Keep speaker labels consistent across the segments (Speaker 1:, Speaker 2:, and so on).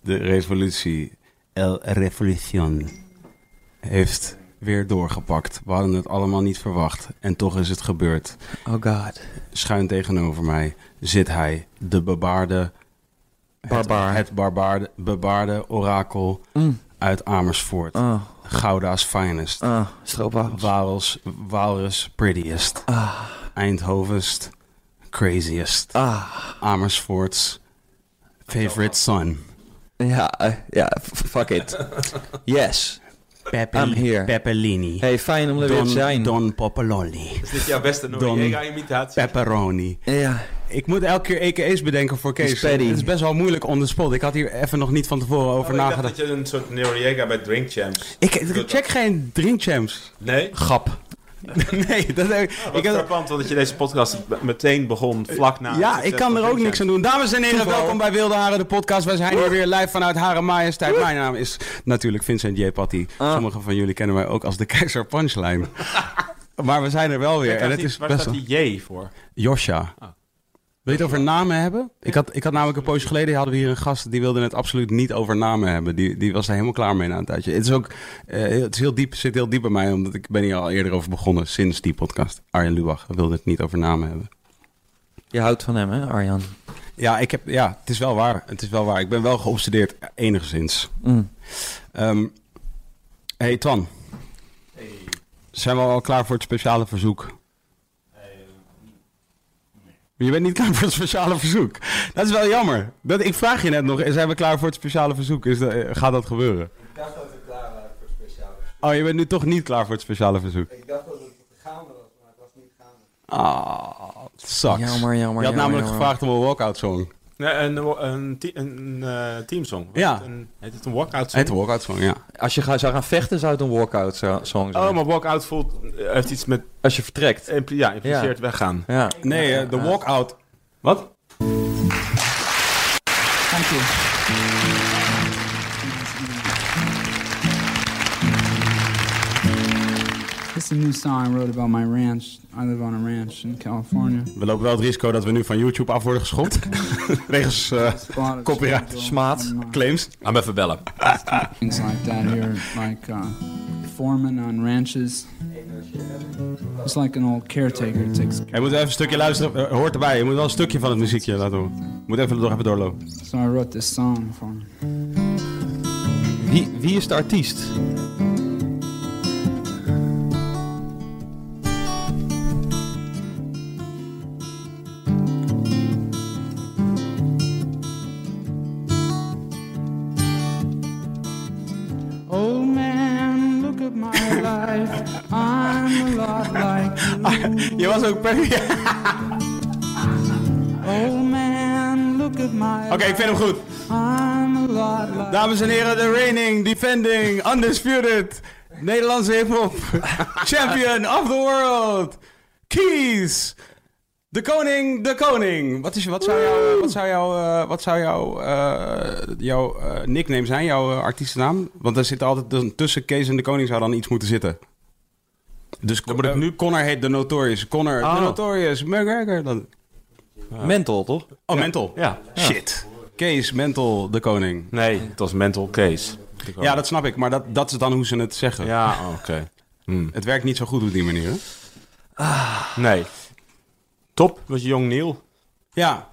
Speaker 1: De revolutie, El Revolution, heeft weer doorgepakt. We hadden het allemaal niet verwacht en toch is het gebeurd.
Speaker 2: Oh god.
Speaker 1: Schuin tegenover mij zit hij, de bebaarde,
Speaker 2: Barbaar.
Speaker 1: het barbaarde, bebaarde orakel
Speaker 2: Mm.
Speaker 1: uit Amersfoort.
Speaker 2: Oh,
Speaker 1: Gouda's finest.
Speaker 2: oh, stroopwafels.
Speaker 1: Walrus, Walrus prettiest.
Speaker 2: Ah,
Speaker 1: Eindhovenst, craziest.
Speaker 2: ah.
Speaker 1: Amersfoorts favorite son.
Speaker 2: Ja, eh, ja, f- fuck it. Yes.
Speaker 1: Pepe,
Speaker 2: I'm here.
Speaker 1: Peppellini.
Speaker 2: Hey, fijn om er weer te zijn.
Speaker 1: Don Popoloni.
Speaker 3: Is dit jouw beste Noriega-imitatie?
Speaker 1: Pepperoni.
Speaker 2: Ja,
Speaker 1: Ik moet elke keer EKE's bedenken voor Kees. Het
Speaker 2: Spaghetti.
Speaker 1: is best wel moeilijk on the spot. Ik had hier even nog niet van tevoren
Speaker 3: Oh,
Speaker 1: over
Speaker 3: ik dacht
Speaker 1: nagedacht.
Speaker 3: dat je een soort Noriega bij Drink Champs.
Speaker 1: Ik, ik check geen drinkchamps.
Speaker 3: Nee?
Speaker 1: Grap. nee, dat heb ik.
Speaker 3: Wat
Speaker 1: ik heb- Eh,
Speaker 3: frappant, want dat je deze podcast b- meteen begon vlak na...
Speaker 1: ja, ik kan er ook niks aan doen. Dames en heren,
Speaker 3: Toeval.
Speaker 1: welkom bij Wilde Haren, de podcast. Wij zijn hier weer live vanuit Hare Majesteit. Mijn naam is natuurlijk Vincent J. Patty.
Speaker 2: Ah.
Speaker 1: Sommigen van jullie kennen mij ook als de Keizer Punchline. maar we zijn er wel weer. en het is
Speaker 3: waar
Speaker 1: best wel...
Speaker 3: staat die J voor?
Speaker 1: Josja.
Speaker 3: Ah.
Speaker 1: Wil je het over namen hebben? Ik had, ik had namelijk een poosje geleden hadden we hier een gast die wilde het absoluut niet over namen hebben. Die, die was daar helemaal klaar mee na een tijdje. Het is ook eh, heel- het is heel diep, zit heel diep bij mij, omdat ik ben hier al eerder over begonnen sinds die podcast. Arjen Lubach wilde het niet over namen hebben.
Speaker 2: je houdt van hem, hè, Arjan?
Speaker 1: Ja, ik heb, ja het is wel waar. Het is wel waar. Ik ben wel geobsedeerd, eh, enigszins.
Speaker 2: Mm.
Speaker 1: Ehm hey Twan. Zijn we al klaar voor het speciale verzoek?
Speaker 4: Eh,
Speaker 1: Je bent niet klaar voor het speciale verzoek. Dat is wel jammer. Dat, ik vraag je net nog, zijn we klaar voor het speciale verzoek? Is dat, eh, gaat dat gebeuren?
Speaker 4: Ik dacht dat ik klaar was voor speciaal.
Speaker 1: Oh, je bent nu toch niet klaar voor het speciale verzoek.
Speaker 4: Ik dacht dat het gaande was, maar het was niet gaande.
Speaker 1: Ah, het sucks.
Speaker 2: Jammer,
Speaker 1: je had
Speaker 2: jammer, jammer.
Speaker 1: namelijk
Speaker 2: jammer.
Speaker 1: gevraagd om een walkout song.
Speaker 3: Nee, een, een, te- een, eh, teamsong. Wat
Speaker 1: Ja.
Speaker 3: is het? Een, heet het een walkout song?
Speaker 1: Het walkout song, ja.
Speaker 2: Als je ga- zou gaan vechten, zou het een walkout zo- song zijn.
Speaker 3: Oh, maar walkout voelt, eh, heeft iets met
Speaker 2: Als je vertrekt.
Speaker 3: impli- ja, impliceert weggaan.
Speaker 2: Ja.
Speaker 1: Nee, eh, de walkout. Wat?
Speaker 2: Dank je.
Speaker 4: This is a new song I wrote about my ranch. I live on a ranch in California.
Speaker 1: We lopen wel het risico dat we nu van YouTube af worden geschopt. Wegens eh,
Speaker 4: It's a lot of
Speaker 1: Copyright
Speaker 4: struggle
Speaker 2: smaad.
Speaker 4: and, uh,
Speaker 1: claims.
Speaker 3: Ga me even bellen.
Speaker 4: Things like that here, like uh, foreman on ranches. It's like an old caretaker takes care.
Speaker 1: Je moet even een stukje luisteren. Eh, Hoort erbij. Je moet wel een stukje van het muziekje laten horen. Moet even nog even doorlopen.
Speaker 4: So I wrote this song for him.
Speaker 2: Wie, wie is de artiest?
Speaker 4: Old man, look at my life. I'm a lot like you.
Speaker 1: Je was ook per... Oké,
Speaker 4: Old man, look at my
Speaker 1: ik vind hem goed.
Speaker 4: I'm a lot like
Speaker 1: Dames en heren, de reigning, defending, undisputed. Nederlandse hiphop. Champion of the world. Kies. De koning, de koning. Wat, is, wat zou jouw wat zou jou, eh, wat zou jou, eh, jouw eh, nickname zijn, jouw eh, artiestennaam? Want er zit altijd een- tussen Kees en de koning zou dan iets moeten zitten. Dus dan moet ik nu Connor heet de Notorious. Connor, de
Speaker 2: Ah.
Speaker 1: Notorious. McGregor. Dan...
Speaker 2: Mental, toch?
Speaker 1: Oh, Mental.
Speaker 3: Ja.
Speaker 1: Shit. Kees, Mental, de koning.
Speaker 3: Nee, het was mental case.
Speaker 1: Ja, dat snap ik. Maar dat, dat is dan hoe ze het zeggen.
Speaker 3: Ja, oké.
Speaker 1: Het werkt niet zo goed op die manier. hè?
Speaker 3: Nee. Top was Jong Neil.
Speaker 1: Ja,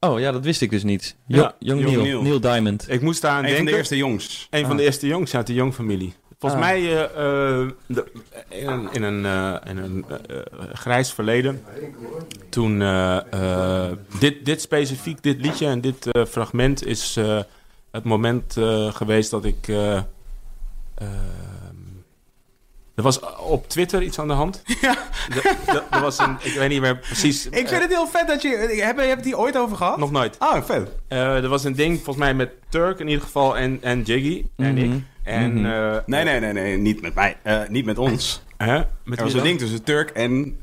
Speaker 2: Oh ja, dat wist ik dus niet. Jo
Speaker 3: Ja,
Speaker 2: Young
Speaker 1: Young
Speaker 2: Neil.
Speaker 1: Neil.
Speaker 2: Neil Diamond.
Speaker 3: Ik moest daar aan
Speaker 1: een
Speaker 3: denken.
Speaker 1: van de eerste jongs.
Speaker 3: Een van de eerste jongens uit de Jong-familie. Volgens
Speaker 2: Ah.
Speaker 3: mij eh, eh, de- in een, in een, eh, in een eh, eh, grijs verleden. Toen eh, eh, dit, dit specifiek, dit liedje en dit eh, fragment is eh, het moment eh, geweest dat ik eh, eh, Er was op Twitter iets aan de hand.
Speaker 1: Ja.
Speaker 3: Er- er- er was een, ik weet niet meer precies. eh,
Speaker 1: Ik vind het heel vet dat je... Heb, heb je het hier ooit over gehad?
Speaker 3: Nog nooit.
Speaker 1: Ah, vet.
Speaker 3: Eh, er was een ding, volgens mij met Turk in ieder geval en, en Jiggy en
Speaker 1: Mhm.
Speaker 3: ik. En, eh,
Speaker 1: Nee, nee, nee, nee. Niet met mij. Eh, niet met ons.
Speaker 3: Hè? Met
Speaker 1: Er
Speaker 3: wie
Speaker 1: was een
Speaker 3: dan?
Speaker 1: ding tussen Turk en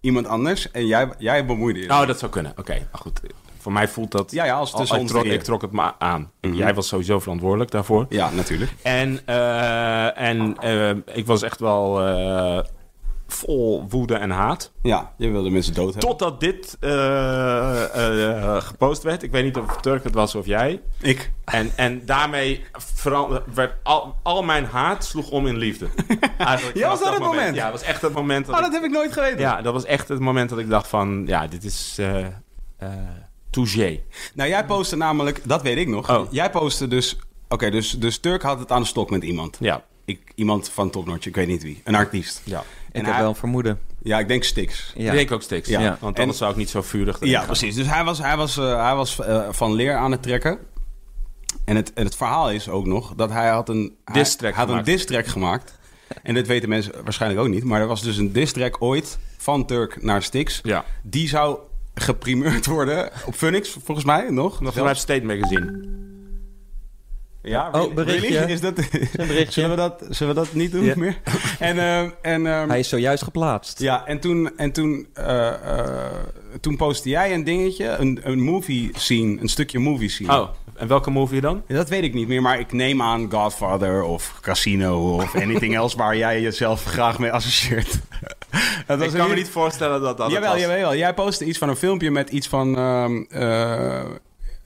Speaker 1: iemand anders. En jij, jij bemoeide je.
Speaker 3: Nou, dat zou kunnen. Oké, maar goed. Voor mij voelt dat...
Speaker 1: Ja, ja, als het
Speaker 3: al-
Speaker 1: tussen
Speaker 3: ik
Speaker 1: ons
Speaker 3: trok,
Speaker 1: drieën.
Speaker 3: ik trok het maar aan.
Speaker 1: Mhm.
Speaker 3: Jij was sowieso verantwoordelijk daarvoor.
Speaker 1: Ja, natuurlijk.
Speaker 3: En, eh, en eh, ik was echt wel eh, vol woede en haat.
Speaker 1: Ja, je wilde mensen dood hebben.
Speaker 3: Totdat dit eh, eh, gepost werd. Ik weet niet of Turk het was of jij.
Speaker 1: Ik.
Speaker 3: En, en daarmee veran- werd al, al mijn haat sloeg om in liefde. Eigenlijk
Speaker 1: Ja, was
Speaker 3: vanaf
Speaker 1: dat het moment?
Speaker 3: Ja, was echt het moment dat
Speaker 1: Oh,
Speaker 3: ik-
Speaker 1: dat heb ik nooit geweten.
Speaker 3: Ja, dat was echt het moment dat ik dacht van... Ja, dit is... eh eh, touché.
Speaker 1: Nou, jij postte namelijk... Dat weet ik nog.
Speaker 3: Oh.
Speaker 1: Jij postte dus... Oké, dus, dus Turk had het aan de stok met iemand.
Speaker 3: Ja.
Speaker 1: Ik, iemand van Topnotch, ik weet niet wie. Een artiest.
Speaker 3: ja.
Speaker 2: Ik
Speaker 1: hij-
Speaker 2: heb wel een vermoeden.
Speaker 1: Ja, ik denk Stix.
Speaker 2: Ja.
Speaker 3: Ik denk ook Stix.
Speaker 1: Ja.
Speaker 3: Ja. Want anders
Speaker 1: En-
Speaker 3: zou ik niet zo vurig erin
Speaker 1: Ja,
Speaker 3: gaan.
Speaker 1: precies. Dus hij was, hij was, eh, hij was eh, van leer aan het trekken. En het, en het verhaal is ook nog dat hij had een hij
Speaker 3: Diss track
Speaker 1: had
Speaker 3: gemaakt.
Speaker 1: een diss track gemaakt. En dat weten mensen waarschijnlijk ook niet. Maar er was dus een diss track ooit van Turk naar Stix.
Speaker 3: Ja.
Speaker 1: Die zou geprimeerd worden op Phoenix, volgens mij nog.
Speaker 3: Nog vanuit
Speaker 1: Zelfs-
Speaker 3: State Magazine.
Speaker 1: Ja,
Speaker 2: Oh, berichtje.
Speaker 1: really? Is dat,
Speaker 2: berichtje.
Speaker 1: zullen, we dat, zullen we dat niet doen
Speaker 2: Ja.
Speaker 1: meer? En, ehm, en, ehm,
Speaker 2: Hij is zojuist geplaatst.
Speaker 1: Ja, en toen, en toen, eh, eh, toen postte jij een dingetje, een, een movie scene, een stukje movie scene.
Speaker 3: Oh, en welke movie dan?
Speaker 1: Ja, Dat weet ik niet meer, maar ik neem aan Godfather of Casino of anything else waar jij jezelf graag mee associeert. dat
Speaker 3: ik kan me niet voorstellen dat dat
Speaker 1: Jawel,
Speaker 3: het was.
Speaker 1: jawel. Jij postte iets van een filmpje met iets van... ehm, eh,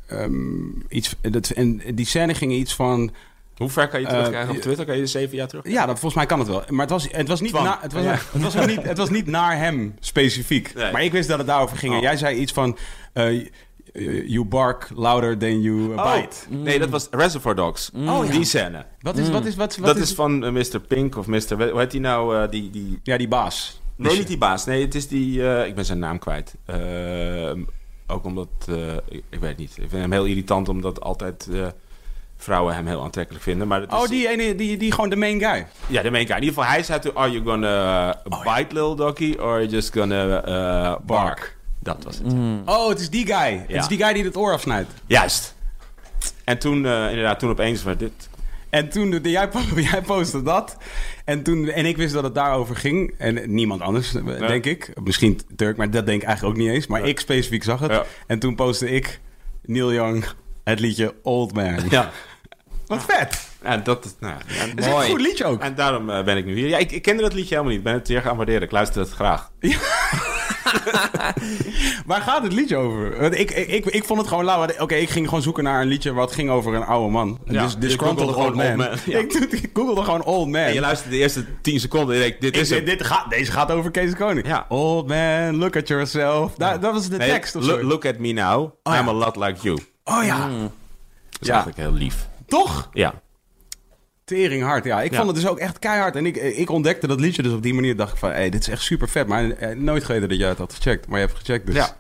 Speaker 1: ehm, iets, dat, en die scène ging iets van...
Speaker 3: Hoe ver kan je terugkrijgen
Speaker 1: Eh,
Speaker 3: op Twitter? Kan je zeven jaar terug?
Speaker 1: Ja, dat, volgens mij kan het wel. Maar het was, het was, niet,
Speaker 3: Twan.
Speaker 1: na, het was,
Speaker 3: Ja.
Speaker 1: het was ook niet, het was niet naar hem specifiek.
Speaker 3: Nee.
Speaker 1: Maar ik wist dat het daarover ging. En
Speaker 3: Oh.
Speaker 1: jij zei iets van... eh, you bark louder than you
Speaker 3: Oh,
Speaker 1: bite.
Speaker 3: Nee, dat was Reservoir Dogs.
Speaker 1: mm. Oh, ja.
Speaker 3: Die scène.
Speaker 1: Wat is, wat is, wat, wat
Speaker 3: dat is, van eh, Mr. Pink of Mr. Hoe heet die nou? eh, die, die...
Speaker 1: Ja, die baas. Die
Speaker 3: Nee,
Speaker 1: sh-
Speaker 3: niet die baas. Nee, het is die... eh, ik ben zijn naam kwijt. Ehm, ook omdat... eh, ik, ik weet het niet. Ik vind hem heel irritant omdat altijd... eh, Vrouwen hem heel aantrekkelijk vinden. Maar het is,
Speaker 1: Oh, die ene, die, die gewoon de main guy.
Speaker 3: Ja, dat meen ik. In ieder geval, hij zei toen... Are you gonna uh,
Speaker 1: Oh,
Speaker 3: bite, little doggy? Or are you just gonna eh, bark?
Speaker 1: Bark.
Speaker 3: Dat was het.
Speaker 1: Oh, het is die guy. Het is die guy die het oor afsnijdt.
Speaker 3: Juist. En toen, eh, inderdaad, toen opeens... Maar dit,
Speaker 1: En toen, doet- jij, po- jij postte dat. En, toen, en ik wist dat het daarover ging. En niemand anders, eh, denk ik. Misschien Turk, maar dat denk ik eigenlijk ook niet eens. Maar
Speaker 3: Nee.
Speaker 1: ik specifiek zag het.
Speaker 3: Ja.
Speaker 1: En toen postte ik Neil Young het liedje Old Man.
Speaker 3: ja.
Speaker 1: Wat vet!
Speaker 3: Ja, dat is... Nou, ja.
Speaker 1: Dat is echt een goed liedje ook.
Speaker 3: En daarom eh, ben ik nu hier. Ja, ik, ik kende dat liedje helemaal niet. Ik ben het zeer gaan waarderen. Ik luister het graag.
Speaker 1: Waar gaat het liedje over? Want ik, ik, ik, ik vond het gewoon lauw. Want, Oké, ik ging gewoon zoeken naar een liedje wat ging over een oude man.
Speaker 3: Ja,
Speaker 1: dus
Speaker 3: je
Speaker 1: disgruntled
Speaker 3: googelde gewoon
Speaker 1: old man.
Speaker 3: Old Man, ja.
Speaker 1: Ik, ik googelde gewoon Old Man.
Speaker 3: En je luistert de eerste 10 seconden en je denkt, dit is
Speaker 1: dit,
Speaker 3: het.
Speaker 1: dit gaat, deze gaat over Kees de Koning.
Speaker 3: Ja.
Speaker 1: Old man, look at yourself. Daar, dat was de
Speaker 3: Nee,
Speaker 1: tekst of
Speaker 3: look,
Speaker 1: zo.
Speaker 3: look at me now.
Speaker 1: ja.
Speaker 3: I'm a lot like you. Dat
Speaker 1: Oh ja,
Speaker 3: is
Speaker 1: Ja.
Speaker 3: eigenlijk heel lief.
Speaker 1: toch?
Speaker 3: Ja.
Speaker 1: Tering hard, ja. Ik
Speaker 3: Ja.
Speaker 1: vond het dus ook echt keihard. En ik, ik ontdekte dat liedje dus op die manier. dacht ik van, hé, hey, dit is echt super vet. Maar eh, nooit geweten dat jij het had gecheckt. Maar je hebt gecheckt dus.
Speaker 3: Ja.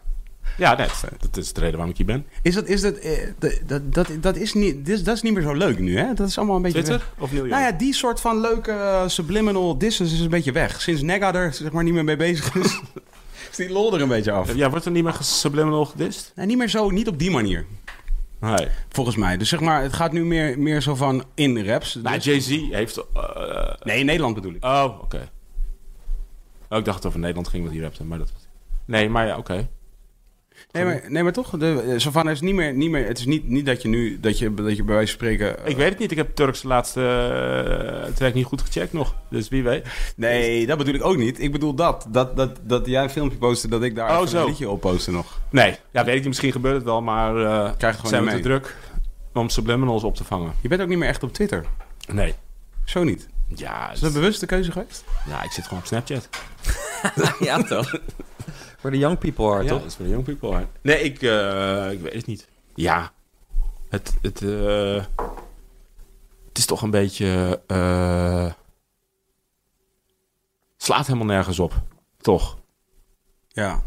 Speaker 3: Ja, net. Dat is de reden waarom ik hier ben.
Speaker 1: Is dat, is dat, eh, dat, dat, dat, dat is niet, dit, is- dat is niet meer zo leuk nu, hè? Dat is allemaal een beetje...
Speaker 3: Twitter
Speaker 1: weg.
Speaker 3: of Neil Young?
Speaker 1: Nou ja, die soort van leuke eh, subliminal disses is een beetje weg. Sinds Negga er zeg maar niet meer mee bezig is, is die lol er een beetje af.
Speaker 3: Eh, Ja, wordt er niet meer subliminal gedist?
Speaker 1: Nou, niet meer zo, niet op die manier.
Speaker 3: Nee.
Speaker 1: Volgens mij. Dus zeg maar, het gaat nu meer, meer zo van in raps.
Speaker 3: Nou,
Speaker 1: Dus-
Speaker 3: Jay-Z heeft... eh,
Speaker 1: nee, in Nederland bedoel ik.
Speaker 3: oh, oké. Oh, ik dacht dat het over Nederland ging wat hier rapte, maar dat... Nee, maar ja, oké.
Speaker 1: Nee, maar, nee, maar toch? De, eh, zo van, het is niet meer, niet meer, het is niet, niet dat je nu, dat je, dat je bij wijze van spreken... eh,
Speaker 3: Ik weet het niet. Ik heb Turks laatste eh, track niet goed gecheckt nog. Dus wie weet.
Speaker 1: nee, dat bedoel ik ook niet. Ik bedoel dat, dat, dat, dat jij een filmpje postte, dat ik daar
Speaker 3: Oh,
Speaker 1: even
Speaker 3: zo.
Speaker 1: een liedje op postte nog.
Speaker 3: Nee, ja, weet ik niet. Misschien gebeurt het wel, maar eh
Speaker 1: Krijg het gewoon
Speaker 3: zijn we
Speaker 1: niet
Speaker 3: te druk om subliminals op te vangen?
Speaker 1: Je bent ook niet meer echt op Twitter.
Speaker 3: Nee.
Speaker 1: Zo niet.
Speaker 3: Ja,
Speaker 1: Is dat een bewuste keuze geweest?
Speaker 3: ja, ik zit gewoon op Snapchat.
Speaker 2: ja toch? Voor de young people are,
Speaker 3: ja,
Speaker 2: toch?
Speaker 3: dat is voor de young people. hè. Nee, ik, eh, ik weet het niet. Ja, het, het, eh, het is toch een beetje... eh, slaat helemaal nergens op, toch?
Speaker 1: Ja.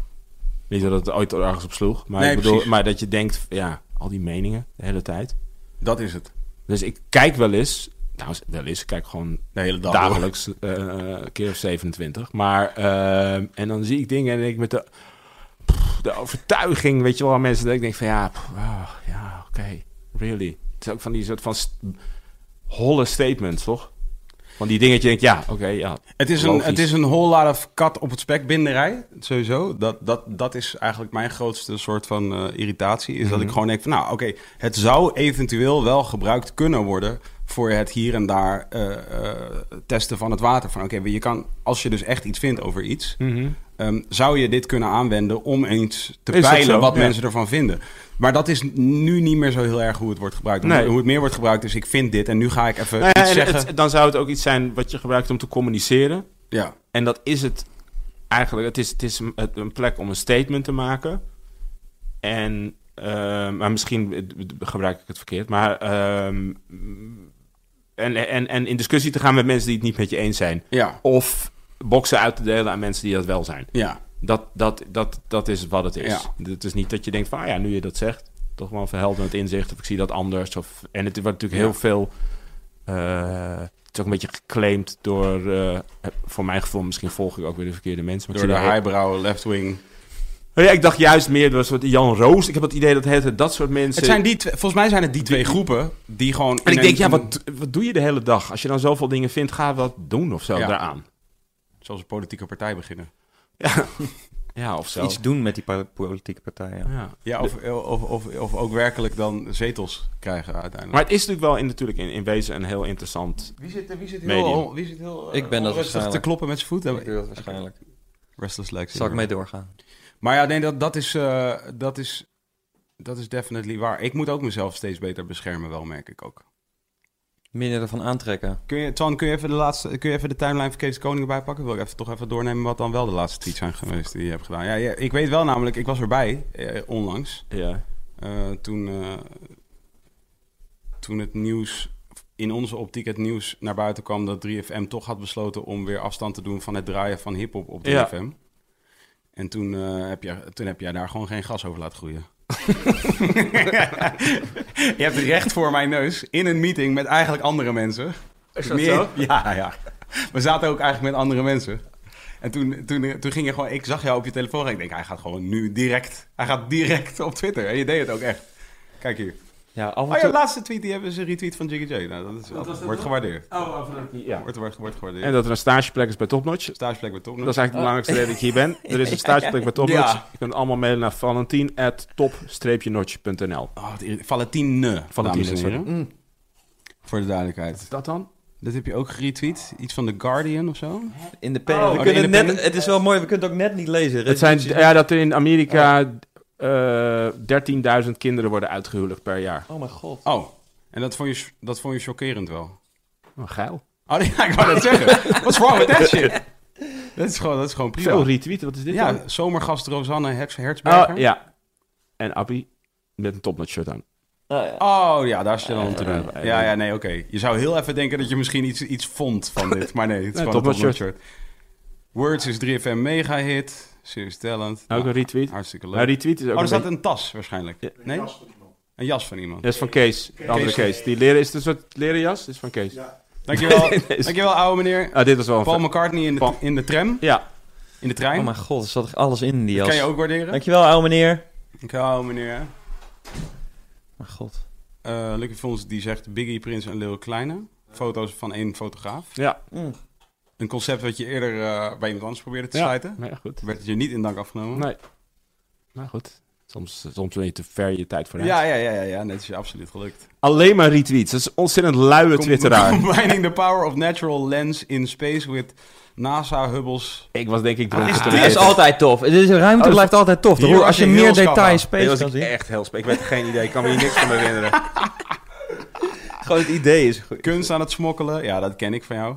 Speaker 3: Niet dat het ooit ergens op sloeg, maar,
Speaker 1: Nee,
Speaker 3: ik bedoel,
Speaker 1: precies.
Speaker 3: maar dat je denkt, ja, al die meningen de hele tijd.
Speaker 1: Dat is het.
Speaker 3: Dus ik kijk wel eens Nou, wel eens. Ik kijk gewoon
Speaker 1: De hele dag.
Speaker 3: dagelijks eh, een keer of 27. Maar, eh, en dan zie ik dingen en ik met de, pff, de overtuiging, weet je wel, aan mensen dat ik denk van ja, pff, ah, ja, oké, really. Het is ook van die soort van st- holle statements, toch? Van die dingetje denk ja, oké, ja.
Speaker 1: Het is, een,
Speaker 3: logisch.
Speaker 1: het is een whole lot of kat op het spek binderij, sowieso. Dat, dat, dat is eigenlijk mijn grootste soort van eh, irritatie. Is
Speaker 3: Mhm.
Speaker 1: dat ik gewoon denk van, nou oké, het zou eventueel wel gebruikt kunnen worden... voor het hier en daar eh, eh, testen van het water. Van oké, je kan, als je dus echt iets vindt over iets...
Speaker 3: Mhm.
Speaker 1: ehm, zou je dit kunnen aanwenden om eens te
Speaker 3: Is dat
Speaker 1: peilen
Speaker 3: zo?
Speaker 1: wat
Speaker 3: Ja.
Speaker 1: mensen ervan vinden. Maar dat is nu niet meer zo heel erg hoe het wordt gebruikt.
Speaker 3: Nee.
Speaker 1: Hoe het meer wordt gebruikt is, ik vind dit en nu ga ik even
Speaker 3: Nou ja,
Speaker 1: iets
Speaker 3: en het-
Speaker 1: zeggen.
Speaker 3: dan zou het ook iets zijn wat je gebruikt om te communiceren.
Speaker 1: ja.
Speaker 3: En dat is het eigenlijk. Het is, het is een, het- een plek om een statement te maken. En, ehm, maar misschien eh, d- d- gebruik ik het verkeerd. Maar, ehm, en, en, en in discussie te gaan met mensen die het niet met je eens zijn.
Speaker 1: ja,
Speaker 3: Of boksen uit te delen aan mensen die dat wel zijn.
Speaker 1: ja.
Speaker 3: Dat, dat, dat, dat is wat het is.
Speaker 1: Ja.
Speaker 3: Het is niet dat je denkt van, ah ja, nu je dat zegt, toch wel een verhelderend inzicht of ik zie dat anders. Of, en het wordt natuurlijk heel
Speaker 1: Ja.
Speaker 3: veel, eh, het is ook een beetje geclaimd door, eh, voor mijn gevoel, misschien volg ik ook weer de verkeerde mensen. Maar ik
Speaker 1: Door de
Speaker 3: zie dat- Oh
Speaker 1: highbrow, left-wing.
Speaker 3: Ja, ik dacht juist meer door een soort Jan Roos. Ik heb het idee dat de hele tijd dat soort mensen...
Speaker 1: Het zijn die twee, volgens mij zijn het die twee groepen die gewoon...
Speaker 3: en ik
Speaker 1: in
Speaker 3: denk, ja,
Speaker 1: een-
Speaker 3: wat, wat doe je de hele dag? Als je dan zoveel dingen vindt, ga wat doen of zo
Speaker 1: Ja.
Speaker 3: daaraan.
Speaker 1: Zoals een politieke partij beginnen.
Speaker 3: Ja, of zo.
Speaker 2: Iets doen met die pa- politieke partijen.
Speaker 3: Ja.
Speaker 1: Ja, of, of, of, of ook werkelijk dan zetels krijgen uiteindelijk.
Speaker 3: Maar het is natuurlijk wel in, natuurlijk in, in wezen een heel interessant...
Speaker 1: Wie zit, wie zit
Speaker 3: Medium.
Speaker 1: wie zit heel
Speaker 2: Ik ben dat
Speaker 1: onrustig te
Speaker 2: waarschijnlijk.
Speaker 1: kloppen met zijn voet?
Speaker 2: Ik doe dat waarschijnlijk.
Speaker 1: Restless legs.
Speaker 2: Zal ik mee doorgaan?
Speaker 1: Maar ja, nee, dat, dat, is, eh, dat, is, dat is definitely waar. Ik moet ook mezelf steeds beter beschermen wel, merk ik ook.
Speaker 2: Minder ervan aantrekken.
Speaker 1: Kun je, Tan, kun je even de laatste, kun je even de timeline van Kees Koning erbij pakken? Wil ik even toch even doornemen wat dan wel de laatste tweets zijn geweest die je hebt gedaan. Ja, ja, ik weet wel namelijk, ik was erbij eh, onlangs.
Speaker 3: Ja.
Speaker 1: Eh, toen, eh, toen het nieuws, in onze optiek het nieuws naar buiten kwam dat 3FM toch had besloten om weer afstand te doen van het draaien van hip-hop op 3FM.
Speaker 3: Ja.
Speaker 1: En toen, eh, heb jij, toen heb jij daar gewoon geen gas over laten groeien. je hebt recht voor mijn neus in een meeting met eigenlijk andere mensen.
Speaker 3: Is dat
Speaker 1: Nee,
Speaker 3: zo?
Speaker 1: Ja, ja. We zaten ook eigenlijk met andere mensen. En toen, toen, toen ging je gewoon, ik zag jou op je telefoon en ik denk, hij gaat gewoon nu direct, hij gaat direct op Twitter. En je deed het ook echt. Kijk hier.
Speaker 2: Ja, af
Speaker 1: Oh
Speaker 2: en
Speaker 1: ja,
Speaker 2: toe.
Speaker 1: laatste tweet, die hebben ze een retweet van Jiggy J. Nou, dat is, wordt gewaardeerd.
Speaker 3: Oh, ja.
Speaker 1: Wordt, wordt, wordt gewaardeerd.
Speaker 3: En dat er een stageplek is bij Topnotch.
Speaker 1: Stageplek bij Tom.
Speaker 3: Dat is eigenlijk de belangrijkste reden dat ik hier ben. Er is een stageplek bij Topnotch.
Speaker 2: Ja.
Speaker 3: Je kunt allemaal mailen naar valentien.top-notch.nl
Speaker 1: Oh, het irri- Valentine,
Speaker 3: Valentine,
Speaker 1: dames en heren.
Speaker 3: sorry.
Speaker 1: Voor de duidelijkheid.
Speaker 3: Is dat dan?
Speaker 1: Dat heb je ook geretweet. Iets van The Guardian of zo.
Speaker 2: Independent.
Speaker 1: Oh,
Speaker 2: we kunnen het, net,
Speaker 1: independent.
Speaker 2: het is wel mooi, we kunnen het ook net niet lezen.
Speaker 3: Het zijn, ja, dat er in Amerika
Speaker 1: Oh.
Speaker 3: eh, 13.000 kinderen worden uitgehuwelijkd per jaar.
Speaker 2: Oh mijn god.
Speaker 1: Oh, en dat vond je, sch- dat vond je chockerend wel.
Speaker 3: Oh, geil.
Speaker 1: Oh, nee, ja, ik wou dat zeggen. What's wrong with that shit? dat, is gewoon, dat is gewoon prima.
Speaker 3: Zo, retweeten, wat is dit dan?
Speaker 1: ja, zomergast Rosanne Herz- Hertzberger.
Speaker 3: Oh, ja. En Appie met een Topnotch shirt aan.
Speaker 2: Ah, ja.
Speaker 1: Oh ja, daar is je dan om te
Speaker 3: Eh,
Speaker 1: doen.
Speaker 3: eh,
Speaker 1: Ja,
Speaker 3: eh.
Speaker 1: ja, nee, oké. Je zou heel even denken dat je misschien iets, iets vond van dit. Maar nee, het is
Speaker 3: Nee,
Speaker 1: gewoon een
Speaker 3: topnotch
Speaker 1: topnotch shirt. Words is 3FM mega hit. Serious talent.
Speaker 3: Ook
Speaker 1: Nou,
Speaker 3: een retweet.
Speaker 1: hartstikke leuk.
Speaker 3: Nou, retweet is ook
Speaker 1: oh, er
Speaker 3: een
Speaker 1: staat
Speaker 3: beetje-
Speaker 1: een tas waarschijnlijk.
Speaker 3: Ja.
Speaker 1: Nee? Een jas van iemand.
Speaker 3: Dat is van Kees, de andere Kees. Die leren, is het een soort leren jas? Dat is van Kees.
Speaker 1: Dankjewel,
Speaker 3: Nee, nee, is-
Speaker 1: dankjewel oude meneer.
Speaker 3: Ah, dit was wel een...
Speaker 1: Paul
Speaker 3: ver-
Speaker 1: McCartney in de,
Speaker 3: Paul-
Speaker 1: in de tram,
Speaker 3: Ja,
Speaker 1: in de trein.
Speaker 2: Oh mijn god, er zat toch alles in die jas.
Speaker 1: kan je ook waarderen?
Speaker 2: Dankjewel, oude meneer. Oh
Speaker 1: Dankjewel oude meneer.
Speaker 2: Mijn god.
Speaker 1: eh Lucky Fons die zegt Biggie, Prins en Lil Kleine. Foto's van één fotograaf.
Speaker 3: ja.
Speaker 2: Mm.
Speaker 1: Een concept wat je eerder eh, bij iemand anders probeerde te
Speaker 3: Ja.
Speaker 1: sluiten.
Speaker 3: Nee, goed.
Speaker 1: Werd het je niet in dank afgenomen.
Speaker 3: Nee. Nou goed. Soms, soms ben je te ver je tijd vooruit.
Speaker 1: Ja, ja, ja, ja, ja. Net is je absoluut gelukt.
Speaker 3: Alleen maar retweets. Dat is een ontzettend luie twitteraar.
Speaker 1: Combining the power of natural lens in space with NASA Hubbles.
Speaker 3: Ik was denk ik dronken
Speaker 2: Het
Speaker 3: toen ik
Speaker 2: is
Speaker 3: dit-
Speaker 2: altijd tof. Het is, ruimte
Speaker 3: Oh,
Speaker 2: blijft altijd tof.
Speaker 1: hier
Speaker 2: Hoor,
Speaker 1: was
Speaker 2: als je
Speaker 1: je
Speaker 2: meer
Speaker 1: heel schattig.
Speaker 2: details
Speaker 3: Dit
Speaker 2: space
Speaker 3: was
Speaker 2: kan
Speaker 3: ik
Speaker 2: zien.
Speaker 3: echt heel spek. Ik weet geen idee. Ik kan me hier niks van herinneren.
Speaker 2: Gewoon het idee is goed.
Speaker 1: Kunst aan het smokkelen. Ja, dat ken ik van jou.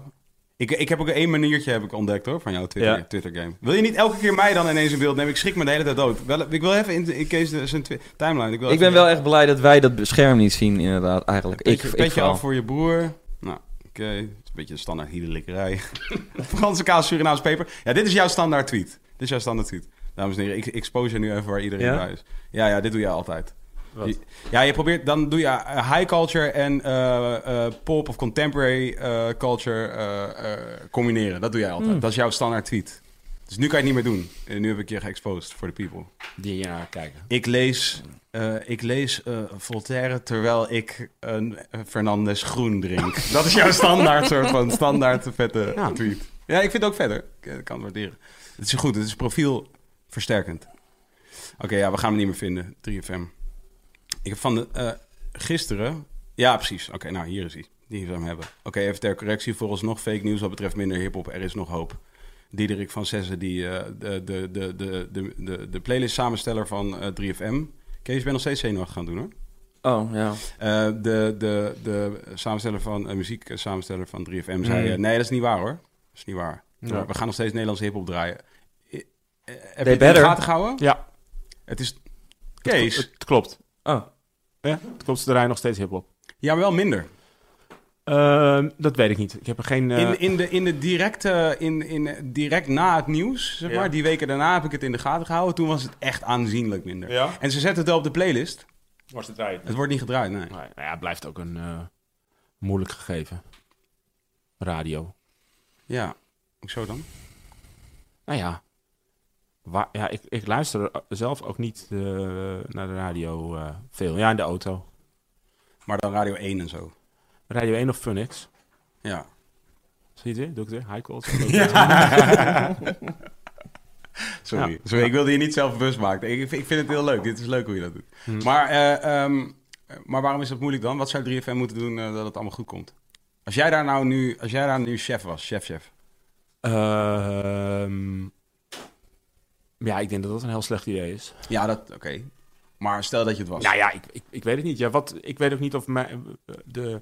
Speaker 1: Ik, ik heb ook één maniertje heb ik ontdekt hoor, van jouw Twitter,
Speaker 3: Ja.
Speaker 1: Twitter game. Wil je niet elke keer mij dan ineens in beeld nemen? Ik schrik me de hele tijd dood. Wel, ik wil even in, in Kees de- zijn twi- timeline. Ik, wil
Speaker 2: Ik
Speaker 1: even-
Speaker 2: ben wel echt blij dat wij dat bescherm niet zien, inderdaad, eigenlijk. Ik,
Speaker 1: Petje,
Speaker 2: ik,
Speaker 1: petje
Speaker 2: vooral.
Speaker 1: af voor je broer. Nou, oké. Het is een beetje een standaard hiedelikkerij. Franse kaas, Surinaams peper. Ja, dit is jouw standaard tweet. Dit is jouw standaard tweet. Dames en heren, ik ik expose je nu even waar iedereen
Speaker 2: Ja?
Speaker 1: bij is. Ja, ja, dit doe jij altijd.
Speaker 3: Wat?
Speaker 1: Ja, je probeert, dan doe je eh, high culture en eh, eh, pop of contemporary eh, culture eh, eh, combineren. Dat doe jij altijd. Dat is jouw standaard tweet. Dus nu kan je het niet meer doen. En nu heb ik je geëxposed voor de people.
Speaker 3: Die ja, kijken.
Speaker 1: Ik lees, eh, ik lees eh, Voltaire terwijl ik een eh, Fernandes groen drink. Dat is jouw standaard soort van standaard vette
Speaker 3: Ja.
Speaker 1: tweet. Ja, ik vind het ook verder. Ik eh, kan het waarderen. Het is goed. Het is profielversterkend. Oké, ja, we gaan hem niet meer vinden. 3FM. Ik heb van de, eh, gisteren... Ja, precies. Oké, nou, hier is hij. Die zou hem hebben. Oké, even ter correctie. Vooralsnog fake nieuws wat betreft minder hiphop. Er is nog hoop. Diederik van Zessen, die, eh, de, de, de, de, de, de, de playlist samensteller van eh, 3FM. Kees, je bent nog steeds zenuwachtig gaan doen hoor.
Speaker 5: Oh, ja.
Speaker 1: Eh, de, de, de samensteller van eh, muziek, eh, samensteller van 3FM zei:
Speaker 3: Mm.
Speaker 1: eh, Nee, dat is niet waar hoor. Dat is niet waar.
Speaker 3: Ja.
Speaker 1: We gaan nog steeds Nederlandse hip-hop draaien. Eh, eh, heb je
Speaker 5: They
Speaker 1: het in de
Speaker 5: better.
Speaker 1: gaten gehouden?
Speaker 3: Ja.
Speaker 1: Het is. Kees.
Speaker 3: Het, het klopt.
Speaker 5: Oh.
Speaker 3: Hè? Het klopt, ze draaien nog steeds hiphop.
Speaker 1: Ja, maar wel minder.
Speaker 3: Ehm dat weet ik niet. Ik heb er geen... eh,
Speaker 1: In, in, de, in de directe, in, in, direct na het nieuws, zeg
Speaker 3: Ja.
Speaker 1: maar, die weken daarna heb ik het in de gaten gehouden. Toen was het echt aanzienlijk minder.
Speaker 3: Ja?
Speaker 1: En ze zetten het wel op de playlist.
Speaker 3: Was het draaien?
Speaker 1: Het wordt niet gedraaid, nee.
Speaker 3: Nou ja, het blijft ook een eh, moeilijk gegeven. Radio.
Speaker 1: Ja, zo dan?
Speaker 3: Nou ja. Waar, ja ik, ik luister zelf ook niet eh, naar de radio eh, veel. Ja, in de auto.
Speaker 1: Maar dan Radio 1 en zo.
Speaker 3: Radio 1 of Funix.
Speaker 1: Ja.
Speaker 3: Zie je het weer? Doe ik het weer? High calls.
Speaker 1: Sorry.
Speaker 3: Ja.
Speaker 1: Sorry, ik wilde je niet zelf bewust maken. Ik, ik vind het heel leuk. Dit is leuk hoe je dat doet.
Speaker 3: Hmm.
Speaker 1: Maar, eh, ehm, maar waarom is dat moeilijk dan? Wat zou 3FM moeten doen eh, dat het allemaal goed komt? Als jij daar nou nu, als jij daar nu chef was, chef-chef.
Speaker 3: Ehm, ja, ik denk dat dat een heel slecht idee is.
Speaker 1: Ja, dat, oké. Maar stel dat je het was.
Speaker 3: Nou ja, ik, ik, ik weet het niet. Ja, wat, ik weet ook niet of mijn, de,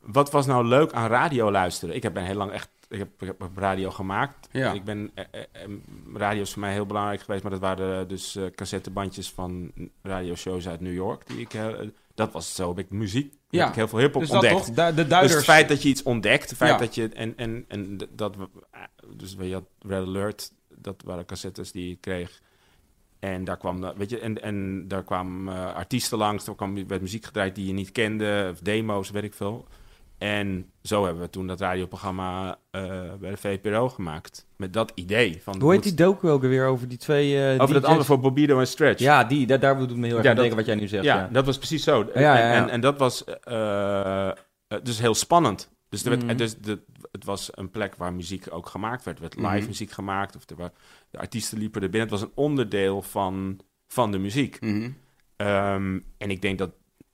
Speaker 3: wat was nou leuk aan radio luisteren? Ik heb ben heel lang echt ik heb, ik heb radio gemaakt.
Speaker 1: Ja.
Speaker 3: Ik ben, eh, eh, eh, radio is voor mij heel belangrijk geweest, maar dat waren eh, dus eh, cassettebandjes van radioshows uit New York. Die ik, eh, dat was zo. Heb ik muziek,
Speaker 1: Ja.
Speaker 3: ja. heb ik heel veel hip-hop
Speaker 1: dus dat
Speaker 3: ontdekt.
Speaker 1: toch? Da- De
Speaker 3: Dus
Speaker 1: duiders.
Speaker 3: het feit dat je iets ontdekt, het feit
Speaker 1: Ja.
Speaker 3: dat je en en en d- dat we, eh, dus we had Red Alert, dat waren cassettes die ik kreeg. En daar kwam, dat- weet je, en, en daar kwamen eh, artiesten langs, er kwam, werd muziek gedraaid die je niet kende, of demo's, weet ik veel. En zo hebben we toen dat radioprogramma eh, bij de VPRO gemaakt. Met dat idee. Van,
Speaker 2: Hoe heet
Speaker 3: moet-
Speaker 2: die docu ook weer over die twee... eh,
Speaker 3: Over dat
Speaker 2: DJ's?
Speaker 3: andere voor Bobido en Stretch.
Speaker 2: Ja, die, daar, daar doet me heel erg
Speaker 3: Ja,
Speaker 2: aan
Speaker 3: dat-
Speaker 2: denken wat jij nu zegt.
Speaker 3: Ja,
Speaker 2: Ja,
Speaker 3: dat was precies zo. En,
Speaker 2: ja, ja.
Speaker 3: en, en dat was eh, eh, dus heel spannend. Dus, er werd,
Speaker 2: Mhm.
Speaker 3: dus de, het was een plek waar muziek ook gemaakt werd. Er werd live
Speaker 1: Mhm.
Speaker 3: muziek gemaakt. Of er wa- de artiesten liepen er binnen. Het was een onderdeel van, van de muziek.
Speaker 1: Mhm.
Speaker 3: Ehm, en ik denk dat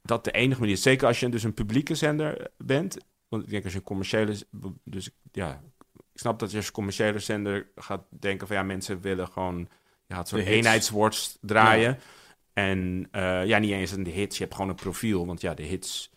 Speaker 3: dat de enige manier is. Zeker als je dus een publieke zender bent. Want ik denk als je een commerciële... z- Dus ik- ja, ik snap dat je als commerciële zender gaat denken van... Ja, mensen willen gewoon... Je gaat zo'n
Speaker 1: De hits.
Speaker 3: eenheidsworst draaien. En eh, ja, niet eens een hits. Je hebt gewoon een profiel. Want ja, de hits...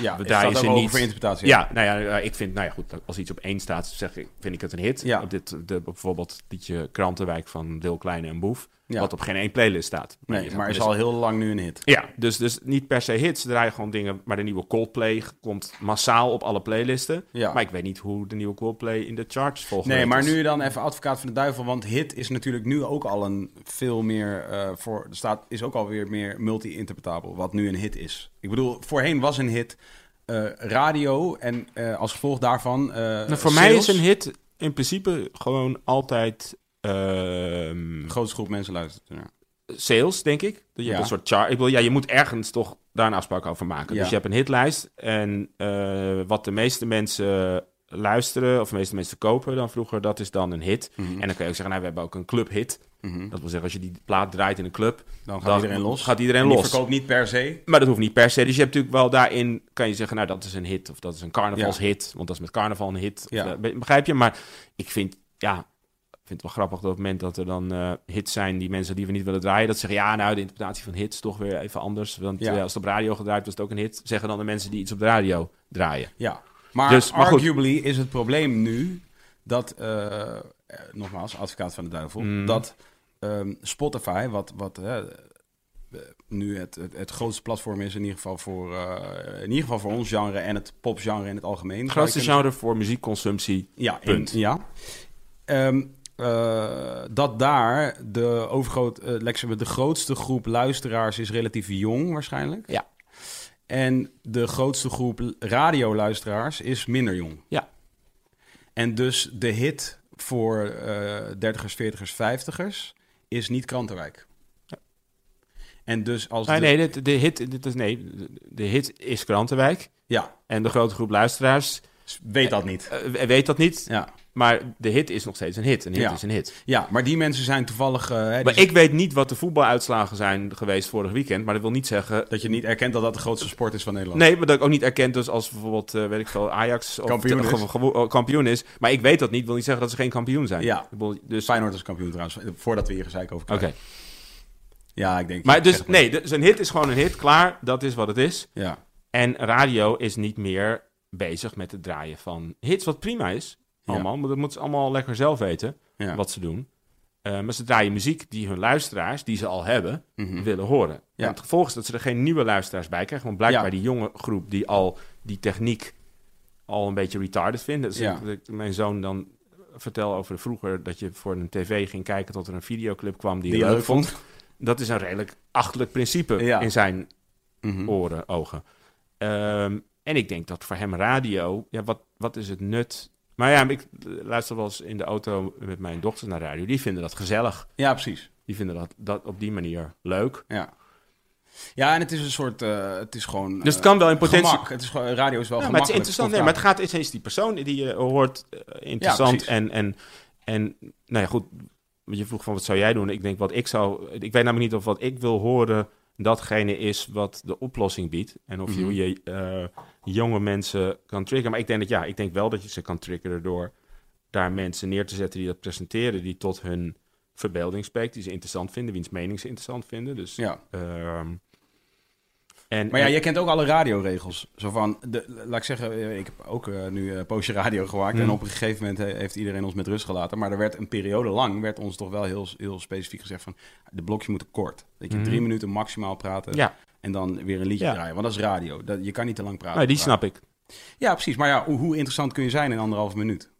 Speaker 1: Ja,
Speaker 3: We
Speaker 1: het
Speaker 3: draaien
Speaker 1: staat
Speaker 3: ze
Speaker 1: ook
Speaker 3: niet.
Speaker 1: over interpretatie.
Speaker 3: Ja, nou ja, eh, ik vind... Nou ja, goed. Als iets op één staat, zeg ik, vind ik het een hit.
Speaker 1: Ja.
Speaker 3: Op dit, de, bijvoorbeeld het liedje Krantenwijk van Deel Kleine en Boef.
Speaker 1: Ja.
Speaker 3: Wat op geen één playlist staat. je
Speaker 1: Nee,
Speaker 3: zou
Speaker 1: maar is
Speaker 3: kunnen
Speaker 1: al heel lang nu een hit.
Speaker 3: ja, dus, dus niet per se hits. Ze draaien gewoon dingen. Maar de nieuwe Coldplay komt massaal op alle playlisten.
Speaker 1: Ja.
Speaker 3: Maar ik weet niet hoe de nieuwe Coldplay in de charts volgt.
Speaker 1: Nee, maar nu dan even advocaat van de duivel. Want hit is natuurlijk nu ook al een veel meer eh, voor. Er staat, is ook alweer meer multi-interpretabel. Wat nu een hit is. Ik bedoel, voorheen was een hit eh, radio. En eh, als gevolg daarvan. eh,
Speaker 3: Nou, voor mij is
Speaker 1: sales.
Speaker 3: een hit in principe gewoon altijd ehm,
Speaker 1: De grootste groep mensen luistert. ernaar.
Speaker 3: sales, denk ik. Dat je
Speaker 1: Ja.
Speaker 3: hebt een soort chart. Ik wil, ja, je moet ergens toch daar een afspraak over maken.
Speaker 1: Ja.
Speaker 3: Dus je hebt een hitlijst. En eh, wat de meeste mensen luisteren of de meeste mensen kopen dan vroeger, dat is dan een hit. En dan kun je ook zeggen, nou, we hebben ook een clubhit.
Speaker 1: Mhm.
Speaker 3: Dat wil zeggen, als je die plaat draait in een club,
Speaker 1: Dan gaat
Speaker 3: Dan
Speaker 1: iedereen los.
Speaker 3: gaat iedereen
Speaker 1: En die
Speaker 3: los.
Speaker 1: verkoopt niet per se.
Speaker 3: Maar dat hoeft niet per se. Dus je hebt natuurlijk wel daarin, kan je zeggen, nou dat is een hit. Of dat is een carnavalshit. Want dat is met carnaval een hit. Of,
Speaker 1: Ja.
Speaker 3: eh, be- begrijp je? Maar ik vind, ja, ik vind het wel grappig dat op het moment dat er dan eh, hits zijn die mensen die we niet willen draaien, dat zeggen, ja nou de interpretatie van hits is toch weer even anders. Want
Speaker 1: Ja.
Speaker 3: eh, als het op radio gedraaid was het ook een hit, zeggen dan de mensen die iets op de radio draaien.
Speaker 1: Ja. Maar,
Speaker 3: Dus, maar goed.
Speaker 1: arguably is het probleem nu dat, eh, eh, nogmaals, advocaat van de duivel,
Speaker 3: Mm.
Speaker 1: dat ehm, Spotify, wat, wat eh, eh, nu het, het, het grootste platform is, in ieder, geval voor, eh, in ieder geval voor ons genre en het popgenre in het algemeen. zou je
Speaker 3: Het grootste
Speaker 1: kunnen
Speaker 3: genre voor muziekconsumptie.
Speaker 1: ja,
Speaker 3: Punt.
Speaker 1: in- ja. Ehm, eh, dat daar de overgroot, eh, laat ik zeggen, de grootste groep luisteraars is relatief jong waarschijnlijk.
Speaker 3: Ja.
Speaker 1: En de grootste groep radioluisteraars is minder jong.
Speaker 3: Ja.
Speaker 1: En dus de hit voor eh dertigers, veertigers, vijftigers is niet Krantenwijk. En dus als...
Speaker 3: Nee,
Speaker 1: de-
Speaker 3: nee, dit, de, hit, dit is, nee, de hit is Krantenwijk.
Speaker 1: Ja,
Speaker 3: En de grote groep luisteraars
Speaker 1: weet dat niet.
Speaker 3: eh, weet dat niet.
Speaker 1: Ja.
Speaker 3: Maar de hit is nog steeds een hit. Een hit
Speaker 1: Ja.
Speaker 3: is een hit.
Speaker 1: ja, maar die mensen zijn toevallig... eh, hè, die
Speaker 3: Maar ik weet niet wat de voetbaluitslagen zijn geweest vorig weekend. Maar dat wil niet zeggen...
Speaker 1: Dat je niet erkent dat dat de grootste sport is van Nederland.
Speaker 3: Nee, maar dat ik ook niet erkent dus als bijvoorbeeld, eh, weet ik veel, Ajax of
Speaker 1: Kampioen is.
Speaker 3: of gewo- oh, kampioen is. Maar ik weet dat niet, wil niet zeggen dat ze geen kampioen zijn.
Speaker 1: Ja.
Speaker 3: Ik bedoel, Dus, oké.
Speaker 1: Feyenoord is kampioen trouwens, voordat we hier gezeik over krijgen. Ja, ik denk...
Speaker 3: Maar
Speaker 1: ik
Speaker 3: dus,
Speaker 1: zeg
Speaker 3: nee, dus een hit is gewoon een hit. Klaar, dat is wat het is.
Speaker 1: Ja,
Speaker 3: En radio is niet meer bezig met het draaien van hits, wat prima is.
Speaker 1: Ja.
Speaker 3: Allemaal, maar dat moeten ze allemaal lekker zelf weten,
Speaker 1: ja.
Speaker 3: wat ze doen. Eh, maar ze draaien muziek die hun luisteraars, die ze al hebben,
Speaker 1: Mhm.
Speaker 3: willen horen.
Speaker 1: Ja.
Speaker 3: En het gevolg is dat ze er geen nieuwe luisteraars bij krijgen. Want blijkbaar
Speaker 1: Ja.
Speaker 3: die jonge groep die al die techniek al een beetje retarded vindt. Dus
Speaker 1: Ja.
Speaker 3: ik- ik- mijn zoon dan vertel over vroeger dat je voor een tv ging kijken tot er een videoclip kwam die,
Speaker 1: Die je
Speaker 3: je
Speaker 1: leuk
Speaker 3: leuk vond. Dat is een redelijk achterlijk principe
Speaker 1: Ja.
Speaker 3: in zijn
Speaker 1: Mhm.
Speaker 3: oren, ogen. Ehm, en ik denk dat voor hem radio, ja, wat, wat is het nut? Maar ja, ik luister wel eens in de auto met mijn dochters naar radio. Die vinden dat gezellig.
Speaker 1: Ja, precies.
Speaker 3: Die vinden dat, dat op die manier leuk.
Speaker 1: Ja. ja, en het is een soort... eh, het is gewoon...
Speaker 3: Dus het
Speaker 1: eh,
Speaker 3: kan wel in potentie.
Speaker 1: Gemak. Het is gewoon, radio is wel
Speaker 3: Ja, maar het is
Speaker 1: gemakkelijk.
Speaker 3: interessant. Nee, maar het gaat is die persoon die je hoort eh, interessant.
Speaker 1: precies.
Speaker 3: en, en, en nou ja, goed. Je vroeg van wat zou jij doen? Ik denk wat ik zou. Ik weet namelijk niet of wat ik wil horen datgene is wat de oplossing biedt. En of je,
Speaker 1: Mhm.
Speaker 3: hoe je eh, jonge mensen kan triggeren. Maar ik denk dat ja, ik denk wel dat je ze kan triggeren door daar mensen neer te zetten die dat presenteren, die tot hun verbeelding spreekt, die ze interessant vinden, wiens mening ze interessant vinden. Dus,
Speaker 1: Ja.
Speaker 3: ehm, en,
Speaker 1: Maar ja, je kent ook alle radioregels. Zo van, de, laat ik zeggen, eh, ik heb ook eh, nu eh, een poosje radio gemaakt.
Speaker 3: Hmm.
Speaker 1: En op een gegeven moment he- heeft iedereen ons met rust gelaten. Maar er werd een periode lang, werd ons toch wel heel, heel specifiek gezegd van... De blokjes moeten kort. Dat je
Speaker 3: Mhm.
Speaker 1: drie minuten maximaal praten.
Speaker 3: ja,
Speaker 1: En dan weer een liedje
Speaker 3: Ja.
Speaker 1: draaien. Want dat is radio. Dat, je kan niet te lang praten.
Speaker 3: nou, die snap ik.
Speaker 1: Ja, precies. Maar ja, hoe, hoe interessant kun je zijn in anderhalf minuut?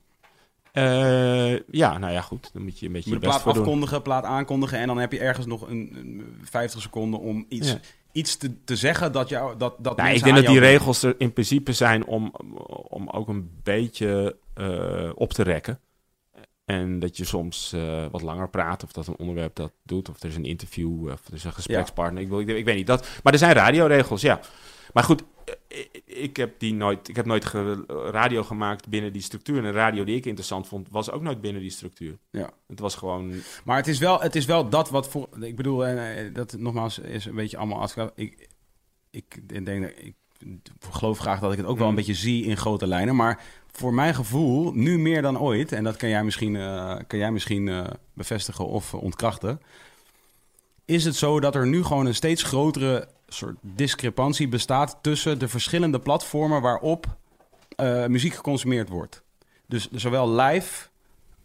Speaker 3: Eh, ja, nou ja, goed. Dan moet je
Speaker 1: Je
Speaker 3: een beetje
Speaker 1: moet
Speaker 3: je
Speaker 1: de
Speaker 3: best
Speaker 1: plaat
Speaker 3: voor doen.
Speaker 1: afkondigen, plaat aankondigen. En dan heb je ergens nog een, een 50 seconden om iets,
Speaker 3: Ja.
Speaker 1: iets te, te zeggen dat jou. Dat, dat
Speaker 3: Nou, ik
Speaker 1: mensen
Speaker 3: denk
Speaker 1: aan
Speaker 3: dat die
Speaker 1: jou-
Speaker 3: regels er in principe zijn om, om ook een beetje eh, op te rekken. En dat je soms eh, wat langer praat, of dat een onderwerp dat doet, of er is een interview, eh, of er is een gesprekspartner. Ik, wil, ik, ik weet niet dat. Maar er zijn radioregels, ja. Maar goed, eh, ik, ik heb, die nooit, ik heb nooit ge- radio gemaakt binnen die structuur. En een radio die ik interessant vond, was ook nooit binnen die structuur.
Speaker 1: Ja.
Speaker 3: Het was gewoon.
Speaker 1: Maar het is, wel, het is wel dat wat voor. Ik bedoel, en, eh, dat nogmaals is een beetje allemaal. afge- Ik, ik denk, dat- ik geloof graag dat ik het ook wel een
Speaker 3: Mm.
Speaker 1: beetje zie in grote lijnen. Maar voor mijn gevoel, nu meer dan ooit. En dat kan jij misschien, eh, kan jij misschien eh, bevestigen of eh, ontkrachten. Is het zo dat er nu gewoon een steeds grotere soort discrepantie bestaat tussen de verschillende platformen waarop eh, muziek geconsumeerd wordt? Dus zowel live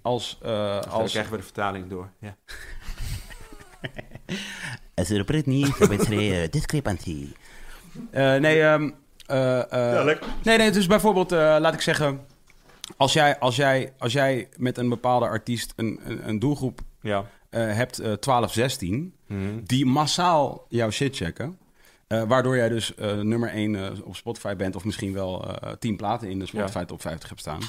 Speaker 1: als, eh,
Speaker 3: Dan
Speaker 1: als
Speaker 3: krijgen we de vertaling door. Ja.
Speaker 6: Es er oprit niet, er bent geen discrepantie.
Speaker 1: Eh, nee, ehm, eh, eh, nee, nee, dus bijvoorbeeld, eh, laat ik zeggen... Als jij, als, jij, als jij met een bepaalde artiest een, een, een doelgroep
Speaker 3: ja.
Speaker 1: eh, hebt, eh 12, 16... die massaal jouw shit checken... eh, waardoor jij dus eh, nummer 1 op Spotify bent... of misschien wel eh 10 platen in de Spotify top 50 hebt staan...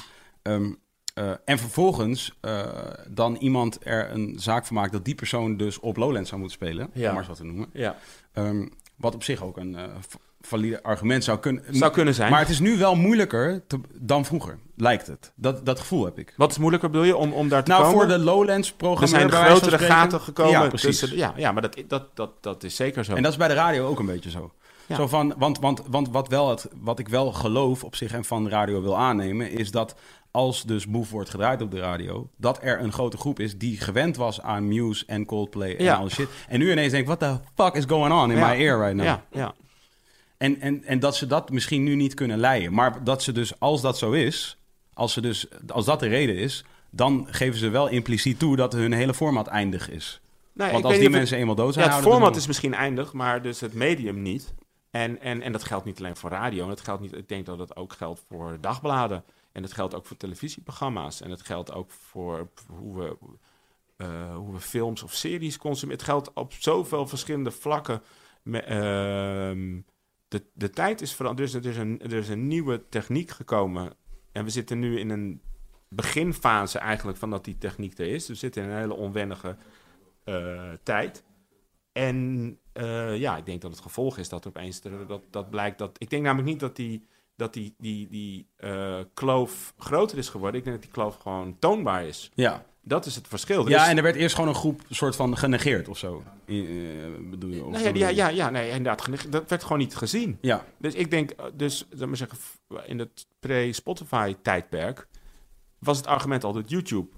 Speaker 1: Ehm, eh, en vervolgens eh, dan iemand er een zaak van maakt... dat die persoon dus op Lowlands zou moeten spelen... om
Speaker 3: Ja.
Speaker 1: maar eens wat te noemen...
Speaker 3: Ja.
Speaker 1: Ehm, wat op zich ook een eh, v- valide argument zou kunnen.
Speaker 3: Zou kunnen zijn.
Speaker 1: Maar het is nu wel moeilijker te- dan vroeger, lijkt het. Dat, dat gevoel heb ik.
Speaker 3: Wat is moeilijker bedoel je om, om daar te
Speaker 1: Nou,
Speaker 3: komen?
Speaker 1: voor de
Speaker 3: er
Speaker 1: Lowlands-programma
Speaker 3: zijn grotere gaten gekomen.
Speaker 1: Ja, precies.
Speaker 3: tussen- ja, ja maar dat, dat, dat, dat is zeker zo.
Speaker 1: En dat is bij de radio ook een beetje zo.
Speaker 3: Ja.
Speaker 1: Zo van, want want, want wat, wel het, wat ik wel geloof op zich en van radio wil aannemen, is dat als dus Move wordt gedraaid op de radio, dat er een grote groep is die gewend was aan Muse en Coldplay en
Speaker 3: Ja.
Speaker 1: al die shit. En nu ineens denkt, what the fuck is going on in
Speaker 3: Ja.
Speaker 1: my ear right now?
Speaker 3: ja, ja.
Speaker 1: En, en, en dat ze dat misschien nu niet kunnen leiden. Maar dat ze dus, als dat zo is, als, ze dus, als dat de reden is, dan geven ze wel impliciet toe dat hun hele format eindig is.
Speaker 3: Nou, ik
Speaker 1: Want als
Speaker 3: weet
Speaker 1: die
Speaker 3: niet of het-
Speaker 1: mensen eenmaal dood
Speaker 3: Ja,
Speaker 1: zijn,
Speaker 3: het
Speaker 1: houden we
Speaker 3: format
Speaker 1: ervan
Speaker 3: is misschien eindig, maar dus het medium niet. En, en, en dat geldt niet alleen voor radio. Dat geldt niet, ik denk dat dat ook geldt voor dagbladen. En dat geldt ook voor televisieprogramma's. En dat geldt ook voor hoe we, eh, hoe we films of series consumeren. Het geldt op zoveel verschillende vlakken. Me- ehm, de, de tijd is veranderd. Dus er is, een, er is een nieuwe techniek gekomen. En we zitten nu in een beginfase eigenlijk van dat die techniek er is. We zitten in een hele onwennige eh, tijd. En eh, ja, ik denk dat het gevolg is dat er opeens er- dat, dat blijkt dat. Ik denk namelijk niet dat die, dat die, die, die eh, kloof groter is geworden. Ik denk dat die kloof gewoon toonbaar is.
Speaker 1: Ja.
Speaker 3: Dat is het verschil. Dus- Er is-
Speaker 1: ja, en er werd eerst gewoon een groep soort van genegeerd of zo. Eh, eh, bedoel je? Of
Speaker 3: nou
Speaker 1: zo
Speaker 3: ja, die- ja,
Speaker 1: bedoel je?
Speaker 3: ja, ja, nee, inderdaad. gene- Dat werd gewoon niet gezien.
Speaker 1: Ja.
Speaker 3: Dus ik denk, eh, dus, laat maar zeggen, f- in het pre-Spotify-tijdperk was het argument altijd YouTube.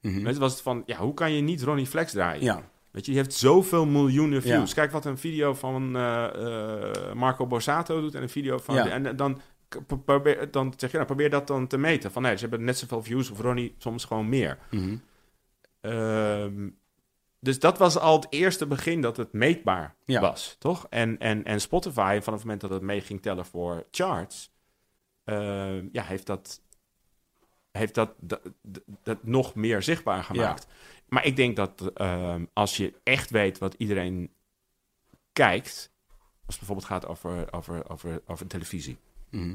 Speaker 1: Mhm.
Speaker 3: Het was het van, ja, hoe kan je niet Ronnie Flex draaien?
Speaker 1: Ja.
Speaker 3: Weet je, die heeft zoveel miljoenen
Speaker 1: Ja.
Speaker 3: views. Kijk wat een video van eh, eh, Marco Borsato doet en een video van...
Speaker 1: Ja.
Speaker 3: En dan, k- probeer, dan zeg je, nou, probeer dat dan te meten. Van, nee, ze hebben net zoveel views of Ronnie soms gewoon meer.
Speaker 1: Mhm.
Speaker 3: Ehm, dus dat was al het eerste begin dat het meetbaar
Speaker 1: Ja.
Speaker 3: was, toch? En, en, en Spotify, vanaf het moment dat het mee ging tellen voor charts, ehm, ja, heeft dat, heeft dat, dat, dat nog meer zichtbaar gemaakt. Maar ik denk dat ehm, als je echt weet wat iedereen kijkt, als het bijvoorbeeld gaat over, over, over, over televisie.
Speaker 1: Mhm.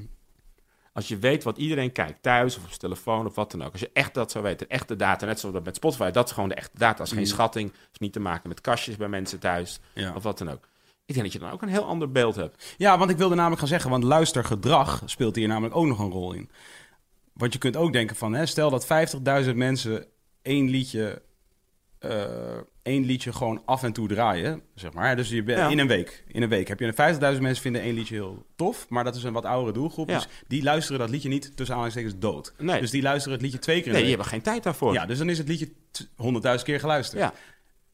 Speaker 3: Als je weet wat iedereen kijkt, thuis of op zijn telefoon of wat dan ook. Als je echt dat zou weten, echte data, net zoals dat met Spotify, dat is gewoon de echte data. Dat is geen
Speaker 1: Mm.
Speaker 3: schatting, dat is niet te maken met kastjes bij mensen thuis
Speaker 1: Ja.
Speaker 3: of wat dan ook. Ik denk dat je dan ook een heel ander beeld hebt.
Speaker 1: Ja, want ik wilde namelijk gaan zeggen, want luistergedrag speelt hier namelijk ook nog een rol in. Want je kunt ook denken van, hè, stel dat 50.000 mensen één liedje, eh, één liedje gewoon af en toe draaien, zeg maar. Dus je bent
Speaker 3: Ja.
Speaker 1: in een week, in een week heb je 50.000 mensen vinden één liedje heel tof, maar dat is een wat oudere doelgroep,
Speaker 3: Ja.
Speaker 1: dus die luisteren dat liedje niet tussen aanhalingstekens dood.
Speaker 3: Nee.
Speaker 1: Dus die luisteren het liedje twee keer.
Speaker 3: Nee,
Speaker 1: in
Speaker 3: die
Speaker 1: de
Speaker 3: hebben geen tijd daarvoor.
Speaker 1: week. Ja, dus dan is het liedje t- 100.000 keer geluisterd.
Speaker 3: ja.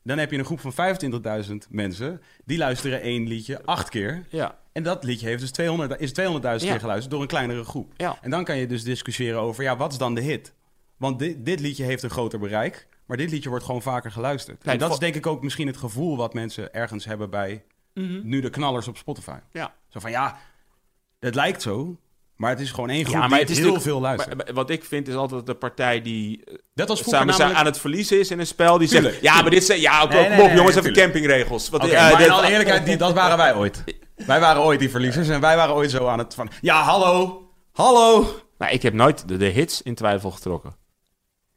Speaker 1: Dan heb je een groep van 25.000 mensen, die luisteren één liedje acht keer.
Speaker 3: ja.
Speaker 1: En dat liedje heeft dus 200, is 200.000
Speaker 3: Ja.
Speaker 1: keer geluisterd door een kleinere groep.
Speaker 3: Ja.
Speaker 1: En dan kan je dus discussiëren over, ja, wat is dan de hit? Want di- dit liedje heeft een groter bereik, maar dit liedje wordt gewoon vaker geluisterd.
Speaker 3: Nee,
Speaker 1: en dat
Speaker 3: vo-
Speaker 1: is denk ik ook misschien het gevoel wat mensen ergens hebben bij
Speaker 3: Mhm.
Speaker 1: nu de knallers op Spotify.
Speaker 3: Ja.
Speaker 1: Zo van, ja, het lijkt zo, maar het is gewoon één groep
Speaker 3: Ja, maar
Speaker 1: die
Speaker 3: het is
Speaker 1: heel
Speaker 3: natuurlijk-
Speaker 1: veel luistert.
Speaker 3: Maar- maar wat ik vind is altijd de partij die eh,
Speaker 1: dat was vroeger
Speaker 3: samen zijn
Speaker 1: namelijk...
Speaker 3: aan het verliezen is in een spel. Die
Speaker 1: Tuurlijk,
Speaker 3: zegt, ja, maar dit zijn... Ja, oké,
Speaker 1: Nee,
Speaker 3: kom
Speaker 1: nee,
Speaker 3: op
Speaker 1: nee,
Speaker 3: jongens,
Speaker 1: nee,
Speaker 3: even
Speaker 1: tuurlijk.
Speaker 3: campingregels. Wat,
Speaker 1: Oké,
Speaker 3: eh,
Speaker 1: maar
Speaker 3: dit-
Speaker 1: in alle eerlijkheid, die, dat waren wij ooit. Wij waren ooit die verliezers en wij waren ooit zo aan het van... Ja, hallo, hallo.
Speaker 3: Nou, ik heb nooit de, de hits in twijfel getrokken.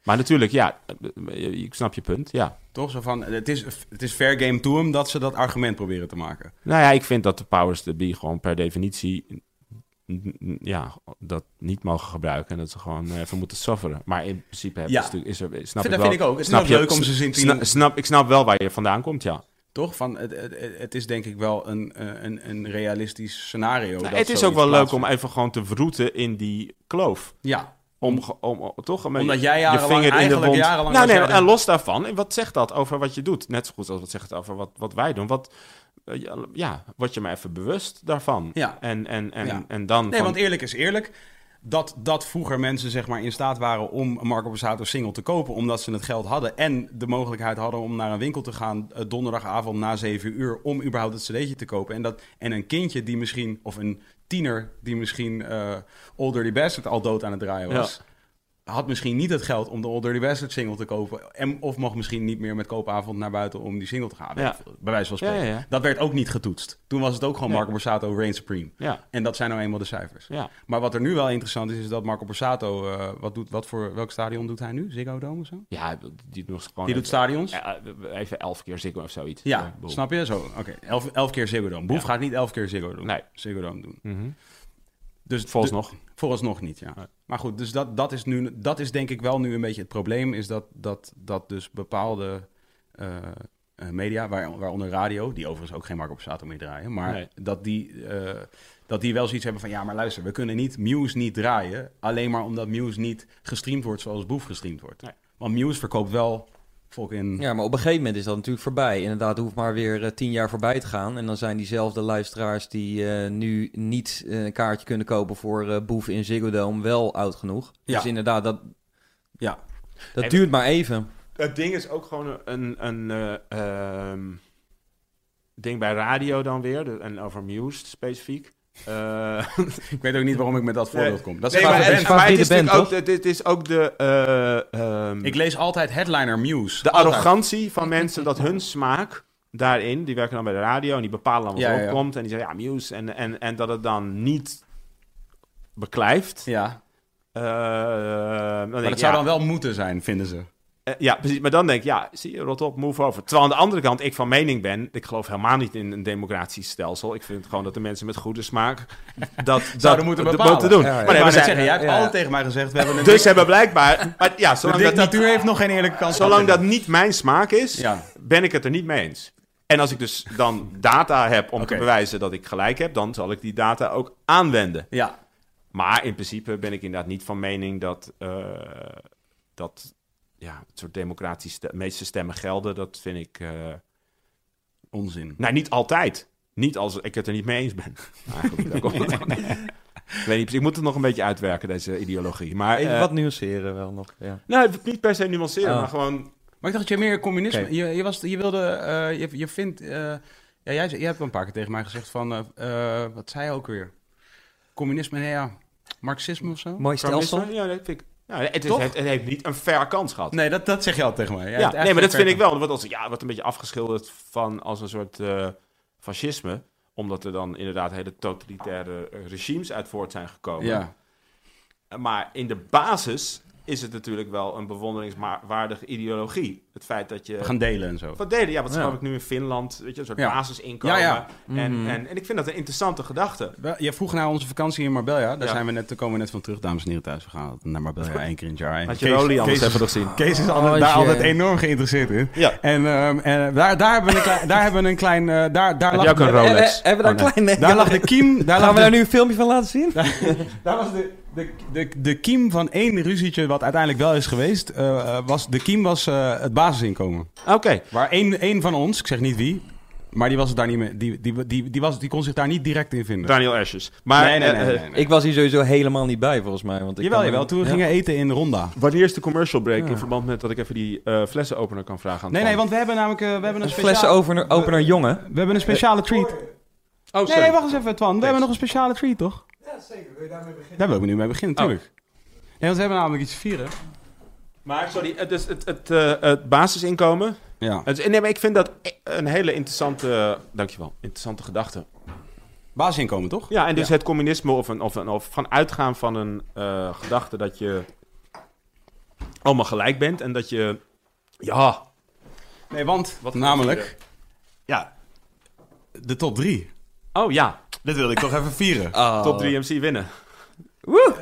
Speaker 3: Maar natuurlijk, ja, eh, ik snap je punt, ja.
Speaker 1: Toch? Zo van, het is, het is fair game to hem dat ze dat argument proberen te maken.
Speaker 3: Nou ja, ik vind dat de powers that be gewoon per definitie n- n- ja, dat niet mogen gebruiken. En dat ze gewoon eh, even moeten sufferen. Maar in principe hebben
Speaker 1: Ja.
Speaker 3: ze natuurlijk- is er, snap
Speaker 1: Vind-
Speaker 3: ik
Speaker 1: dat
Speaker 3: wel.
Speaker 1: vind ik ook. Het is
Speaker 3: snap
Speaker 1: wel leuk om ze zin te
Speaker 3: sna-
Speaker 1: doen.
Speaker 3: snap, Ik snap wel waar je vandaan komt, ja.
Speaker 1: Toch? Van, het, het, het is denk ik wel een, eh, een, een realistisch scenario.
Speaker 3: Nou,
Speaker 1: dat
Speaker 3: het is ook
Speaker 1: zoiets
Speaker 3: wel leuk om
Speaker 1: plaatsvindt.
Speaker 3: even gewoon te vroeten in die kloof.
Speaker 1: Ja,
Speaker 3: Om, ge- om, om- toch? Om
Speaker 1: Omdat
Speaker 3: je-
Speaker 1: jij
Speaker 3: je
Speaker 1: jarenlang-
Speaker 3: vinger in de
Speaker 1: eigenlijk
Speaker 3: wond-
Speaker 1: jarenlang
Speaker 3: Nou,
Speaker 1: was
Speaker 3: nee,
Speaker 1: jij de-
Speaker 3: en los daarvan, en wat zegt dat over wat je doet? Net zo goed als wat zegt het over wat, wat wij doen. Wat, eh, ja, ja, word je maar even bewust daarvan.
Speaker 1: Ja.
Speaker 3: En, en, en,
Speaker 1: Ja.
Speaker 3: en dan.
Speaker 1: nee,
Speaker 3: van-
Speaker 1: want eerlijk is eerlijk. Dat, dat vroeger mensen zeg maar in staat waren om een Marco Borsato single te kopen... omdat ze het geld hadden en de mogelijkheid hadden om naar een winkel te gaan... eh, donderdagavond na 7 uur om überhaupt het cd'tje te kopen. En, dat, en een kindje die misschien, of een tiener die misschien eh All Dirty Bastard al dood aan het draaien was... had misschien niet het geld om de All Dirty Bastard single te kopen. En, of mocht misschien niet meer met koopavond naar buiten om die single te gaan.
Speaker 3: Ja.
Speaker 1: Bij wijze van
Speaker 3: Ja,
Speaker 1: spreken.
Speaker 3: ja, ja.
Speaker 1: Dat werd ook niet getoetst. Toen was het ook gewoon Marco Borsato, Reign Supreme.
Speaker 3: ja,
Speaker 1: En dat zijn nou eenmaal de cijfers.
Speaker 3: ja.
Speaker 1: Maar wat er nu wel interessant is, is dat Marco Borsato... eh, wat doet, wat voor, welk stadion doet hij nu? Ziggo Dome of zo?
Speaker 3: Ja, die doet gewoon
Speaker 1: Die doet
Speaker 3: even,
Speaker 1: stadions? Ja,
Speaker 3: ja, even elf keer Ziggo of zoiets. boel.
Speaker 1: snap je? Zo, oké. Elf, elf keer Ziggo Dome. Boef
Speaker 3: Eh, Ja.
Speaker 1: gaat niet elf keer Ziggo Dome,
Speaker 3: Nee.
Speaker 1: Ziggo Dome doen.
Speaker 3: Mhm.
Speaker 1: Dus
Speaker 3: Volgens
Speaker 1: de-
Speaker 3: nog.
Speaker 1: Vooralsnog niet, ja.
Speaker 3: Nee.
Speaker 1: Maar goed, dus dat, dat, is nu, dat is denk ik wel nu een beetje het probleem. Is dat, dat, dat dus bepaalde eh, eh, media, waar, waaronder radio, die overigens ook geen Marco Borsato meer draaien, maar
Speaker 3: Nee.
Speaker 1: dat, die, eh, dat die wel zoiets hebben van: ja, maar luister, we kunnen niet Muse niet draaien. Alleen maar omdat Muse niet gestreamd wordt zoals Boef gestreamd wordt.
Speaker 3: Nee.
Speaker 1: Want Muse verkoopt wel fucking.
Speaker 2: Ja, maar op een gegeven moment is dat natuurlijk voorbij. Inderdaad, er hoeft maar weer eh, tien jaar voorbij te gaan. En dan zijn diezelfde luisteraars die eh, nu niet eh, een kaartje kunnen kopen voor eh, Boef in Ziggo Dome wel oud genoeg.
Speaker 1: Ja.
Speaker 2: Dus inderdaad, dat,
Speaker 1: Ja.
Speaker 2: dat
Speaker 3: En-
Speaker 2: duurt maar even.
Speaker 3: Het ding is ook gewoon een, een eh, ehm, ding bij radio dan weer. de- en over Muse specifiek. Eh,
Speaker 1: Ik weet ook niet waarom ik met dat voorbeeld kom. Dat is
Speaker 3: nee,
Speaker 1: een
Speaker 3: maar,
Speaker 1: favoriete
Speaker 3: en-
Speaker 1: band.
Speaker 3: maar het
Speaker 7: favoriete
Speaker 3: is
Speaker 7: band,
Speaker 3: natuurlijk ook, de- dit is ook de, eh, ehm,
Speaker 1: Ik lees altijd headliner Muse.
Speaker 3: de
Speaker 1: Altijd.
Speaker 3: arrogantie van mensen dat hun smaak daarin, die werken dan bij de radio en die bepalen dan wat
Speaker 1: Ja,
Speaker 3: er
Speaker 1: ja, ja.
Speaker 3: opkomt en die zeggen ja, muse en, en, en dat het dan niet beklijft.
Speaker 1: Ja,
Speaker 3: Eh, dan denk
Speaker 1: maar dat
Speaker 3: ik, ja,
Speaker 1: zou dan wel moeten zijn, vinden ze.
Speaker 3: Eh, ja, precies. Maar dan denk ik, ja, zie je, rot op, move over. Terwijl aan de andere kant ik van mening ben, ik geloof helemaal niet in een democratisch stelsel. Ik vind gewoon dat de mensen met goede smaak dat
Speaker 1: Zouden moeten bepalen.
Speaker 3: doen.
Speaker 2: Ja, ja.
Speaker 3: Maar,
Speaker 1: ik
Speaker 3: nee, we
Speaker 1: wou net
Speaker 3: zijn-
Speaker 1: zeggen, jij hebt
Speaker 2: ja.
Speaker 1: altijd tegen mij gezegd, we hebben een
Speaker 3: dus hebben blijkbaar, maar ja,
Speaker 1: de
Speaker 3: zolang, dat niet,
Speaker 1: dictatuur heeft nog geen eerlijke kans.
Speaker 3: zolang dat niet mijn smaak is,
Speaker 1: Ja.
Speaker 3: ben ik het er niet mee eens. En als ik dus dan data heb om
Speaker 1: Oké.
Speaker 3: te bewijzen dat ik gelijk heb, dan zal ik die data ook aanwenden.
Speaker 1: Ja,
Speaker 3: Maar in principe ben ik inderdaad niet van mening dat, eh, dat ja, het soort democratisch, de meeste stemmen gelden. Dat vind ik. eh,
Speaker 1: onzin.
Speaker 3: nou, niet altijd. Niet als ik het er niet mee eens ben. Eigenlijk, daar komt het aan. Ik weet niet, ik moet het nog een beetje uitwerken, deze ideologie. Maar
Speaker 2: Even
Speaker 3: eh,
Speaker 2: wat nuanceren wel nog. Ja.
Speaker 3: nou, niet per se nuanceren,
Speaker 2: Oh.
Speaker 3: maar gewoon.
Speaker 1: Maar ik dacht dat je meer communisme...
Speaker 2: Oké.
Speaker 1: Je, je, was, je wilde... eh, je, je vindt... eh, ja, jij, jij hebt een paar keer tegen mij gezegd van... eh, eh, wat zei je ook weer? Communisme, nee ja. Marxisme of zo?
Speaker 2: Mooi stelsel.
Speaker 3: Ja, dat vind ik. Nou, het, is,
Speaker 1: Toch?
Speaker 3: het, het heeft niet een fair kans gehad.
Speaker 1: Nee, dat, dat zeg je altijd tegen mij. Jij
Speaker 3: ja,
Speaker 1: hebt
Speaker 3: nee, maar
Speaker 1: eigenlijk
Speaker 3: dat vind ik
Speaker 1: ver-
Speaker 3: wel. Er wordt, als, ja, wordt een beetje afgeschilderd van als een soort eh, fascisme. Omdat er dan inderdaad hele totalitaire eh, regimes uit voort zijn gekomen.
Speaker 1: Ja.
Speaker 3: Maar in de basis is het natuurlijk wel een bewonderingswaardige ideologie. Het feit dat je...
Speaker 1: We gaan delen en zo.
Speaker 3: Wat delen, ja, wat
Speaker 2: Ja.
Speaker 3: geloof ik nu in Finland, weet je, een soort
Speaker 1: Ja.
Speaker 3: basisinkomen.
Speaker 1: Ja, ja. Mm-hmm.
Speaker 3: En,
Speaker 2: Mhm.
Speaker 3: en, en ik vind dat een interessante gedachte.
Speaker 1: Wel, Je vroeg naar onze vakantie in Marbella. Daar
Speaker 3: Ja.
Speaker 1: zijn we net, daar komen we net van terug, dames en heren thuis. We gaan naar Marbella één keer in het jaar. En
Speaker 3: Had je
Speaker 1: Kees-
Speaker 3: Roli anders
Speaker 1: Kees-
Speaker 3: even nog zien.
Speaker 1: Kees is altijd, daar
Speaker 2: Oh, jee.
Speaker 1: altijd enorm geïnteresseerd in.
Speaker 3: Ja.
Speaker 1: En, ehm, en daar, daar hebben we een klein... Daar hebben we een klein eh, daar, daar,
Speaker 3: Heb
Speaker 1: lag,
Speaker 3: jij ook een
Speaker 2: Eh, eh,
Speaker 3: Rolex?
Speaker 2: hebben we daar
Speaker 3: Oh, nee.
Speaker 2: een klein... nee.
Speaker 1: daar lag de kiem... Daar lag
Speaker 2: Gaan we
Speaker 1: de
Speaker 2: daar nu een filmpje van laten zien?
Speaker 1: Daar was de, de, de, de kiem van één ruzietje, wat uiteindelijk wel is geweest, eh, eh, was, de kiem was eh, het basisinkomen.
Speaker 3: Oké.
Speaker 1: Waar één, één van ons, ik zeg niet wie, maar die was het daar niet mee, die, die, die, die, was, die kon zich daar niet direct in vinden.
Speaker 3: Daniel Ashes. Maar
Speaker 1: nee, nee,
Speaker 3: eh,
Speaker 1: nee.
Speaker 3: eh,
Speaker 1: nee, nee.
Speaker 2: Ik was hier sowieso helemaal niet bij, volgens mij. Want ik
Speaker 1: jawel,
Speaker 2: kan me-
Speaker 1: jawel. Toen we
Speaker 2: Ja.
Speaker 1: gingen eten in Ronda.
Speaker 3: wanneer is de commercial break in verband met dat ik even die eh, flessenopener kan vragen aan
Speaker 1: Nee,
Speaker 3: Twan?
Speaker 1: nee, want we hebben namelijk eh, we hebben een
Speaker 2: Een flessen
Speaker 1: speciale...
Speaker 2: opener, opener jongen.
Speaker 1: We hebben een speciale treat.
Speaker 3: Oh, sorry.
Speaker 1: Nee, wacht eens even, Twan. We hebben nog een speciale treat, toch? Ja, zeker. Wil je daarmee beginnen? Daar wil ik nu mee beginnen, natuurlijk. Nee, want we hebben namelijk iets te vieren.
Speaker 3: Maar, sorry, het, is het, het, eh, het basisinkomen.
Speaker 1: Ja.
Speaker 3: Het is- eh, nee, maar ik vind dat e-, een hele interessante, dankjewel, interessante gedachte.
Speaker 1: Basisinkomen, toch?
Speaker 3: Ja, en dus het communisme of, een, of, een, of van uitgaan van een eh, gedachte dat je allemaal gelijk bent en dat je, ja,
Speaker 1: Nee, want
Speaker 3: Wat
Speaker 1: namelijk...
Speaker 3: gebeurt
Speaker 1: Ja, de top drie.
Speaker 3: oh ja,
Speaker 1: Dit wilde ik toch even vieren.
Speaker 3: top 3 MC winnen.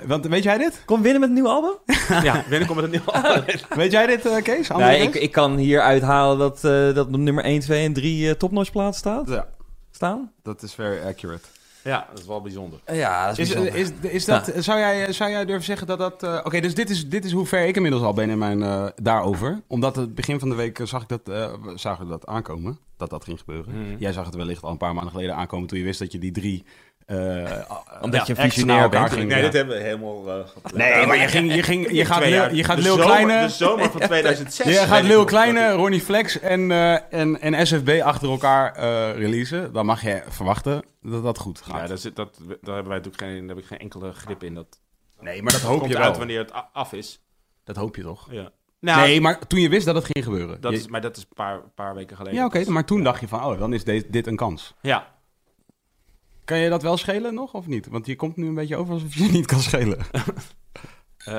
Speaker 1: Want weet jij dit?
Speaker 2: Kom winnen met een nieuw album?
Speaker 3: ja, winnen komt met een nieuw
Speaker 1: Weet jij dit, eh, Kees? Andere
Speaker 2: Nee, ik,
Speaker 1: Kees?
Speaker 2: ik kan hier uithalen dat, eh, dat op nummer 1, 2 en 3 eh, topnotch plaats staat.
Speaker 1: Ja.
Speaker 2: Staan?
Speaker 1: Dat is very accurate.
Speaker 3: Ja, dat is wel bijzonder.
Speaker 2: Ja, dat
Speaker 1: Is, is, is, dat, zou, jij, zou jij durven zeggen dat dat... eh, Oké, dus dit is, dit is hoe ver ik inmiddels al ben in mijn, eh, daarover. Omdat het begin van de week eh, zag ik dat, eh, we zagen dat aankomen. Dat dat ging gebeuren.
Speaker 3: Mhm.
Speaker 1: Jij zag het wellicht al een paar maanden geleden aankomen toen je wist dat je die drie... eh,
Speaker 2: Omdat je een visionair bent.
Speaker 3: Nee, dit hebben we helemaal... eh,
Speaker 1: Nee, maar je, ging, je, ging, je gaat,
Speaker 3: twee
Speaker 1: Lil-
Speaker 3: jaar.
Speaker 1: je gaat
Speaker 3: De
Speaker 1: Lil
Speaker 3: zomer-
Speaker 1: Kleine...
Speaker 3: De zomer van 2006.
Speaker 1: Je
Speaker 3: weet
Speaker 1: gaat
Speaker 3: ik
Speaker 1: Lil
Speaker 3: nog.
Speaker 1: Kleine, Ronnie Flex en, eh, en, en SFB achter elkaar eh, releasen. Dan mag je verwachten dat dat goed gaat.
Speaker 3: Ja, daar, zit, dat, daar hebben wij natuurlijk geen, daar heb ik geen enkele grip in. Dat
Speaker 1: nee, maar dat hoop
Speaker 3: komt uit wanneer het a- af is.
Speaker 1: Dat hoop je toch?
Speaker 3: Ja. Nou,
Speaker 1: nee, maar toen je wist dat het ging gebeuren.
Speaker 3: dat
Speaker 1: Je-
Speaker 3: is, maar dat is een paar, paar weken geleden.
Speaker 1: ja, oké, maar toen dacht je van, oh, dan is deze- dit een kans.
Speaker 3: Ja,
Speaker 1: Kan je dat wel schelen nog, of niet? Want je komt nu een beetje over alsof je het niet kan schelen.
Speaker 3: Eh,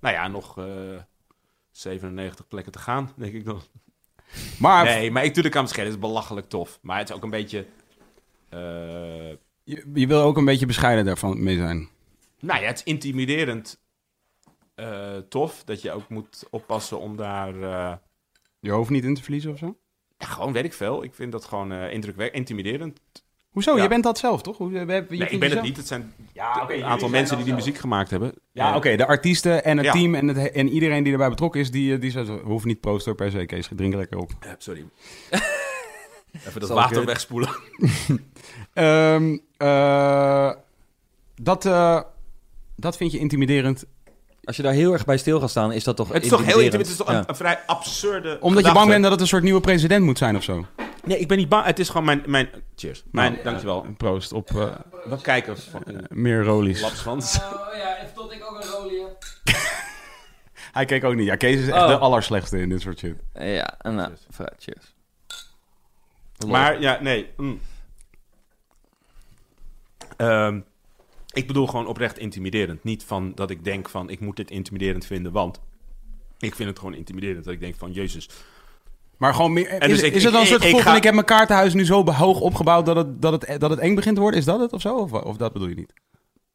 Speaker 3: nou ja, nog eh, 97 plekken te gaan, denk ik dan.
Speaker 1: Maar
Speaker 3: Nee, maar ik doe de kamerschijn. Het is belachelijk tof. Maar het is ook een beetje... eh,
Speaker 1: je, je wil ook een beetje bescheiden daarvan mee zijn.
Speaker 3: nou ja, het is intimiderend eh, tof. Dat je ook moet oppassen om daar... eh,
Speaker 1: Je hoofd niet in te verliezen of zo?
Speaker 3: ja, gewoon, weet ik veel. Ik vind dat gewoon eh indrukwekkend, intimiderend.
Speaker 1: Hoezo?
Speaker 3: Ja.
Speaker 1: Je bent dat zelf, toch? Hoe- eh, je- je- je
Speaker 3: Nee,
Speaker 1: vindt
Speaker 3: ik ben het
Speaker 1: jezelf-
Speaker 3: niet. Het zijn
Speaker 1: Ja, oké,
Speaker 3: een
Speaker 1: jullie
Speaker 3: aantal
Speaker 1: zijn
Speaker 3: mensen
Speaker 1: dat
Speaker 3: die die
Speaker 1: zelf.
Speaker 3: muziek gemaakt hebben.
Speaker 1: Ja,
Speaker 3: Eh,
Speaker 1: oké, de artiesten en het
Speaker 3: Ja.
Speaker 1: team en, het, en iedereen die erbij betrokken is, die, die, die hoeft niet prooster per se, Kees. Drink lekker op.
Speaker 3: eh, sorry. Even dat
Speaker 2: all
Speaker 3: water
Speaker 1: eh,
Speaker 2: good.
Speaker 3: wegspoelen.
Speaker 1: Ehm, eh, dat, eh, dat vind je intimiderend.
Speaker 2: Als je daar heel erg bij stil gaat staan, is dat toch
Speaker 3: Het is toch heel intimiderend. Het is
Speaker 2: intimiderend?
Speaker 3: toch een, een vrij absurde
Speaker 1: Omdat je
Speaker 3: gedachte.
Speaker 1: bang bent dat het een soort nieuwe president moet zijn of zo.
Speaker 3: Nee, ik ben niet bang. Het is gewoon mijn... mijn cheers. Mijn,
Speaker 1: Nou,
Speaker 3: dankjewel. proost op... eh, we kijken. Van, eh,
Speaker 1: Meer rolies.
Speaker 3: Lapswans.
Speaker 2: Oh ja, even tot ik ook een rolie
Speaker 1: Hij keek ook niet. Ja, Kees is echt
Speaker 2: Oh.
Speaker 1: de allerslechtste in dit soort shit.
Speaker 2: Ja, nou, vooruit, cheers.
Speaker 3: Maar ja, nee. mm. Ehm, ik bedoel gewoon oprecht intimiderend. Niet van dat ik denk van ik moet dit intimiderend vinden, want ik vind het gewoon intimiderend. Dat ik denk van Jezus.
Speaker 1: Maar gewoon meer, is,
Speaker 3: dus ik-
Speaker 1: is het dan een soort
Speaker 3: ik- ik- ik
Speaker 1: gevoel van
Speaker 3: ga-
Speaker 1: ik heb mijn kaartenhuis nu zo hoog opgebouwd dat het, dat het, dat het eng begint te worden? Is dat het of zo? Of, of dat bedoel je niet?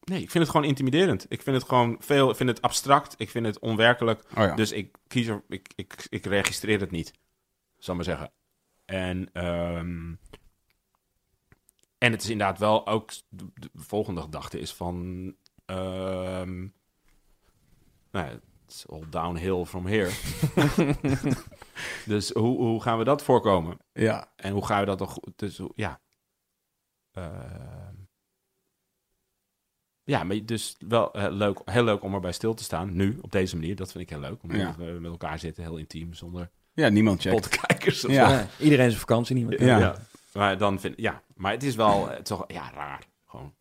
Speaker 3: Nee, ik vind het gewoon intimiderend. Ik vind het gewoon veel. Ik vind het abstract. Ik vind het onwerkelijk.
Speaker 1: Oh ja.
Speaker 3: Dus ik kies er. Ik, ik, ik registreer het niet. Zal ik maar zeggen. En. ehm, en het is inderdaad wel ook. De, de volgende gedachte is van. ehm, nou ja, it's all downhill from here. dus hoe, hoe gaan we dat voorkomen?
Speaker 1: ja.
Speaker 3: En hoe ga je dat dan goed? Dus hoe- ja. Ehm. ja, maar dus wel eh, leuk, heel leuk om erbij stil te staan. Nu, op deze manier. Dat vind ik heel leuk. Omdat
Speaker 1: Ja.
Speaker 3: we met elkaar zitten, heel intiem, zonder
Speaker 1: ja, niemand checkt.
Speaker 3: potkijkers of
Speaker 1: Ja.
Speaker 3: zo.
Speaker 2: Ja, iedereen is op vakantie, niemand.
Speaker 1: Ja.
Speaker 3: Maar dan vind ja. Maar het is wel, eh, toch, ja, raar. Gewoon.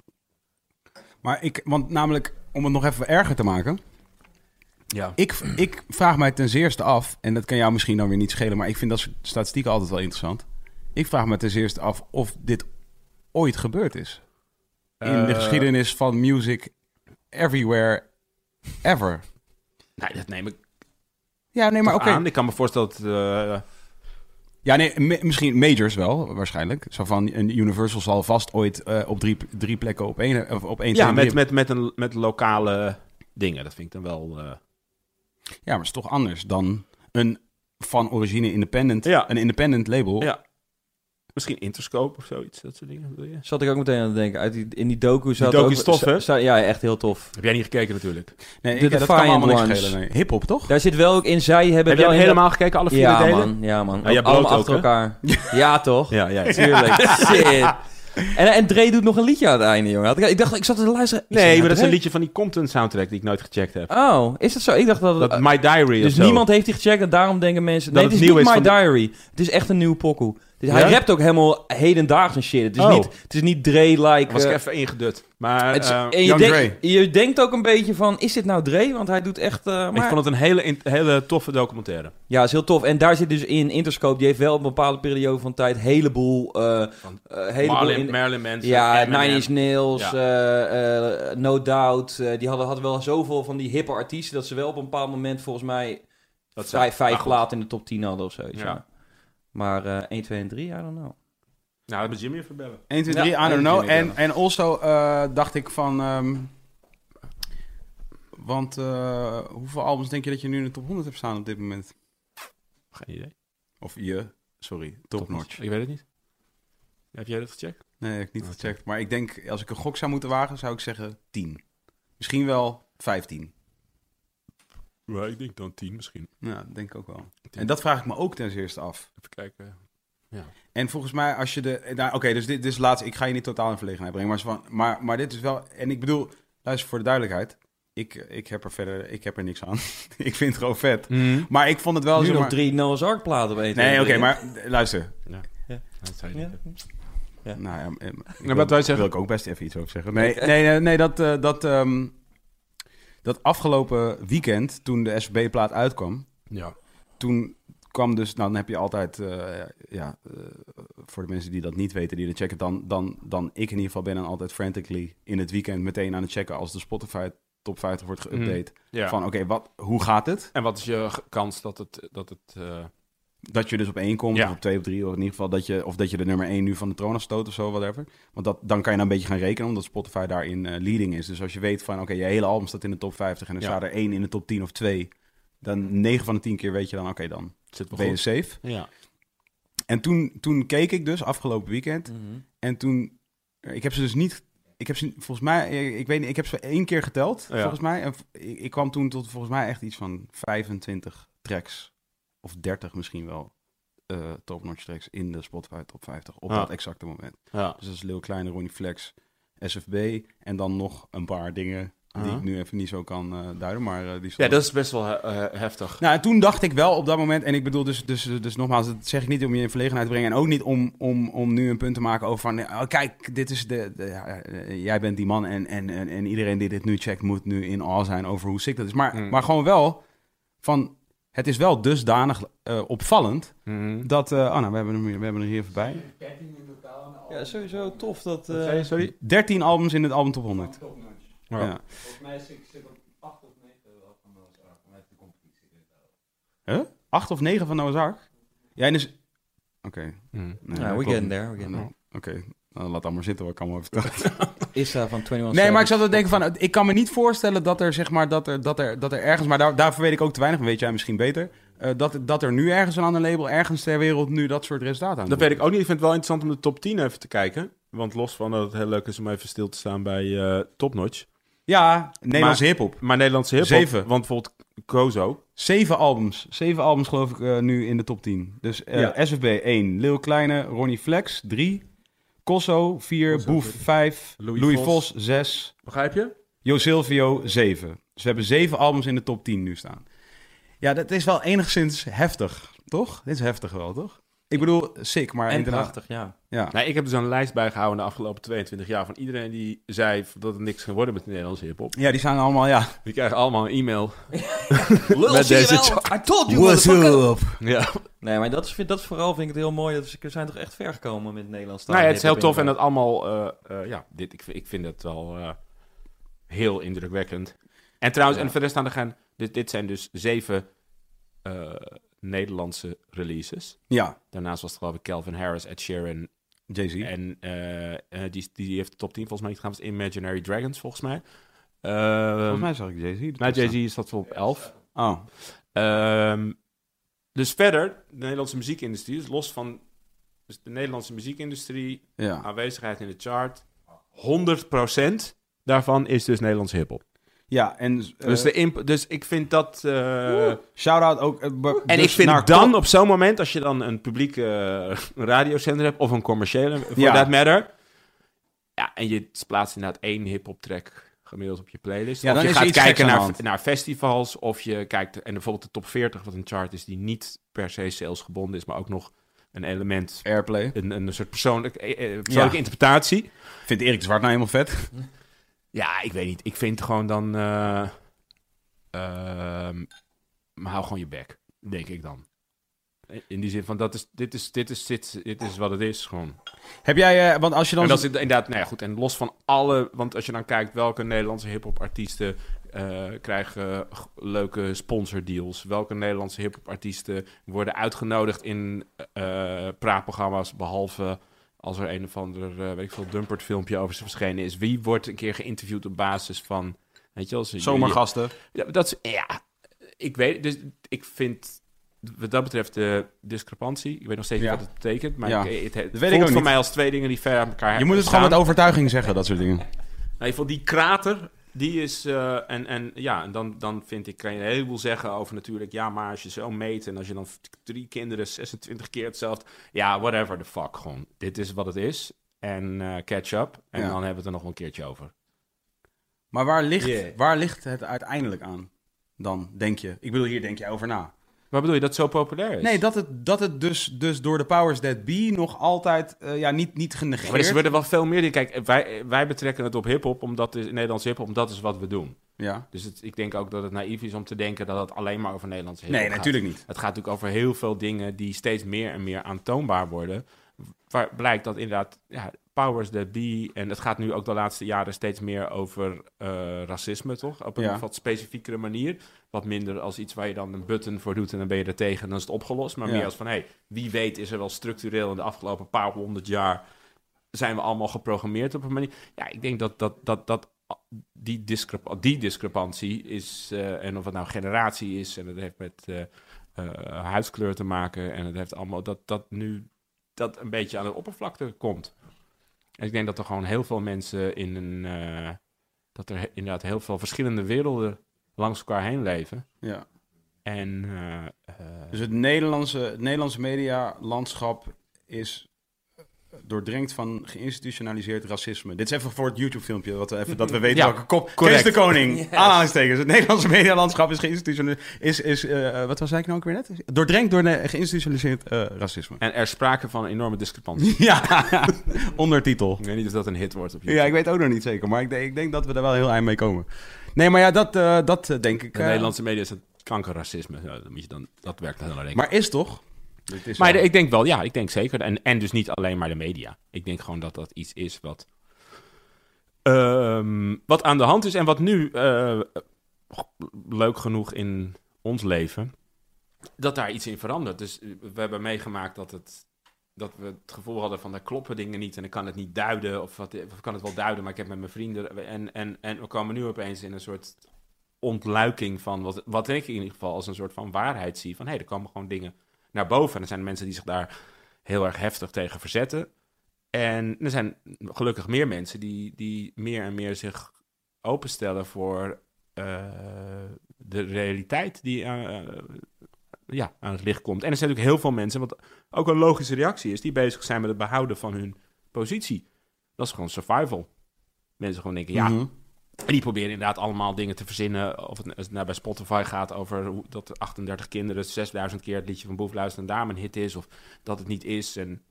Speaker 1: Maar ik, want namelijk, om het nog even erger te maken.
Speaker 3: Ja.
Speaker 1: Ik, ik vraag mij ten zeerste af, en dat kan jou misschien dan weer niet schelen, maar ik vind dat soort statistieken altijd wel interessant. Ik vraag me ten zeerste af of dit ooit gebeurd is. In de
Speaker 3: Eh,
Speaker 1: geschiedenis van music everywhere, ever.
Speaker 3: Nee, dat neem ik
Speaker 1: Ja, nee, maar
Speaker 3: maar
Speaker 1: oké.
Speaker 3: aan. Ik kan me voorstellen dat... eh,
Speaker 1: Ja, nee, ma- misschien majors wel, waarschijnlijk. Zo van, een Universal zal vast ooit eh, op drie, drie plekken op één... Of op één
Speaker 3: ja,
Speaker 1: twee,
Speaker 3: met,
Speaker 1: drie-
Speaker 3: met, met, een, met lokale dingen. Dat vind ik dan wel... eh,
Speaker 1: Ja, maar het is toch anders dan een van origine independent,
Speaker 3: Ja.
Speaker 1: een independent label.
Speaker 3: ja. Misschien Interscope of zoiets. Dat soort dingen, wil je?
Speaker 2: Zat ik ook meteen aan het denken. Uit die, in die docu zat
Speaker 3: docu
Speaker 2: ook...
Speaker 3: is tof, hè?
Speaker 2: za- Ja, echt heel tof.
Speaker 3: Heb jij niet gekeken natuurlijk.
Speaker 1: Nee, ik,
Speaker 2: De
Speaker 1: dat kan me allemaal niks
Speaker 2: Defiant
Speaker 1: schelen. Nee. Hip-hop, toch?
Speaker 2: Daar zit wel ook in, zij hebben wel...
Speaker 3: Heb jij hem
Speaker 2: in dat-
Speaker 3: helemaal gekeken, alle vier
Speaker 2: ja,
Speaker 3: delen?
Speaker 2: Man, ja, man.
Speaker 3: jij
Speaker 2: Ook allemaal
Speaker 3: brood ook,
Speaker 2: achter elkaar. Ja, toch?
Speaker 3: Ja, ja.
Speaker 2: Tuurlijk. Shit. En, en Dre doet nog een liedje aan het einde, jongen. Had Ik, ik dacht, ik zat te luisteren. Ik zei,
Speaker 3: Nee, maar dat is
Speaker 2: Dre?
Speaker 3: een liedje van die Compton soundtrack die ik nooit gecheckt heb.
Speaker 2: Oh, is dat zo? Ik dacht dat... het-
Speaker 3: Dat My Diary
Speaker 2: dus
Speaker 3: of zo.
Speaker 2: niemand heeft die gecheckt en daarom denken mensen... nee,
Speaker 3: Dat
Speaker 2: het
Speaker 3: het
Speaker 2: is
Speaker 3: nieuw
Speaker 2: niet
Speaker 3: is
Speaker 2: My
Speaker 3: van-
Speaker 2: Diary. Het is echt een nieuw pokoe. Dus hij
Speaker 3: Ja?
Speaker 2: rapt ook helemaal hedendaags en shit. Het is
Speaker 3: Oh.
Speaker 2: niet, het is niet Dre-like...
Speaker 3: was
Speaker 2: eh,
Speaker 3: ik even ingedut. Maar
Speaker 2: Het is-
Speaker 3: eh,
Speaker 2: en je,
Speaker 1: Young
Speaker 2: denkt- je denkt ook een beetje van, is dit nou Dre? Want hij doet echt... eh, maar...
Speaker 3: ik vond het een hele, in- hele toffe documentaire.
Speaker 2: Ja, is heel tof. En daar zit dus in Interscope, die heeft wel op een bepaalde periode van tijd een heleboel... eh,
Speaker 3: Van
Speaker 2: eh, heleboel
Speaker 3: Marlin,
Speaker 2: in-
Speaker 3: Marilyn Manson.
Speaker 2: ja,
Speaker 3: Eminem.
Speaker 2: Nine Inch Nails,
Speaker 3: Ja.
Speaker 2: eh, eh, No Doubt. eh, die hadden, hadden wel zoveel van die hippe artiesten... dat ze wel op een bepaald moment volgens mij
Speaker 3: Dat zou-
Speaker 2: vijf, vijf
Speaker 3: maar Nou, goed.
Speaker 2: platen in de top 10 hadden of zo. Ja.
Speaker 3: Ja.
Speaker 2: Maar eh 1, 2 en 3, I don't know.
Speaker 3: Nou, dat moet Jimmy even bellen.
Speaker 1: 1, 2,
Speaker 2: Ja,
Speaker 1: 3, I don't
Speaker 2: en
Speaker 1: know.
Speaker 2: Jimmy
Speaker 1: En, en also eh, dacht ik van... ehm, want eh, hoeveel albums denk je dat je nu in de top 100 hebt staan op dit moment?
Speaker 3: Geen idee.
Speaker 1: Of je, sorry, top notch.
Speaker 3: Ik weet het niet. Heb jij dat gecheckt?
Speaker 1: Nee, ik heb niet gecheckt. Maar ik denk, als ik een gok zou moeten wagen, zou ik zeggen 10. Misschien wel 15.
Speaker 3: Ja, ik denk dan tien misschien.
Speaker 1: Ja, dat denk ik ook wel.
Speaker 3: Tien.
Speaker 1: En dat vraag ik me ook ten eerste af.
Speaker 3: Even kijken.
Speaker 1: En volgens mij, als je de... Nou, Oké, dus dit, dit is laatst. Ik ga je niet totaal in verlegenheid brengen. Maar, is van, maar, maar dit is wel... En ik bedoel, luister voor de duidelijkheid. Ik, eh, ik heb er verder... Ik heb er niks aan. ik vind het gewoon vet. Maar ik vond het wel...
Speaker 2: Nu
Speaker 1: zeg
Speaker 2: nog
Speaker 1: maar-
Speaker 2: drie Noah's Ark platen op 1, 2
Speaker 1: Nee,
Speaker 2: en
Speaker 1: oké,
Speaker 2: 3, hè?
Speaker 1: maar eh, luister.
Speaker 3: Dat zei
Speaker 2: Ja.
Speaker 3: je niet.
Speaker 2: Ja.
Speaker 1: Nou ja, eh, ik
Speaker 3: wat
Speaker 1: wil-
Speaker 3: wij zeggen.
Speaker 1: wil ik ook best even iets over zeggen. Nee, nee, nee, nee, dat, eh, dat, ehm, dat afgelopen weekend, toen de SB-plaat uitkwam,
Speaker 3: Ja.
Speaker 1: toen kwam dus, nou dan heb je altijd, eh, ja, eh, voor de mensen die dat niet weten, die dat checken, dan, dan, dan ik in ieder geval ben dan altijd frantically in het weekend meteen aan het checken als de Spotify top 50 wordt geüpdate.
Speaker 3: Mhm, ja.
Speaker 1: Van oké, wat, hoe gaat het?
Speaker 3: En wat is je g- kans dat het... Dat het eh,
Speaker 1: Dat je dus op één komt,
Speaker 3: Ja.
Speaker 1: of op twee, op drie, of in ieder geval dat je, of dat je de nummer één nu van de troon afstoot of zo, whatever. Want dat, dan kan je dan een beetje gaan rekenen, omdat Spotify daarin eh, leading is. Dus als je weet van, oké, je hele album staat in de top 50 en er
Speaker 3: Ja.
Speaker 1: staat er één in de top 10 of twee, dan 9 van de 10 keer weet je dan, oké, dan
Speaker 3: zit wel
Speaker 1: ben je
Speaker 3: goed.
Speaker 1: safe.
Speaker 3: Ja.
Speaker 1: En toen, toen keek ik dus afgelopen weekend
Speaker 2: Mhm.
Speaker 1: en toen, ik heb ze dus niet, ik heb ze volgens mij, eh, ik weet niet, ik heb ze één keer geteld,
Speaker 3: Ja.
Speaker 1: volgens mij. En v- ik, ik kwam toen tot volgens mij echt iets van 25 tracks, of 30 misschien wel, eh top-notch tracks in de Spotify top 50 op
Speaker 3: Ja.
Speaker 1: dat exacte moment.
Speaker 3: Ja.
Speaker 1: Dus dat is Lil Kleine, Ronnie Flex, SFB en dan nog een paar dingen Die
Speaker 3: Aha.
Speaker 1: ik nu even niet zo kan eh, duiden, maar eh, die
Speaker 3: Uh-huh. Ja,
Speaker 1: stond-
Speaker 3: dat is best wel eh, eh, heftig.
Speaker 1: Nou, en toen dacht ik wel op dat moment, en ik bedoel dus, dus, dus nogmaals, dat zeg ik niet om je in verlegenheid te brengen en ook niet om, om, om nu een punt te maken over van, oh, kijk, dit is de, de- ja, eh, jij bent die man en, en, en, en iedereen die dit nu checkt moet nu in awe zijn over hoe sick dat is. Maar,
Speaker 3: Mm.
Speaker 2: Hmm.
Speaker 1: maar gewoon wel van, het is wel dusdanig eh, opvallend
Speaker 2: Mm-hmm.
Speaker 3: Mhm.
Speaker 1: dat, eh oh nou, we hebben hem hier, we hebben hem hier even bij.
Speaker 2: Ja, sowieso tof dat... eh,
Speaker 1: 13 albums in het album top 100.
Speaker 3: Ja.
Speaker 1: Ja.
Speaker 2: Volgens mij zit ik op 8 of 9 van Mozart vanuit de competitie.
Speaker 1: Huh? 8 of 9 van Noah's Ark? Ja, en is... dus- Oké.
Speaker 3: Mhm.
Speaker 1: Nee,
Speaker 2: Nou, we
Speaker 1: klopt.
Speaker 2: getting there, we getting there.
Speaker 1: Oké, nou, laat dat maar zitten, wat ik allemaal vertellen.
Speaker 2: Issa eh, van 21
Speaker 1: Nee, maar ik
Speaker 2: Savage.
Speaker 1: zat wel te denken van, ik kan me niet voorstellen dat er, zeg maar, dat er, dat er, dat er ergens, maar daar, daarvoor weet ik ook te weinig, weet jij misschien beter, eh, dat, dat er nu ergens een ander label, ergens ter wereld nu dat soort resultaten aan
Speaker 3: Dat weet ik ook niet. Ik vind het wel interessant om de top 10 even te kijken. Want los van dat het heel leuk is om even stil te staan bij eh Topnotch.
Speaker 1: Ja, Nederlandse hiphop.
Speaker 3: Maar Nederlandse hiphop...
Speaker 1: Zeven.
Speaker 3: Want bijvoorbeeld Kozo.
Speaker 1: Zeven albums, zeven albums geloof ik eh, nu in de top 10. Dus eh,
Speaker 3: Ja.
Speaker 1: SFB 1, Lil Kleine, Ronnie Flex 3, Cosso 4,
Speaker 3: Cosso,
Speaker 1: Boef 5,
Speaker 3: Louis
Speaker 1: Louis,
Speaker 3: Vos.
Speaker 1: Vos 6,
Speaker 3: Begrijp je?
Speaker 1: Jo Silvio 7. Ze hebben zeven albums in de top 10 nu staan. Ja, dat is wel enigszins heftig, toch? Dit is heftig wel, toch? Ik bedoel, sick, maar
Speaker 2: En
Speaker 1: inderdaad-
Speaker 2: prachtig, ja.
Speaker 1: Ja.
Speaker 3: Nee, ik heb dus een lijst bijgehouden de afgelopen 22 jaar... van iedereen die zei dat het niks ging worden met de Nederlandse hiphop.
Speaker 1: ja, die staan allemaal, ja.
Speaker 3: Die krijgen allemaal een e-mail.
Speaker 2: Lul,
Speaker 3: Met
Speaker 2: zie je
Speaker 3: deze
Speaker 2: wel? I told you,
Speaker 8: What's
Speaker 2: motherfucker!
Speaker 8: up?
Speaker 3: Ja.
Speaker 2: Nee, maar dat, is, dat is vooral vind ik het heel mooi. Dat ze, we zijn toch echt ver gekomen met Nederlands
Speaker 3: Nou ja, het is heel tof en dat allemaal... eh, eh, ja, dit, ik, ik vind het wel eh, heel indrukwekkend. En trouwens, en verder staan er gaan... Dit, dit zijn dus zeven eh, Nederlandse releases.
Speaker 1: Ja,
Speaker 3: Daarnaast was het geloof ik Calvin Harris, Ed Sheeran
Speaker 1: Jay-Z.
Speaker 3: en eh, eh, die, die heeft de top 10 volgens mij niet gedaan. was Imaginary Dragons volgens mij. Ehm,
Speaker 1: Volgens mij zag ik Jay-Z.
Speaker 3: nou, Jay-Z is dat wel op 11.
Speaker 1: Oh,
Speaker 3: Ehm, dus verder, de Nederlandse muziekindustrie, dus los van dus de Nederlandse muziekindustrie,
Speaker 1: ja.
Speaker 3: aanwezigheid in de chart, 100% daarvan is dus Nederlandse hiphop.
Speaker 1: Ja, en... eh,
Speaker 3: dus, de imp- dus ik vind dat... eh,
Speaker 1: Shout-out ook... eh, be-
Speaker 3: En
Speaker 1: dus
Speaker 3: ik vind
Speaker 1: naar
Speaker 3: dan
Speaker 1: Top-
Speaker 3: op zo'n moment, als je dan een publieke eh, radiozender hebt of een commerciële, for
Speaker 1: Ja.
Speaker 3: that matter. Ja, en je plaatst inderdaad één hip-hop track gemiddeld op je playlist.
Speaker 1: Ja,
Speaker 3: of
Speaker 1: dan
Speaker 3: je
Speaker 1: is er
Speaker 3: gaat
Speaker 1: iets geks
Speaker 3: kijken
Speaker 1: aan de
Speaker 3: naar,
Speaker 1: hand.
Speaker 3: naar festivals, of je kijkt, en bijvoorbeeld de top 40, wat een chart is die niet per se salesgebonden is, maar ook nog een element,
Speaker 1: Airplay.
Speaker 3: een, een soort persoonlijk, eh, eh, persoonlijke interpretatie.
Speaker 1: Vindt Erik de Zwart nou helemaal vet?
Speaker 3: Ja, ik weet niet. Ik vind gewoon dan, eh, ehm, maar hou gewoon je bek, denk ik dan. In die zin van, dat is, dit, is, dit, is, dit, is, dit is wat het is gewoon.
Speaker 1: Heb jij... eh, want als je dan...
Speaker 3: En dat is inderdaad, nou ja, goed. En los van alle, want als je dan kijkt welke Nederlandse hip-hop artiesten krijgen g- leuke sponsordeals, welke Nederlandse hip-hop artiesten worden uitgenodigd in eh, praatprogramma's, behalve als er een of ander, eh, weet ik veel, dumpert filmpje over ze verschenen is. Wie wordt een keer geïnterviewd op basis van, weet je wel, ze-
Speaker 1: Zomergasten.
Speaker 3: ja, maar dat is, ja, ik weet, dus ik vind wat dat betreft de discrepantie. Ik weet nog steeds
Speaker 1: Ja.
Speaker 3: niet wat het betekent, maar
Speaker 1: Ja.
Speaker 3: ik, het, het
Speaker 1: weet ik
Speaker 3: voelt
Speaker 1: ook
Speaker 3: voor
Speaker 1: niet.
Speaker 3: mij als twee dingen die ver aan elkaar Nou,
Speaker 1: Je moet het gewoon met overtuiging zeggen, dat soort dingen.
Speaker 3: Nee, voor die krater, die is, eh, en, en ja, en dan, dan vind ik, kan je een heleboel zeggen over natuurlijk, ja, maar als je zo meet en als je dan v- drie kinderen 26 keer hetzelfde, ja, whatever the fuck, gewoon. Dit is wat het is. En eh, catch up. En
Speaker 1: Ja.
Speaker 3: dan hebben we het er nog wel een keertje over.
Speaker 1: Maar waar ligt,
Speaker 3: Yeah.
Speaker 1: waar ligt het uiteindelijk aan? Dan, denk je. Ik bedoel, hier denk jij over na.
Speaker 3: Waar bedoel je dat zo populair is?
Speaker 1: Nee, dat het, dat het dus, dus door de powers that be nog altijd eh, ja, niet, niet
Speaker 3: Ja, maar er
Speaker 1: genegeerd.
Speaker 3: worden wel veel meer dingen. Kijk, wij, wij betrekken het op hip-hop, omdat het Nederlandse hip-hop, omdat dat is wat we doen.
Speaker 1: Ja.
Speaker 3: Dus het, ik denk ook dat het naïef is om te denken dat het alleen maar over Nederlandse hip-hop
Speaker 1: Nee,
Speaker 3: gaat.
Speaker 1: natuurlijk niet.
Speaker 3: Het gaat natuurlijk over heel veel dingen die steeds meer en meer aantoonbaar worden. Waar blijkt dat inderdaad ja, powers that be... en het gaat nu ook de laatste jaren steeds meer over eh, racisme, toch? Op een
Speaker 1: Ja.
Speaker 3: wat specifiekere manier. Wat minder als iets waar je dan een button voor doet... en dan ben je er tegen en dan is het opgelost. Maar
Speaker 1: Ja.
Speaker 3: meer als van, hé, hey, wie weet is er wel structureel... in de afgelopen paar honderd jaar... zijn we allemaal geprogrammeerd op een manier. Ja, ik denk dat, dat, dat, dat die, discrepa- die discrepantie is... eh, en of het nou generatie is... en het heeft met... eh, eh, huidskleur te maken. En het heeft allemaal dat dat nu dat een beetje aan de oppervlakte komt. En ik denk dat er gewoon heel veel mensen in een. eh, dat er he- inderdaad heel veel verschillende werelden langs elkaar heen leven.
Speaker 1: ja.
Speaker 3: En. eh, eh,
Speaker 1: Dus het Nederlandse, het Nederlandse medialandschap is doordrenkt van geïnstitutionaliseerd racisme. Dit is even voor het YouTube-filmpje, wat we even, dat we weten
Speaker 3: Ja,
Speaker 1: welke kop...
Speaker 3: correct.
Speaker 1: Kees de Koning, aanhalingstekens. Het Nederlandse medialandschap is geïnstitutionaliseerd... Is, is, eh, wat was ik nou ook weer net? Doordrenkt door eh, geïnstitutionaliseerd eh, racisme.
Speaker 3: En er sprake van een enorme discrepantie.
Speaker 1: Ja, ondertitel.
Speaker 3: ik weet niet of dat een hit wordt op YouTube.
Speaker 1: Ja, ik weet ook nog niet zeker, maar ik, denk- ik denk dat we er wel heel eind mee komen. Nee, maar ja, dat, eh, dat eh, denk ik.
Speaker 3: De
Speaker 1: eh,
Speaker 3: Nederlandse media is een kankerracisme. Ja, dan moet je dan, dat werkt dan heel erg. Maar,
Speaker 1: Maar is toch? Het is
Speaker 3: maar
Speaker 1: wel-
Speaker 3: ik denk wel, ja, ik denk zeker. En, en dus niet alleen maar de media. Ik denk gewoon dat dat iets is wat, ehm, wat aan de hand is en wat nu eh, leuk genoeg in ons leven, dat daar iets in verandert. Dus eh, we hebben meegemaakt dat het dat we het gevoel hadden van daar kloppen dingen niet en ik kan het niet duiden of, wat, of ik kan het wel duiden, maar ik heb met mijn vrienden en, en, en we komen nu opeens in een soort ontluiking van wat, wat ik in ieder geval als een soort van waarheid zie van hé, er komen gewoon dingen naar boven en er zijn mensen die zich daar heel erg heftig tegen verzetten en er zijn gelukkig meer mensen die, die meer en meer zich openstellen voor eh, de realiteit die eh, eh, ja, aan het licht komt. En er zijn natuurlijk heel veel mensen, wat ook een logische reactie is, die bezig zijn met het behouden van hun positie. Dat is gewoon survival. Mensen gewoon denken, ja,
Speaker 1: Mhm.
Speaker 3: en die proberen inderdaad allemaal dingen te verzinnen. Of het, als het nou bij Spotify gaat over hoe, dat er 38 kinderen 6000 keer het liedje van Boef Luister en Dame een hit is. Of dat het niet is. En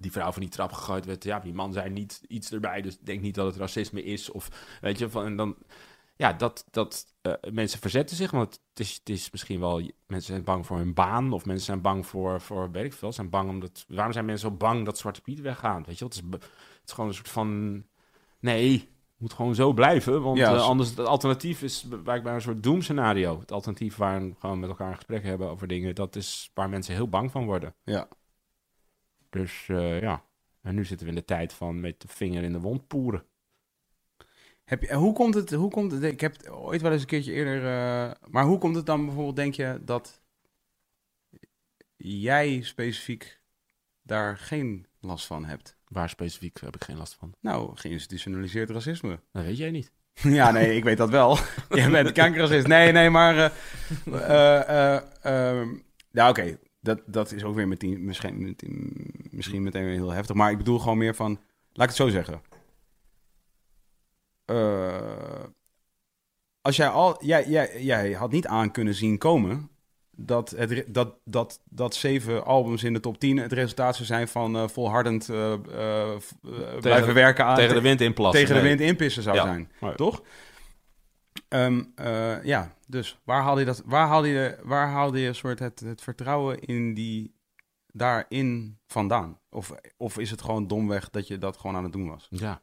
Speaker 3: die vrouw van die trap gegooid werd. Ja, die man zei niet iets erbij. Dus ik denk niet dat het racisme is. Of weet je, van, en dan... Ja, dat, dat eh, mensen verzetten zich. Want het is, het is misschien wel... Mensen zijn bang voor hun baan. Of mensen zijn bang voor, voor weet ik veel. Zijn bang omdat, waarom zijn mensen zo bang dat Zwarte Piet weggaat? Weet je, wel? het is, be- het is gewoon een soort van... Nee, moet gewoon zo blijven. Want
Speaker 1: Ja,
Speaker 3: eh,
Speaker 1: als-
Speaker 3: anders, het alternatief is blijkbaar een soort doemscenario. Het alternatief waar we gewoon met elkaar een gesprek hebben over dingen... dat is waar mensen heel bang van worden.
Speaker 1: Ja.
Speaker 3: Dus eh, ja, en nu zitten we in de tijd van met de vinger in de wond poeren.
Speaker 1: Heb je, en hoe komt het? Hoe komt het? Ik heb het ooit wel eens een keertje eerder. eh, maar hoe komt het dan bijvoorbeeld, denk je, dat jij specifiek daar geen last van hebt?
Speaker 3: Waar specifiek heb ik geen last van.
Speaker 1: Nou, geïnstitutionaliseerd racisme.
Speaker 3: Dat weet jij niet.
Speaker 1: Ja, nee, ik weet dat wel. Jij bent kankerracist. Nee, nee, maar... eh, eh, eh, ehm, nou, oké. Dat, dat is ook weer meteen, misschien, meteen- misschien meteen weer heel heftig. Maar ik bedoel gewoon meer van... Laat ik het zo zeggen. Eh, als jij al... Jij, jij, jij had niet aan kunnen zien komen... Dat, het, re- dat, dat, dat zeven albums in de top 10 het resultaat zou zijn van eh, volhardend eh, eh, v- eh, blijven werken aan
Speaker 3: Ah, Tegen de wind inplassen.
Speaker 1: tegen de
Speaker 3: nee.
Speaker 1: wind inpissen zou
Speaker 3: Oh Ja.
Speaker 1: zijn.
Speaker 3: Maar-
Speaker 1: Toch? Ehm, eh, ja, dus waar haalde je, dat, waar haalde je, waar haalde je soort het, het vertrouwen in die, daarin vandaan? Of, of is het gewoon domweg dat je dat gewoon aan het doen was?
Speaker 3: Ja.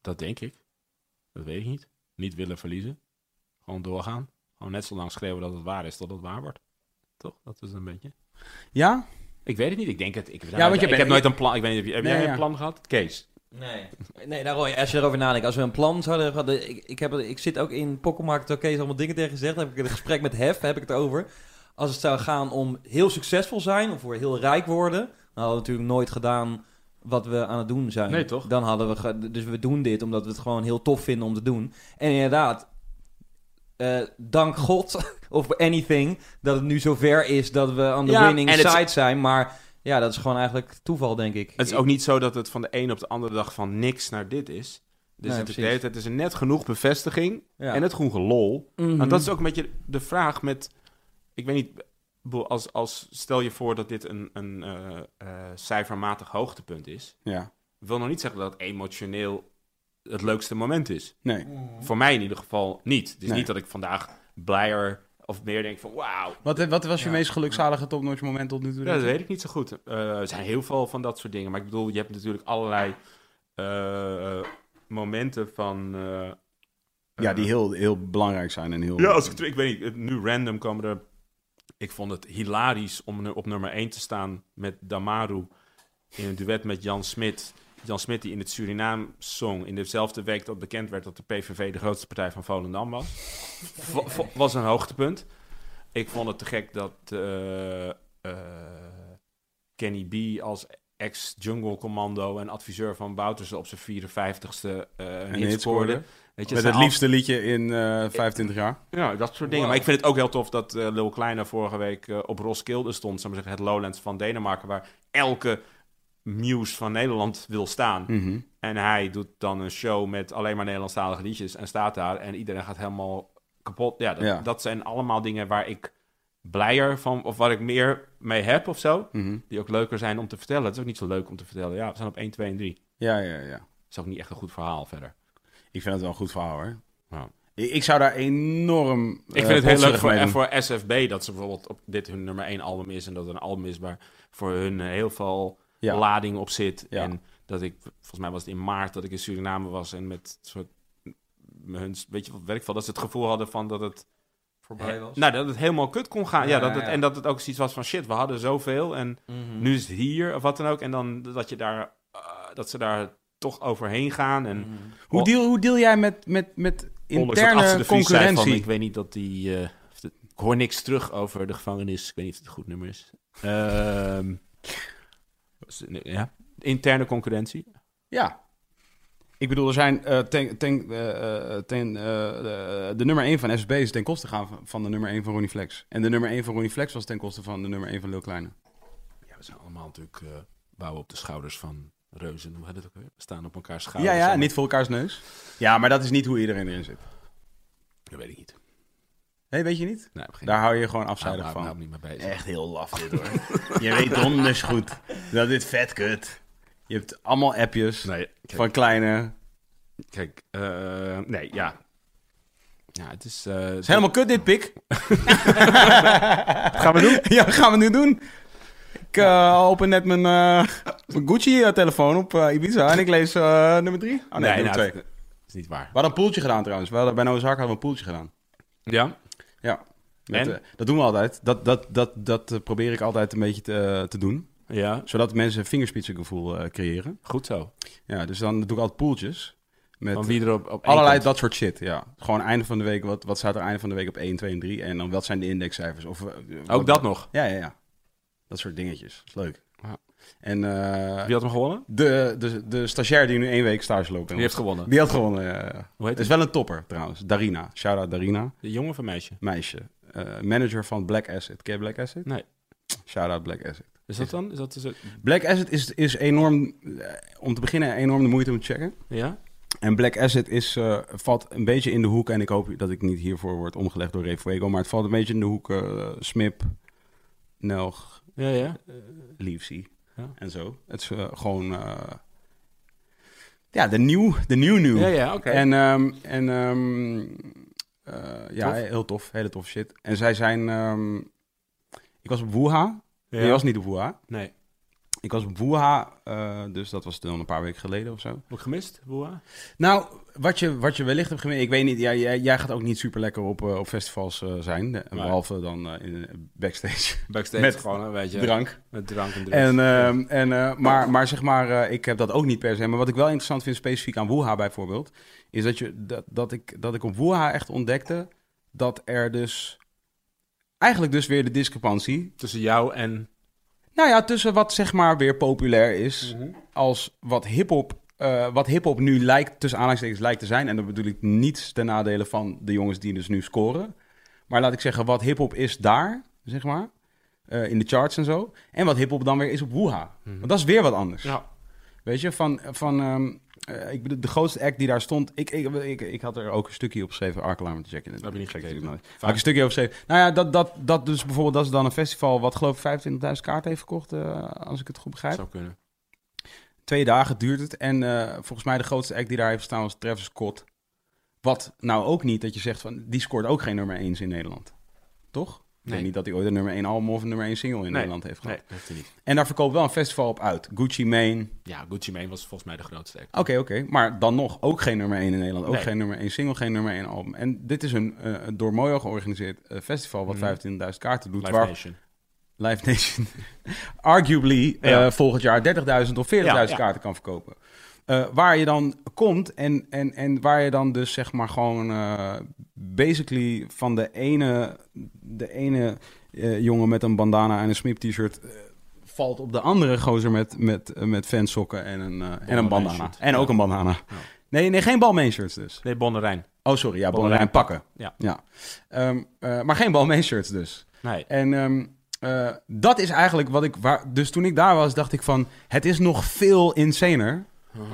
Speaker 3: Dat denk ik. Dat weet ik niet. Niet willen verliezen. Gewoon doorgaan. Gewoon net zo lang schreeuwen dat het waar is tot het waar wordt. Toch? Dat is een beetje.
Speaker 1: Ja?
Speaker 3: Ik weet het niet. Ik denk het. Ik, ja,
Speaker 1: want je
Speaker 3: ik
Speaker 1: bent-
Speaker 3: heb nooit een plan. Ik weet niet, heb, je- heb
Speaker 1: Nee,
Speaker 3: jij
Speaker 1: ja.
Speaker 3: een plan gehad? Kees.
Speaker 2: Nee, nee daarom, als je erover nadenkt, als we een plan zouden hebben gehad, ik, ik, heb, het- ik zit ook in Pokkelmarkt, oké, is allemaal dingen tegen gezegd, heb ik in een gesprek met Hef, heb ik het over. Als het zou gaan om heel succesvol zijn, of voor heel rijk worden, dan hadden we natuurlijk nooit gedaan wat we aan het doen zijn.
Speaker 3: Nee, toch?
Speaker 2: Dan hadden we, ge- dus we doen dit omdat we het gewoon heel tof vinden om te doen. En inderdaad, eh, dank God, of anything, dat het nu zover is dat we aan de
Speaker 3: Ja,
Speaker 2: winning
Speaker 3: en het-
Speaker 2: side zijn, maar ja, dat is gewoon eigenlijk toeval, denk ik.
Speaker 3: Het is ook niet zo dat het van de een op de andere dag van niks naar dit is.
Speaker 2: Nee,
Speaker 3: Dus het, is de
Speaker 2: precies.
Speaker 3: hele tijd- het is er net genoeg bevestiging
Speaker 2: Ja.
Speaker 3: en het groen gelol.
Speaker 2: Mhm.
Speaker 3: Want Nou, dat is ook een beetje de vraag met... Ik weet niet, ik bedoel, als, als, stel je voor dat dit een, een eh, eh, cijfermatig hoogtepunt is.
Speaker 1: Ja.
Speaker 3: Wil nog niet zeggen dat het emotioneel het leukste moment is.
Speaker 1: Nee.
Speaker 3: Voor mij in ieder geval niet. Het is
Speaker 1: Nee.
Speaker 3: niet dat ik vandaag blijer of meer denk van wauw.
Speaker 1: Wat, wat was je meest gelukzalige topnotch moment tot nu toe?
Speaker 3: Ja, dat weet ik niet zo goed. Eh, er zijn heel veel van dat soort dingen. Maar ik bedoel, je hebt natuurlijk allerlei eh, momenten van... eh,
Speaker 1: Ja, die heel, heel belangrijk zijn en heel...
Speaker 3: Ja, als ik, terug- ik weet niet, het- nu random komen er... Ik vond het hilarisch om nu op nummer 1 te staan met Damaru in een duet met Jan Smit. Jan Smit die in het Surinaam zong in dezelfde week dat bekend werd dat de PVV de grootste partij van Volendam was. Vo- vo- was een hoogtepunt. Ik vond het te gek dat eh, eh, Kenny B als ex-jungle commando en adviseur van Bouterse op zijn 54ste eh
Speaker 1: Een
Speaker 3: een hit
Speaker 1: hit
Speaker 3: scoorde.
Speaker 1: scoorde.
Speaker 3: Weet je,
Speaker 1: Met
Speaker 3: zijn
Speaker 1: het
Speaker 3: al-
Speaker 1: liefste liedje in eh, 25 jaar.
Speaker 3: ja, dat soort dingen. Maar ik vind het ook heel tof dat eh Lil Kleine vorige week eh, op Roskilde stond. Zou ik maar zeggen, het Lowlands van Denemarken. Waar elke muse van Nederland wil staan.
Speaker 1: Mhm.
Speaker 3: En hij doet dan een show met alleen maar Nederlandstalige liedjes en staat daar en iedereen gaat helemaal kapot. Ja, dat,
Speaker 1: Ja.
Speaker 3: dat zijn allemaal dingen waar ik blijer van, of waar ik meer mee heb of zo.
Speaker 1: mhm.
Speaker 3: Die ook leuker zijn om te vertellen. Het is ook niet zo leuk om te vertellen. Ja, we zijn op 1, 2 en 3.
Speaker 1: Ja, ja, ja.
Speaker 3: is ook niet echt een goed verhaal verder.
Speaker 1: Ik vind het wel een goed verhaal, hoor.
Speaker 3: Ja.
Speaker 1: Ik, ik zou daar enorm... eh,
Speaker 3: Ik vind het heel leuk voor, en voor SFB dat ze bijvoorbeeld op dit hun nummer 1 album is en dat het een album is waar voor hun eh, heel veel
Speaker 1: Ja.
Speaker 3: lading op zit.
Speaker 1: Ja.
Speaker 3: En dat ik, volgens mij was het in maart dat ik in Suriname was en met soort hun, weet je wat, werk van dat ze het gevoel hadden van dat het
Speaker 2: Voorbij was.
Speaker 3: Nou, dat het helemaal kut kon gaan. Ja,
Speaker 2: Ja,
Speaker 3: dat het,
Speaker 2: ja.
Speaker 3: En dat het ook zoiets was van shit, we hadden zoveel en
Speaker 2: Mhm.
Speaker 3: nu is het hier of wat dan ook. En dan dat, je daar, eh, dat ze daar toch overheen gaan. En
Speaker 2: Mhm.
Speaker 1: Hoe deal, hoe deal jij met, met, met
Speaker 3: ondanks dat Atze
Speaker 1: interne
Speaker 3: de Vries zei van,
Speaker 1: concurrentie?
Speaker 3: ik weet niet dat die... eh, of de- ik hoor niks terug over de gevangenis. Ik weet niet of het een goed nummer is. Ehm, s- ja. Interne concurrentie.
Speaker 1: Ja. Ik bedoel, er zijn eh, ten, ten, eh, eh, ten, eh, eh, de nummer 1 van SB is ten koste gaan van- van de nummer 1 van Ronnie Flex. En de nummer 1 van Ronnie Flex was ten koste van de nummer 1 van Lil Kleine.
Speaker 3: Ja, we zijn allemaal natuurlijk eh, bouwen op de schouders van reuzen. Hoe heet het ook weer? We staan op elkaar
Speaker 1: ja,
Speaker 3: schouders.
Speaker 1: ja,
Speaker 3: en-
Speaker 1: niet voor elkaars neus. Ja, maar dat is niet hoe iedereen erin zit.
Speaker 3: Dat weet ik niet.
Speaker 1: Hé, weet je niet? Nou,
Speaker 3: Nee, ik heb geen...
Speaker 1: Daar hou je gewoon
Speaker 3: Daar
Speaker 1: afzijdig
Speaker 3: hou ik me nou
Speaker 1: van.
Speaker 3: niet mee bezig.
Speaker 1: Echt heel laf dit hoor. je weet donders goed dat dit vet kut. Je hebt allemaal appjes
Speaker 3: Nee, kijk,
Speaker 1: van Kleine.
Speaker 3: kijk eh, nee, ja. Ja, het is... eh,
Speaker 1: Het is helemaal kut dit, pik.
Speaker 3: Gaan we doen? Oh,
Speaker 1: Ja, gaan we nu doen. Ik eh, open net mijn, eh, mijn Gucci-telefoon op eh, Ibiza en ik lees eh, nummer 3. Oh nee,
Speaker 3: Nee,
Speaker 1: nummer
Speaker 3: nou,
Speaker 1: 2.
Speaker 3: het- het is niet waar.
Speaker 1: We hadden een poeltje gedaan trouwens. We hadden, bij Noah's Ark hadden we een poeltje gedaan.
Speaker 3: Ja?
Speaker 1: Ja. Met,
Speaker 3: En?
Speaker 1: eh, dat doen we altijd. Dat, dat, dat, dat eh, probeer ik altijd een beetje te, eh, te doen.
Speaker 3: Ja,
Speaker 1: Zodat mensen vingerspitsengevoel eh, creëren.
Speaker 3: goed zo.
Speaker 1: Ja, dus dan doe ik altijd poeltjes. Met
Speaker 3: Van wie er op, op één
Speaker 1: allerlei
Speaker 3: komt.
Speaker 1: dat soort shit, ja. Gewoon einde van de week, wat, wat staat er einde van de week op 1, 2 en 3? En dan wat zijn de indexcijfers? Of, eh,
Speaker 3: Ook
Speaker 1: wat-
Speaker 3: dat nog.
Speaker 1: Ja, ja, ja. Dat soort dingetjes. Dat is leuk.
Speaker 3: Ja.
Speaker 1: En eh,
Speaker 3: Wie had hem gewonnen?
Speaker 1: de, de, de stagiair die nu één week stage loopt.
Speaker 3: Die heeft gewonnen.
Speaker 1: Die had gewonnen. ja.
Speaker 3: Hoe heet
Speaker 1: is
Speaker 3: het?
Speaker 1: wel een topper trouwens. Darina. Shout-out Darina.
Speaker 3: De jongen of een meisje?
Speaker 1: Meisje. Eh, manager van Black Asset. Ken je Black Asset?
Speaker 3: Nee.
Speaker 1: Shout-out Black Asset.
Speaker 3: Is dat dan? Is dat dus ook-
Speaker 1: Black Asset is, is enorm, eh, om te beginnen, enorm de moeite om te checken.
Speaker 3: Ja?
Speaker 1: En Black Asset is, eh, valt een beetje in de hoek. En ik hoop dat ik niet hiervoor word omgelegd door Ray Fuego. Maar het valt een beetje in de hoek eh, Smip, Nelg,
Speaker 3: Ja, ja.
Speaker 1: Leafsy
Speaker 3: Ja.
Speaker 1: en zo. Het is eh, gewoon... eh, ja, de nieuw, de nieuw nieuw.
Speaker 3: Ja, ja, oké.
Speaker 1: En, ehm, en ehm, eh, ja,
Speaker 3: Tof.
Speaker 1: heel tof. Hele tof shit. En zij zijn... ehm, ik was op Wuha.
Speaker 3: Ja.
Speaker 1: Nee, ik was niet op Wuha.
Speaker 3: Nee.
Speaker 1: Ik was op Wuha, eh, dus dat was dan een paar weken geleden of zo.
Speaker 3: Ook gemist, Boa?
Speaker 1: Nou, wat je, wat je wellicht hebt gemeen, ik weet niet, jij, jij, jij gaat ook niet super lekker op, eh, op festivals eh, zijn. eh,
Speaker 3: Nee.
Speaker 1: Behalve dan eh, in, backstage
Speaker 3: Backstage
Speaker 1: Met
Speaker 3: gewoon, een beetje
Speaker 1: drank.
Speaker 3: Met drank en drugs.
Speaker 1: En, ehm, en, eh, maar, maar zeg maar, eh, ik heb dat ook niet per se. Maar wat ik wel interessant vind, specifiek aan Woeha bijvoorbeeld, is dat, je, dat, dat, ik, dat ik op Woeha echt ontdekte dat er dus eigenlijk dus weer de discrepantie.
Speaker 3: Tussen jou en...
Speaker 1: Nou ja, tussen wat zeg maar weer populair is
Speaker 3: Mhm.
Speaker 1: als wat hip-hop. eh, wat hip-hop nu lijkt, tussen aanhalingstekens lijkt te zijn. En dat bedoel ik niets ten nadele van de jongens die dus nu scoren. Maar laat ik zeggen, wat hip-hop is daar, zeg maar. eh, in de charts en zo. En wat hip-hop dan weer is op Woeha. Want dat is weer wat anders.
Speaker 3: Mhm. Ja.
Speaker 1: Weet je, van. van ehm, eh, ik bedoel, de grootste act die daar stond. Ik, ik, ik, ik had er ook een stukje op geschreven. Arklamer te checken.
Speaker 3: Heb je niet
Speaker 1: Check
Speaker 3: gekeken?
Speaker 1: natuurlijk nooit. Had
Speaker 3: Vaak.
Speaker 1: ik een stukje over geschreven. Nou ja, dat, dat, dat dus bijvoorbeeld. Dat is dan een festival. wat geloof ik 25.000 kaarten heeft verkocht. eh, als ik het goed begrijp.
Speaker 3: Zou kunnen.
Speaker 1: Twee dagen duurt het. En eh, volgens mij de grootste act die daar heeft staan was Travis Scott. Wat nou ook niet dat je zegt van die scoort ook geen nummer 1 in Nederland. Toch? Ik
Speaker 3: Nee.
Speaker 1: weet niet dat hij ooit een nummer 1 album of een nummer 1 single in Nederland heeft gehad.
Speaker 3: Nee, dat heeft hij niet.
Speaker 1: En daar verkoopt wel een festival op uit. Gucci Mane.
Speaker 3: Ja, Gucci Mane was volgens mij de grootste act.
Speaker 1: Oké, oké. Maar dan nog ook geen nummer 1 in Nederland. Ook
Speaker 3: Nee.
Speaker 1: geen nummer 1 single, geen nummer 1 album. En dit is een eh, door Mojo georganiseerd eh, festival wat
Speaker 3: Mhm.
Speaker 1: 15.000 kaarten doet.
Speaker 3: Live
Speaker 1: waar
Speaker 3: Nation.
Speaker 1: Live Nation arguably eh,
Speaker 3: Ja.
Speaker 1: volgend jaar 30.000 of 40.000
Speaker 3: Ja, ja.
Speaker 1: kaarten kan verkopen. Eh, waar je dan komt en, en, en waar je dan dus zeg maar gewoon eh, basically van de ene, de ene eh, jongen met een bandana en een smip t-shirt eh, valt op de andere gozer met, met, eh, met fansokken en een, eh, en een bandana.
Speaker 3: shirt.
Speaker 1: En ook
Speaker 3: Ja.
Speaker 1: een bandana. Nee, nee, geen balmeenshirts dus.
Speaker 3: Nee, Bonnerijn.
Speaker 1: Oh, sorry, ja, ballerijn
Speaker 3: Ballerijn
Speaker 1: pakken.
Speaker 3: Ja.
Speaker 1: ja. Ehm, eh, maar geen balmeenshirts dus.
Speaker 3: Nee.
Speaker 1: En ehm, eh, dat is eigenlijk wat ik... Waar, dus toen ik daar was, dacht ik van... Het is nog veel insaner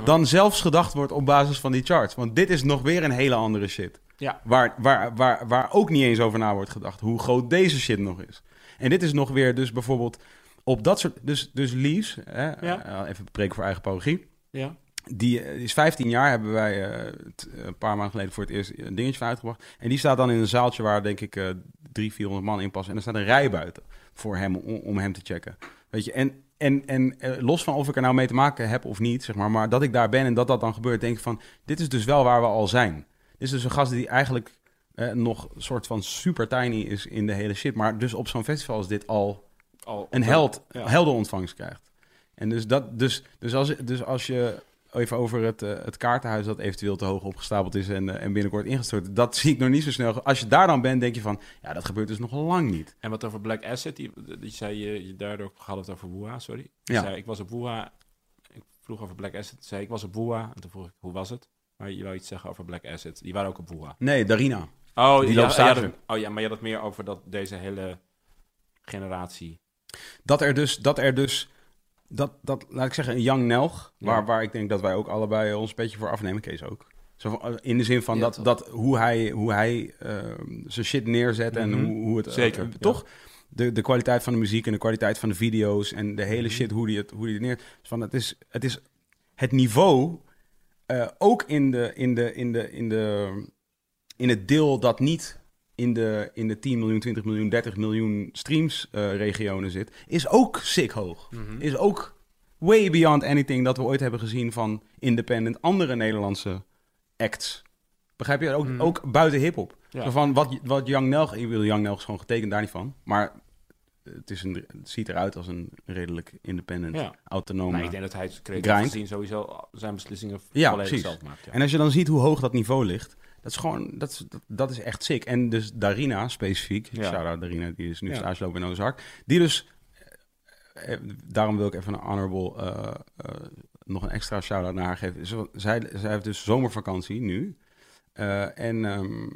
Speaker 1: dan zelfs gedacht wordt op basis van die charts. Want dit is nog weer een hele andere shit.
Speaker 3: Ja.
Speaker 1: Waar, waar, waar, waar ook niet eens over na wordt gedacht. Hoe groot deze shit nog is. En dit is nog weer dus bijvoorbeeld op dat soort... Dus, dus Lies, hè,
Speaker 3: Ja.
Speaker 1: eh, even breken voor eigen parochie.
Speaker 3: Ja.
Speaker 1: Die eh, is 15 jaar, hebben wij eh, t- een paar maanden geleden voor het eerst een dingetje van uitgebracht. En die staat dan in een zaaltje waar denk ik eh drie, 400 man in passen. En er staat een rij buiten voor hem, om, om hem te checken. Weet je, en, en, en eh, los van of ik er nou mee te maken heb of niet, zeg maar, maar dat ik daar ben en dat dat dan gebeurt, denk ik van, dit is dus wel waar we al zijn. Dit is dus een gast die eigenlijk eh, nog een soort van super tiny is in de hele shit. Maar dus op zo'n festival is dit al
Speaker 3: Al-
Speaker 1: een held,
Speaker 3: Ja.
Speaker 1: heldenontvangst krijgt. En dus, dat, dus, dus, als, dus als je even over het, eh, het kaartenhuis dat eventueel te hoog opgestapeld is en, eh, en binnenkort ingestort, dat zie ik nog niet zo snel. Als je daar dan bent, denk je van, ja, dat gebeurt dus nog lang niet.
Speaker 3: En wat over Black Asset, die, die zei je, je daardoor ook gehad het over Woeha, sorry. Je
Speaker 1: Ja.
Speaker 3: Zei, ik was op Woeha, ik vroeg over Black Asset, zei ik was op Woeha, en toen vroeg ik hoe was het? Maar je wou iets zeggen over Black Asset, die waren ook op Woeha.
Speaker 1: Nee, Darina.
Speaker 3: Oh,
Speaker 1: Die loopt
Speaker 3: ja, ja,
Speaker 1: stage.
Speaker 3: dat- oh ja, maar je had het meer over dat deze hele generatie.
Speaker 1: Dat er dus, dat er dus, dat, dat laat ik zeggen, een Young Nelg,
Speaker 3: Ja.
Speaker 1: waar, waar ik denk dat wij ook allebei ons beetje voor afnemen, Kees ook. Zo van, eh, in de zin van
Speaker 2: Ja,
Speaker 1: dat,
Speaker 2: toch.
Speaker 1: dat hoe hij, hoe hij ehm, zijn shit neerzet en
Speaker 3: Mhm.
Speaker 1: hoe, hoe het... eh,
Speaker 3: Zeker, ja.
Speaker 1: toch? De, de kwaliteit van de muziek en de kwaliteit van de video's en de
Speaker 3: Mhm.
Speaker 1: hele shit, hoe die het, hoe die het neer... dus Van, het, is, het is het niveau, eh, ook in, de, in, de, in, de, in, de, in het deel dat niet in de, in de 10 miljoen, 20 miljoen, 30 miljoen streams eh, regionen zit, is ook sick hoog.
Speaker 3: Mhm.
Speaker 1: Is ook way beyond anything dat we ooit hebben gezien van independent andere Nederlandse acts. Begrijp je? Ook,
Speaker 3: Mhm.
Speaker 1: ook buiten hip-hop.
Speaker 3: Ja.
Speaker 1: Zo Van wat, wat Young Nelg, ik wil Young Nelg is gewoon getekend daar niet van, maar het, is een, het ziet eruit als een redelijk independent,
Speaker 3: Ja.
Speaker 1: autonome.
Speaker 3: Nou, ik denk dat hij het creatief
Speaker 1: Grind.
Speaker 3: gezien sowieso zijn beslissingen
Speaker 1: Ja,
Speaker 3: volledig
Speaker 1: precies.
Speaker 3: zelf maakt. Ja.
Speaker 1: En als je dan ziet hoe hoog dat niveau ligt, dat is gewoon, dat, is- dat, dat is echt sick. En dus Darina specifiek,
Speaker 3: Ja.
Speaker 1: shout-out Darina, die is nu
Speaker 3: Ja.
Speaker 1: stage lopen in Ozark, die dus, eh, eh, daarom wil ik even een honorable, eh, eh, nog een extra shout-out naar haar geven. Ze- Zij, zij heeft dus zomervakantie nu. Eh, en ehm,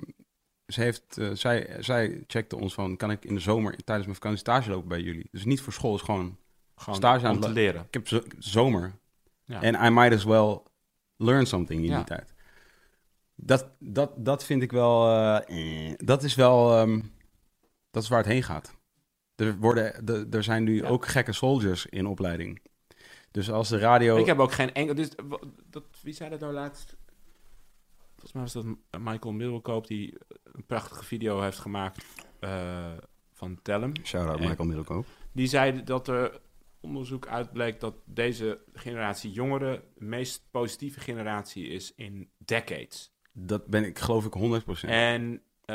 Speaker 1: ze heeft, eh, zij, zij checkte ons van, kan ik in de zomer tijdens mijn vakantie stage lopen bij jullie? Dus niet voor school, is gewoon,
Speaker 3: Gewoon
Speaker 1: Stage aan
Speaker 3: om
Speaker 1: het
Speaker 3: te
Speaker 1: lo-
Speaker 3: leren.
Speaker 1: ik heb zo- zomer,
Speaker 3: Ja.
Speaker 1: en I might as well learn something in
Speaker 3: Ja.
Speaker 1: die tijd. Dat, dat, dat vind ik wel. eh, eh, dat is wel. ehm, dat is waar het heen gaat. Er, worden, de- er zijn nu
Speaker 3: Ja.
Speaker 1: ook gekke soldiers in opleiding. Dus als de radio.
Speaker 3: Ik heb ook geen enkel. Dus, w- dat, wie zei dat nou laatst? Volgens mij was dat M- Michael Middelkoop die een prachtige video heeft gemaakt eh, van Tellem.
Speaker 1: Shout out
Speaker 3: Eh.
Speaker 1: Michael Middelkoop.
Speaker 3: Die zei dat er onderzoek uitbleek dat deze generatie jongeren de meest positieve generatie is in decades.
Speaker 1: Dat ben ik, geloof ik, 100%.
Speaker 3: En eh,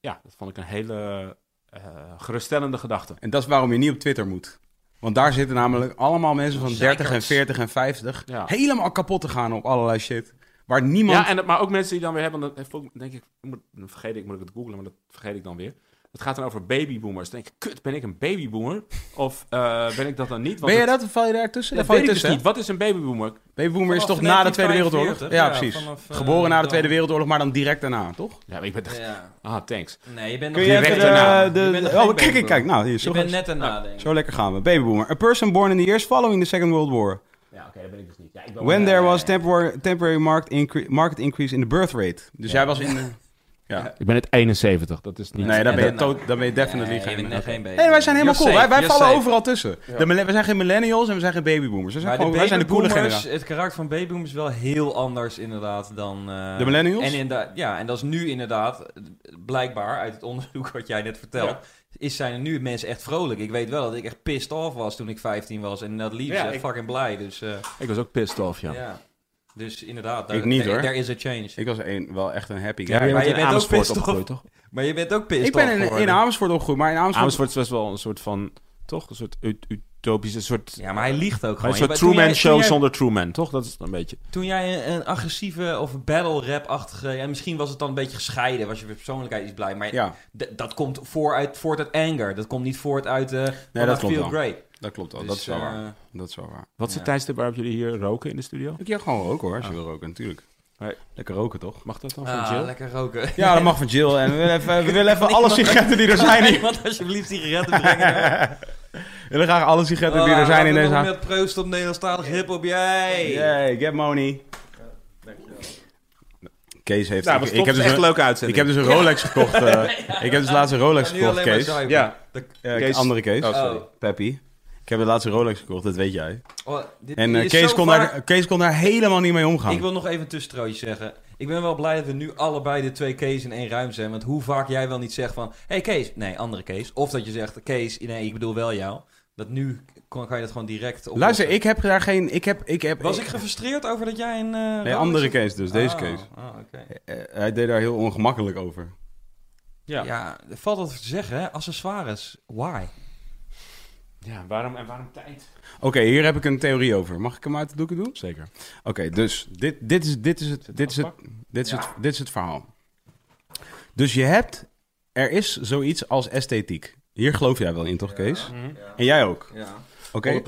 Speaker 3: ja, dat vond ik een hele eh, geruststellende gedachte.
Speaker 1: En dat is waarom je niet op Twitter moet. Want daar zitten namelijk allemaal mensen van 30 en
Speaker 2: Zekerts.
Speaker 1: 40 en 50
Speaker 3: Ja.
Speaker 1: helemaal kapot te gaan op allerlei shit. Waar niemand.
Speaker 3: Ja, en, dat- maar ook mensen die dan weer hebben, dan eh, volgens- denk ik, ik moet, dan vergeet ik, moet ik het googlen, maar dat vergeet ik dan weer. Het gaat dan over babyboomers. Dan denk ik, kut, ben ik een babyboomer? Of eh, ben ik dat dan niet? Want
Speaker 1: ben je
Speaker 3: het-
Speaker 1: dat? Val je daar tussen?
Speaker 3: Ja,
Speaker 1: Daar val
Speaker 3: weet
Speaker 1: je
Speaker 3: ik
Speaker 1: tussen.
Speaker 3: dus
Speaker 1: hè?
Speaker 3: niet. Wat is een babyboomer?
Speaker 1: Babyboomer is
Speaker 2: Vanaf
Speaker 1: toch na de Tweede
Speaker 2: 1945,
Speaker 1: Wereldoorlog? Ja,
Speaker 2: ja,
Speaker 1: precies.
Speaker 2: vanaf, eh,
Speaker 1: Geboren na de
Speaker 2: dan.
Speaker 1: Tweede Wereldoorlog, maar dan direct daarna, toch?
Speaker 3: Ja, maar ik ben echt-
Speaker 2: Ja.
Speaker 3: Ah, thanks.
Speaker 2: Nee, je bent
Speaker 1: Kun
Speaker 2: nog
Speaker 1: je
Speaker 2: net
Speaker 1: even
Speaker 2: een- eh,
Speaker 1: de,
Speaker 2: je
Speaker 1: de-
Speaker 2: bent nog
Speaker 1: oh,
Speaker 2: geen
Speaker 1: kijk, kijk,
Speaker 2: baby.
Speaker 1: kijk. Nou, hier,
Speaker 2: Je
Speaker 1: zo,
Speaker 2: bent
Speaker 1: gaat-
Speaker 2: net een nadenken.
Speaker 1: zo lekker gaan we. Babyboomer. A person born in the years following the Second World War.
Speaker 3: Ja, oké, dat ben ik dus niet. Ja, ik ben
Speaker 1: When
Speaker 3: wel-
Speaker 1: there was temporary, temporary market, incre- market increase in the birth rate. Dus jij was in... de- Ja.
Speaker 3: Ik ben het 71, dat is niet...
Speaker 1: Nee, daar ben je,
Speaker 2: Ja,
Speaker 1: to- daar ben je definitely
Speaker 2: Nee, je
Speaker 1: geen...
Speaker 2: bent net geen baby.
Speaker 1: Nee, wij zijn helemaal
Speaker 2: You're
Speaker 1: cool. Wij,
Speaker 2: safe,
Speaker 1: wij
Speaker 2: you're
Speaker 1: vallen
Speaker 2: safe.
Speaker 1: overal tussen. De millen- we zijn geen millennials en we zijn geen babyboomers. We zijn
Speaker 2: Maar de
Speaker 1: gewoon, wij zijn de coole
Speaker 2: babyboomers,
Speaker 1: generatie.
Speaker 2: Het karakter van babyboomers is wel heel anders inderdaad dan... eh,
Speaker 1: De millennials?
Speaker 2: En inderdaad, ja, en dat is nu inderdaad, eh, blijkbaar uit het onderzoek wat jij net vertelt, is zijn er nu mensen echt vrolijk. Ik weet wel dat ik echt pissed off was toen ik 15 was en dat liep
Speaker 3: Ja,
Speaker 2: ze echt
Speaker 3: ik-
Speaker 2: fucking blij. Dus, eh,
Speaker 3: Ik was ook pissed off,
Speaker 2: ja.
Speaker 3: ja.
Speaker 2: Dus inderdaad,
Speaker 1: Ik
Speaker 2: daar-
Speaker 1: niet,
Speaker 2: there,
Speaker 1: hoor.
Speaker 2: there is a change.
Speaker 1: Ik was een, wel echt een happy
Speaker 3: Ja,
Speaker 1: guy.
Speaker 2: maar je
Speaker 3: in
Speaker 2: bent ook
Speaker 3: Amersfoort
Speaker 2: pissed off.
Speaker 3: opgegroeid, toch?
Speaker 2: Maar je bent ook pissed
Speaker 1: Ik ben
Speaker 2: off
Speaker 1: in, in
Speaker 2: geworden.
Speaker 1: Amersfoort opgegroeid, maar in Amersfoort
Speaker 3: Amersfoort is best wel een soort van... Toch? Een soort ut- utopische soort...
Speaker 2: Ja, maar hij liegt ook
Speaker 3: Maar
Speaker 2: gewoon.
Speaker 3: een soort
Speaker 2: Je bent-
Speaker 3: Truman
Speaker 2: toen jij-
Speaker 3: Show
Speaker 2: toen jij-
Speaker 3: zonder Truman, toch? Dat is een beetje...
Speaker 2: Toen jij een, een agressieve of battle rap-achtige... En misschien was het dan een beetje gescheiden, was je persoonlijkheid iets blij. Maar
Speaker 1: Ja,
Speaker 2: d- dat komt voor uit, voort uit anger. Dat komt niet voort uit... eh nee,
Speaker 1: dat
Speaker 2: dat
Speaker 1: klopt
Speaker 2: feel
Speaker 1: wel.
Speaker 2: great.
Speaker 1: dat klopt al.
Speaker 2: Dus,
Speaker 1: dat is wel
Speaker 2: eh,
Speaker 1: waar. Dat is wel waar.
Speaker 3: Wat is het
Speaker 2: Ja.
Speaker 3: tijdstip waarop jullie hier roken in de studio?
Speaker 1: Ik kan gewoon roken hoor, als je wil roken, natuurlijk.
Speaker 3: Nee.
Speaker 1: Lekker roken, toch?
Speaker 3: Mag dat dan van
Speaker 2: Ah,
Speaker 3: Jill?
Speaker 2: lekker roken.
Speaker 1: Ja, dat mag van Jill. En we willen even, we willen even alle sigaretten die er zijn.
Speaker 2: Kan
Speaker 1: hier-
Speaker 2: iemand alsjeblieft sigaretten brengen?
Speaker 1: We willen graag alle sigaretten die er zijn in deze
Speaker 2: Met proost op Nederlandstalig hiphop, jij!
Speaker 1: Yay, get money. Kees heeft...
Speaker 3: Nou,
Speaker 1: ik,
Speaker 3: was
Speaker 1: ik, heb dus
Speaker 3: echt
Speaker 1: een,
Speaker 3: leuke
Speaker 1: ik
Speaker 3: uitzending.
Speaker 1: heb dus een Rolex gekocht. eh, ik heb dus laatst een Rolex
Speaker 2: Ja, nu
Speaker 1: gekocht,
Speaker 2: alleen maar
Speaker 1: Kees.
Speaker 2: zuipen.
Speaker 3: Ja,
Speaker 1: Eh,
Speaker 3: Kees-
Speaker 1: Andere Kees.
Speaker 3: Oh,
Speaker 2: sorry.
Speaker 1: Peppy. Ik heb de laatste Rolex gekocht, dat weet jij.
Speaker 2: Oh, dit
Speaker 1: En
Speaker 2: dit
Speaker 1: eh,
Speaker 2: is
Speaker 1: Kees,
Speaker 2: zo
Speaker 1: kon
Speaker 2: vaak-
Speaker 1: daar, Kees kon daar helemaal niet mee omgaan.
Speaker 2: Ik wil nog even een tussentrouwtje zeggen. Ik ben wel blij dat we nu allebei de twee Kees in één ruim zijn. Want hoe vaak jij wel niet zegt van... hey Kees, nee, andere Kees. Of dat je zegt, Kees, nee, ik bedoel wel jou. Dat nu kon, kan je dat gewoon direct oplossen.
Speaker 1: Luister, ik heb daar geen... Ik heb, ik heb,
Speaker 2: Was ik gefrustreerd over dat jij een... eh,
Speaker 1: Nee,
Speaker 2: Rolex
Speaker 1: andere
Speaker 2: had?
Speaker 1: Kees dus, deze
Speaker 2: Oh,
Speaker 1: Kees.
Speaker 2: oh, oké.
Speaker 1: Eh, hij deed daar heel ongemakkelijk over.
Speaker 2: Ja. er valt wat voor te zeggen, hè? Accessoires. Why?
Speaker 3: Ja, waarom en waarom tijd?
Speaker 1: Oké, hier heb ik een theorie over. Mag ik hem uit de doeken doen?
Speaker 3: Zeker.
Speaker 1: Oké, dus dit, dit, is, dit, is het, dit, is het, dit, is het, dit is het verhaal. Dus je hebt, er is zoiets als esthetiek. Hier geloof jij wel in, toch, Kees?
Speaker 2: Mhm.
Speaker 1: En jij ook.
Speaker 2: Ja.
Speaker 1: Oké,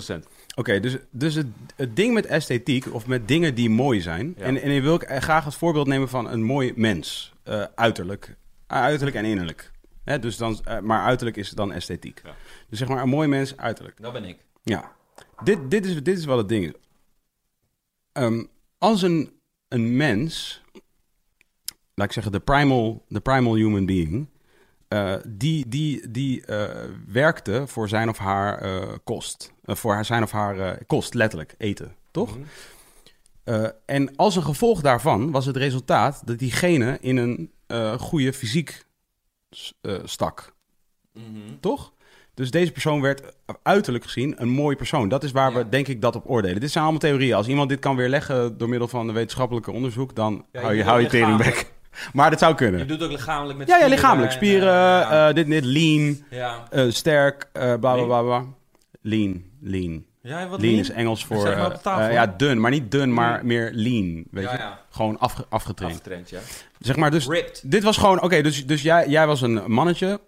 Speaker 1: oké,
Speaker 3: 100%.
Speaker 1: dus, dus het, het ding met esthetiek, of met dingen die mooi zijn.
Speaker 3: Ja.
Speaker 1: En, en hier wil ik eh, graag als voorbeeld nemen van een mooi mens. Eh, uiterlijk. Eh, uiterlijk en innerlijk. Hè, dus dan, eh, maar uiterlijk is dan esthetiek.
Speaker 3: Ja.
Speaker 1: Dus zeg maar een mooi mens, uiterlijk.
Speaker 2: Dat ben ik.
Speaker 1: Ja, dit, dit, is, dit is wel het ding. Ehm, als een, een mens, laat ik zeggen, de primal, de primal human being, eh, die, die, die eh, werkte voor zijn of haar eh, kost. Eh, voor haar, zijn of haar eh, kost, letterlijk, eten, toch? Eh, en als een gevolg daarvan was het resultaat dat diegene in een eh, goede fysiek s- eh, stak.
Speaker 2: Mhm.
Speaker 1: Toch? Dus deze persoon werd uiterlijk gezien een mooie persoon. Dat is waar
Speaker 2: Ja.
Speaker 1: we denk ik dat op oordelen. Dit zijn allemaal theorieën. Als iemand dit kan weerleggen door middel van een wetenschappelijke onderzoek, dan
Speaker 2: Ja, je
Speaker 1: hou je,
Speaker 2: doet
Speaker 1: hou je
Speaker 2: ook lichaam.
Speaker 1: tering weg. Maar dat zou
Speaker 2: Je
Speaker 1: kunnen.
Speaker 2: doet ook lichamelijk met
Speaker 1: Ja, ja,
Speaker 2: spieren
Speaker 1: lichamelijk.
Speaker 2: en,
Speaker 1: Spieren,
Speaker 2: eh, ja.
Speaker 1: eh, dit en dit, lean,
Speaker 2: ja.
Speaker 1: eh, sterk, eh, bla bla bla bla. Lean, lean.
Speaker 2: Ja, wat
Speaker 1: Lean
Speaker 2: lean?
Speaker 1: is Engels voor
Speaker 2: Zeg maar op
Speaker 1: eh,
Speaker 2: tafel,
Speaker 1: eh,
Speaker 2: hè?
Speaker 1: ja, dun, maar niet dun, maar meer lean. Weet
Speaker 2: Ja,
Speaker 1: je?
Speaker 2: ja.
Speaker 1: Gewoon afge- afgetraind.
Speaker 2: Afgetraind, ja.
Speaker 1: Zeg maar, dus
Speaker 2: Ripped.
Speaker 1: dit was gewoon, oké, dus, dus jij, jij was een mannetje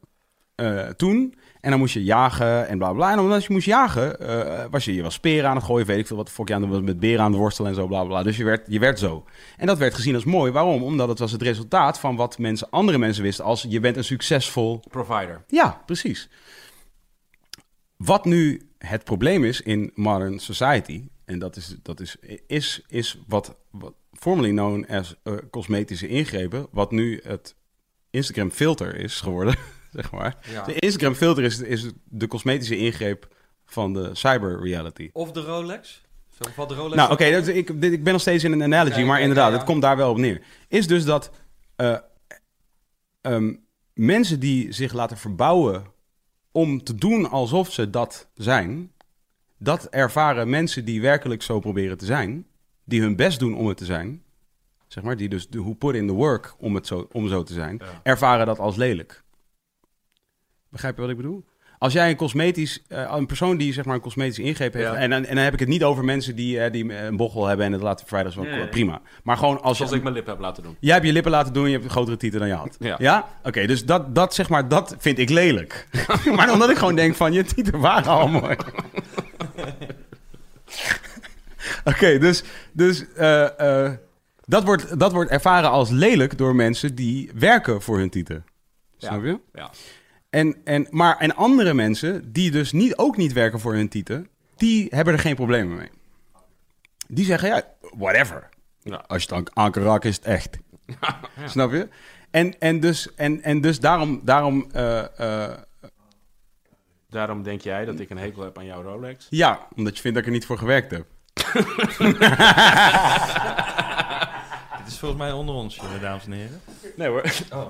Speaker 1: eh, toen. En dan moest je jagen en bla bla. En omdat je moest jagen, eh, was je, je was speren aan het gooien. Weet ik veel wat de fuck je aan het doen was, met beren aan het worstelen en zo bla bla. Dus je werd, je werd zo. En dat werd gezien als mooi. Waarom? Omdat het was het resultaat van wat mensen, andere mensen wisten. Als je bent een succesvol.
Speaker 3: Provider.
Speaker 1: Ja, precies. Wat nu het probleem is in modern society. En dat is, dat is, is, is wat, wat formerly known as eh, cosmetische ingrepen. Wat nu het Instagram filter is geworden, zeg maar.
Speaker 2: Ja.
Speaker 1: De Instagram filter is, is de cosmetische ingreep van de cyber reality.
Speaker 2: Of de Rolex. Zo valt de Rolex.
Speaker 1: Nou, oké, dat- ik, dit- ik ben nog steeds in een analogy,
Speaker 2: Ja,
Speaker 1: maar
Speaker 2: ja,
Speaker 1: inderdaad,
Speaker 2: ja, ja.
Speaker 1: het komt daar wel op neer. Is dus dat eh, ehm, mensen die zich laten verbouwen om te doen alsof ze dat zijn, dat ervaren mensen die werkelijk zo proberen te zijn, die hun best doen om het te zijn, zeg maar, die dus de- who put in the work om, het zo, om zo te zijn, ervaren dat als lelijk. Begrijp je wat ik bedoel? Als jij een cosmetisch, eh, een persoon die zeg maar een cosmetisch ingreep heeft,
Speaker 3: Ja.
Speaker 1: en, dan- en dan heb ik het niet over mensen die, eh, die een bochel hebben en het laten vrijdag zo prima. Maar gewoon als je,
Speaker 3: Zoals ik mijn lip heb laten doen.
Speaker 1: jij hebt je lippen laten doen, je hebt een grotere titel dan je had.
Speaker 3: Ja.
Speaker 1: Oké, dus dat, dat zeg maar, dat vind ik lelijk. maar omdat ik gewoon denk van, je tieten waren al mooi. Oké, dus, dus eh, eh, dat, wordt, dat wordt ervaren als lelijk door mensen die werken voor hun tieten. Snap je?
Speaker 3: Ja.
Speaker 1: En, en, maar, en andere mensen die dus niet, ook niet werken voor hun tieten, die hebben er geen problemen mee. Die zeggen, ja, whatever.
Speaker 3: Ja.
Speaker 1: Als je het aan kan raken, is het echt. Snap je? En, en, dus, en, en dus daarom, daarom eh, eh,
Speaker 3: Daarom denk jij dat ik een hekel heb aan jouw Rolex.
Speaker 1: ja, omdat je vindt dat ik er niet voor gewerkt heb.
Speaker 2: Dit is volgens mij onder ons, eh, dames en heren.
Speaker 1: Nee hoor.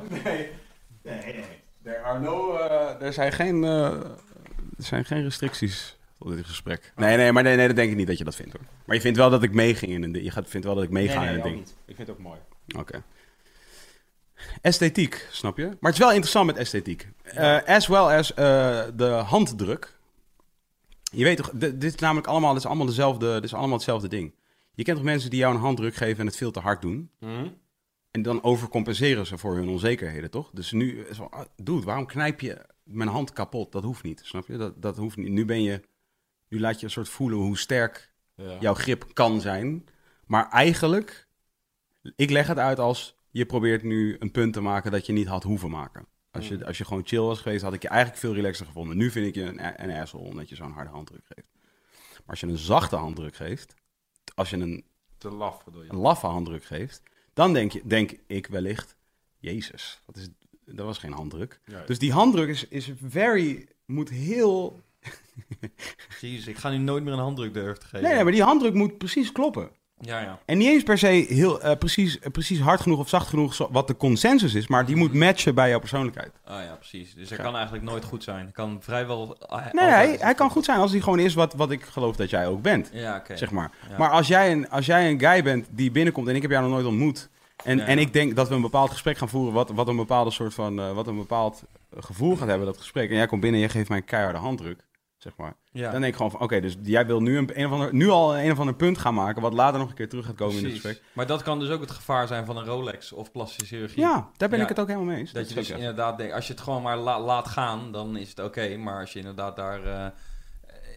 Speaker 1: Nee, nee, nee. There are no, eh, er, zijn geen, eh, er zijn geen restricties op dit gesprek. Nee, nee, maar nee, nee, dat denk ik niet dat je dat vindt hoor. Maar je vindt wel dat ik meeging in een ding. Je gaat, vindt wel dat ik meega in een ding.
Speaker 3: Ik vind het ook mooi.
Speaker 1: Oké. Esthetiek, snap je? Maar het is wel interessant met esthetiek. Eh, as well as eh, de handdruk. Je weet toch, d- dit is namelijk allemaal, dit is allemaal, dezelfde, dit is allemaal hetzelfde ding. Je kent toch mensen die jou een handdruk geven en het veel te hard doen? En dan overcompenseren ze voor hun onzekerheden, toch? Dus nu, is wel, ah, dude, waarom knijp je mijn hand kapot? Dat hoeft niet, snap je? Dat, dat hoeft niet. Nu ben je, nu laat je een soort voelen hoe sterk
Speaker 3: Ja.
Speaker 1: jouw grip kan zijn. Maar eigenlijk Ik leg het uit als je probeert nu een punt te maken dat je niet had hoeven maken. Als je, als je gewoon chill was geweest, had ik je eigenlijk veel relaxer gevonden. Nu vind ik je een, a- een asshole omdat je zo'n harde handdruk geeft. Maar als je een zachte handdruk geeft, als je een,
Speaker 3: Te laf, bedoel
Speaker 1: een laffe handdruk geeft, dan denk, je, denk ik wellicht, Jezus, wat is, dat was geen handdruk.
Speaker 3: Ja.
Speaker 1: Dus die handdruk is, is very, moet heel
Speaker 2: Jezus, ik ga nu nooit meer een handdruk durven te geven.
Speaker 1: Nee, nee, maar die handdruk moet precies kloppen.
Speaker 2: Ja, ja.
Speaker 1: En niet eens per se heel, eh, precies, eh, precies hard genoeg of zacht genoeg zo- wat de consensus is, maar die moet matchen bij jouw persoonlijkheid.
Speaker 2: Ah ja, precies. Dus hij kan eigenlijk nooit goed zijn. Hij kan vrijwel... ah,
Speaker 1: Nee,
Speaker 2: altijd-
Speaker 1: hij, hij kan goed zijn als hij gewoon is wat, wat ik geloof dat jij ook bent,
Speaker 2: Ja, oké.
Speaker 1: zeg maar.
Speaker 2: Ja.
Speaker 1: Maar als jij, een, als jij een guy bent die binnenkomt en ik heb jou nog nooit ontmoet en,
Speaker 2: Ja.
Speaker 1: en ik denk dat we een bepaald gesprek gaan voeren wat, wat een bepaalde soort van, eh, wat een bepaald gevoel gaat hebben dat gesprek en jij komt binnen en jij geeft mij een keiharde handdruk, zeg maar.
Speaker 2: Ja.
Speaker 1: Dan denk ik gewoon van, oké, dus jij wil nu, een, een of ander, nu al een of ander punt gaan maken wat later nog een keer terug gaat komen in het
Speaker 2: Precies.
Speaker 1: gesprek.
Speaker 2: Maar dat kan dus ook het gevaar zijn van een Rolex of plastische chirurgie.
Speaker 1: Ja, daar ben
Speaker 2: Ja.
Speaker 1: ik het ook helemaal mee eens.
Speaker 2: Dat je
Speaker 1: is
Speaker 2: dus
Speaker 1: ook echt-
Speaker 2: inderdaad denkt, als je het gewoon maar la- laat gaan, dan is het oké. Maar als je inderdaad daar... eh,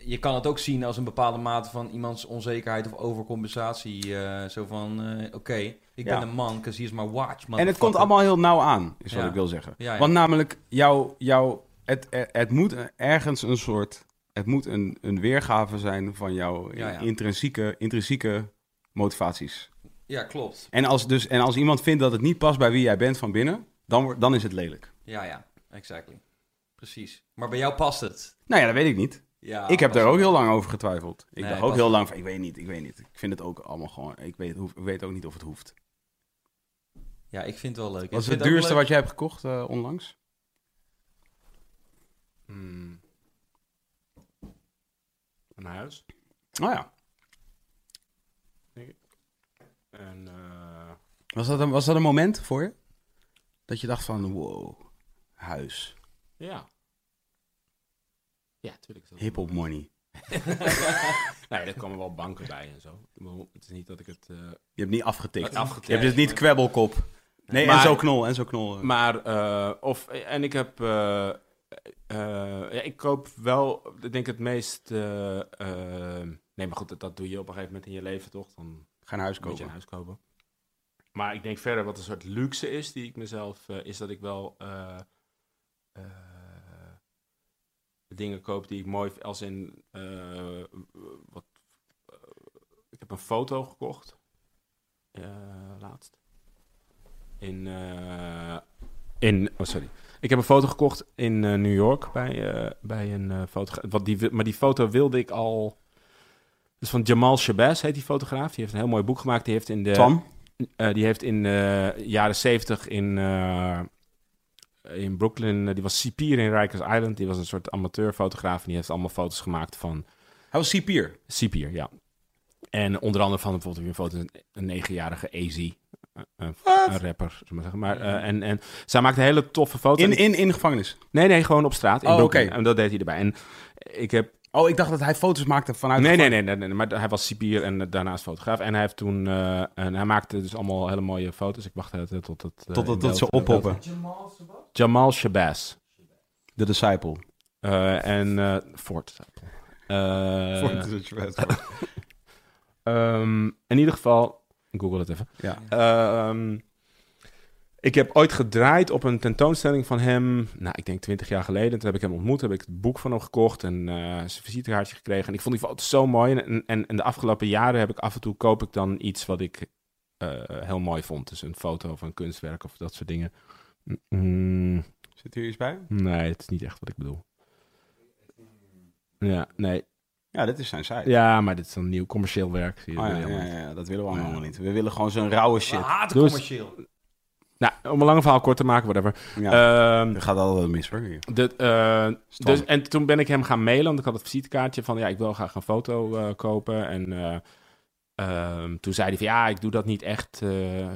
Speaker 2: je kan het ook zien als een bepaalde mate van iemands onzekerheid of overcompensatie. eh, zo van, eh, oké, ik
Speaker 1: Ja.
Speaker 2: ben een man, because here's my watch.
Speaker 1: en het komt
Speaker 2: motherfucker.
Speaker 1: allemaal heel nauw aan, is wat
Speaker 2: Ja.
Speaker 1: ik wil zeggen.
Speaker 2: Ja, ja.
Speaker 1: Want namelijk, jouw, jouw, het, het, het moet ergens een soort... Het moet een, een weergave zijn van jouw
Speaker 2: Ja, ja.
Speaker 1: Intrinsieke, intrinsieke motivaties.
Speaker 2: Ja, klopt.
Speaker 1: En als, dus, en als iemand vindt dat het niet past bij wie jij bent van binnen, dan, wordt- dan is het lelijk.
Speaker 2: Ja, ja, exactly. Precies. Maar bij jou past het.
Speaker 1: Nou ja, dat weet ik niet.
Speaker 2: Ja,
Speaker 1: ik heb
Speaker 2: past
Speaker 1: daar
Speaker 2: het.
Speaker 1: ook heel lang over getwijfeld. Ik
Speaker 2: Nee,
Speaker 1: dacht ook
Speaker 2: past
Speaker 1: heel
Speaker 2: het.
Speaker 1: lang van, ik weet niet, ik weet niet. Ik vind het ook allemaal gewoon, ik weet, hoef- ik weet ook niet of het hoeft.
Speaker 2: Ja, ik vind het wel
Speaker 1: Wat
Speaker 2: leuk.
Speaker 1: is
Speaker 2: Ik vind
Speaker 1: het
Speaker 2: ook
Speaker 1: duurste
Speaker 2: leuk-
Speaker 1: wat jij hebt gekocht eh, onlangs?
Speaker 3: Hmm. Een huis.
Speaker 1: Oh ja.
Speaker 3: En, eh,
Speaker 1: Was dat, een, was dat een moment voor je? Dat je dacht van, wow, huis,
Speaker 3: ja. Ja, tuurlijk. is dat
Speaker 1: hip-hop
Speaker 3: een-
Speaker 1: money.
Speaker 3: Nee, er komen wel banken bij en zo. Ik bedoel, Het is niet dat ik het... eh,
Speaker 1: Je hebt niet afgetikt.
Speaker 3: Afgetikt.
Speaker 1: je hebt dus niet
Speaker 3: Nee.
Speaker 1: kwebbelkop. Nee,
Speaker 3: Maar-
Speaker 1: en zo knol, en zo knol.
Speaker 3: Maar, eh, of, en ik heb, eh, eh, ja, ik koop wel, ik denk het meest, eh, eh, nee, maar goed, dat, dat doe je op een gegeven moment in je leven toch? Dan
Speaker 1: Ga een huis
Speaker 3: moet je een
Speaker 1: kopen.
Speaker 3: huis kopen. Maar ik denk verder wat een soort luxe is die ik mezelf, eh, is dat ik wel eh, eh, dingen koop die ik mooi, v- als in, eh, wat, eh, ik heb een foto gekocht, eh, laatst. In, eh, in, oh sorry. Ik heb een foto gekocht in eh, New York bij, eh, bij een eh fotograaf. Wat die, wi- maar die foto wilde ik al. Dus van Jamal Shabazz heet die fotograaf. Die heeft een heel mooi boek gemaakt. Die heeft in de.
Speaker 1: Tom?
Speaker 3: Eh, die heeft in de jaren 70 in, eh, in Brooklyn, eh, die was cipier in Rikers Island. Die was een soort amateurfotograaf en die heeft allemaal foto's gemaakt van
Speaker 1: Hij was cipier.
Speaker 3: cipier, ja. En onder andere van bijvoorbeeld weer een foto van een negenjarige Easy, een, een rapper, zullen we maar zeggen. Maar, eh, en, en zij maakte hele toffe foto's.
Speaker 1: In, in, in de gevangenis.
Speaker 3: Nee, nee, gewoon op straat in
Speaker 1: Oh,
Speaker 3: Brooklyn.
Speaker 1: oké.
Speaker 3: En dat deed hij erbij. En ik heb...
Speaker 1: Oh, ik dacht dat hij foto's maakte vanuit... de
Speaker 3: Nee, nee,
Speaker 1: gevangenis.
Speaker 3: nee, nee, nee, maar hij was cipier en eh, daarnaast fotograaf. En hij heeft toen... eh, en hij maakte dus allemaal hele mooie foto's. Ik wacht de hele tijd tot het... eh,
Speaker 1: Tot,
Speaker 3: in
Speaker 1: tot,
Speaker 3: beeld-
Speaker 1: tot ze
Speaker 3: in beeld-
Speaker 1: oppoppen.
Speaker 3: Jamal Shabazz.
Speaker 1: De Disciple.
Speaker 3: Eh, en... eh Ford. Eh, ehm, in ieder geval... ik Google het even.
Speaker 1: Ja.
Speaker 3: Ehm, ik heb ooit gedraaid op een tentoonstelling van hem. Nou, ik denk twintig jaar geleden. Toen heb ik hem ontmoet. Heb ik het boek van hem gekocht en eh, zijn visitekaartje gekregen. En ik vond die foto zo mooi. En, en, en de afgelopen jaren heb ik af en toe koop ik dan iets wat ik eh, heel mooi vond. Dus een foto of een kunstwerk of dat soort dingen. Mm,
Speaker 1: Zit hier iets bij?
Speaker 3: nee, het is niet echt wat ik bedoel. Ja, nee.
Speaker 1: Ja, dit is zijn site.
Speaker 3: Ja, maar dit is een nieuw commercieel werk. Zie je,
Speaker 1: Oh, ja, ja,
Speaker 3: helemaal niet.
Speaker 1: ja, ja, dat willen we allemaal niet. We willen gewoon zo'n rauwe
Speaker 2: We
Speaker 1: shit.
Speaker 2: haten
Speaker 3: Dus-
Speaker 2: commercieel.
Speaker 3: Nou, om een lang verhaal kort te maken, whatever.
Speaker 1: Ja.
Speaker 3: Ehm,
Speaker 1: dat gaat altijd mis hoor. hier.
Speaker 3: Dat, eh,
Speaker 1: Stom.
Speaker 3: dus, en toen ben ik hem gaan mailen, want ik had het visitekaartje van ja, ik wil graag een foto eh, kopen. En eh, ehm, toen zei hij van ja, ik doe dat niet echt eh,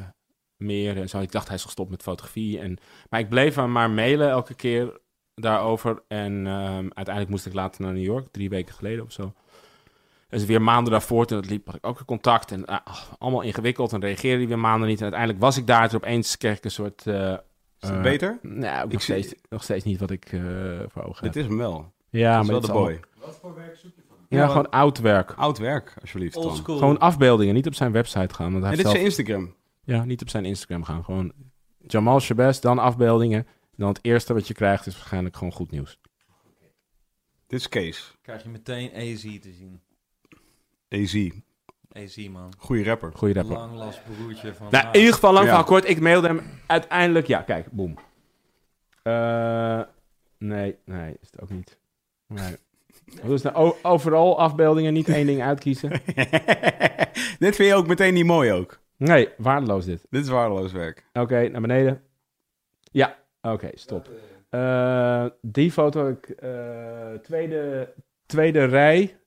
Speaker 3: meer. En zo. Ik dacht hij is gestopt met fotografie. En, maar ik bleef hem maar mailen elke keer daarover. En ehm, uiteindelijk moest ik later naar New York, drie weken geleden of zo. Dus weer maanden daarvoor, toen het liep, had ik ook een contact. En ah, allemaal ingewikkeld. En reageerde hij weer maanden niet. En uiteindelijk was ik daar. Toen opeens kreeg ik een soort... eh,
Speaker 1: Is het
Speaker 3: eh,
Speaker 1: beter?
Speaker 3: nou, nog,
Speaker 1: Ik zie-
Speaker 3: steeds, nog steeds niet wat ik eh, voor ogen heb.
Speaker 1: Dit is hem wel.
Speaker 3: ja,
Speaker 1: dat is wel
Speaker 3: dit
Speaker 1: de
Speaker 3: is
Speaker 1: boy.
Speaker 3: allemaal- Ja, gewoon oud werk.
Speaker 1: Oud werk, alsjeblieft.
Speaker 2: Old
Speaker 1: Dan.
Speaker 2: school.
Speaker 3: Gewoon afbeeldingen, niet op zijn website gaan. Want hij
Speaker 1: En
Speaker 3: heeft
Speaker 1: dit is
Speaker 3: zelf...
Speaker 1: zijn Instagram.
Speaker 3: Ja, niet op zijn Instagram gaan. Gewoon Jamal Shabazz, dan afbeeldingen. En dan het eerste wat je krijgt is waarschijnlijk gewoon goed nieuws.
Speaker 1: Dit is Kees.
Speaker 2: Krijg je meteen AZ te zien.
Speaker 1: AZ.
Speaker 2: AZ, man.
Speaker 1: Goeie rapper.
Speaker 3: Goeie rapper.
Speaker 2: Lang last broertje van... eh,
Speaker 3: Nou,
Speaker 2: Maas.
Speaker 3: in ieder geval lang
Speaker 1: Ja.
Speaker 3: verhaal kort. Ik mailde hem uiteindelijk. Ja, kijk, boem. Eh, nee, nee, is het ook niet. Nee. Wat is nou o- overal afbeeldingen, niet één ding uitkiezen?
Speaker 1: dit vind je ook meteen niet mooi ook.
Speaker 3: Nee, waardeloos dit.
Speaker 1: Dit is waardeloos werk.
Speaker 3: Oké, naar beneden. Ja, oké, stop. Eh, die foto, ik, eh, tweede, tweede rij.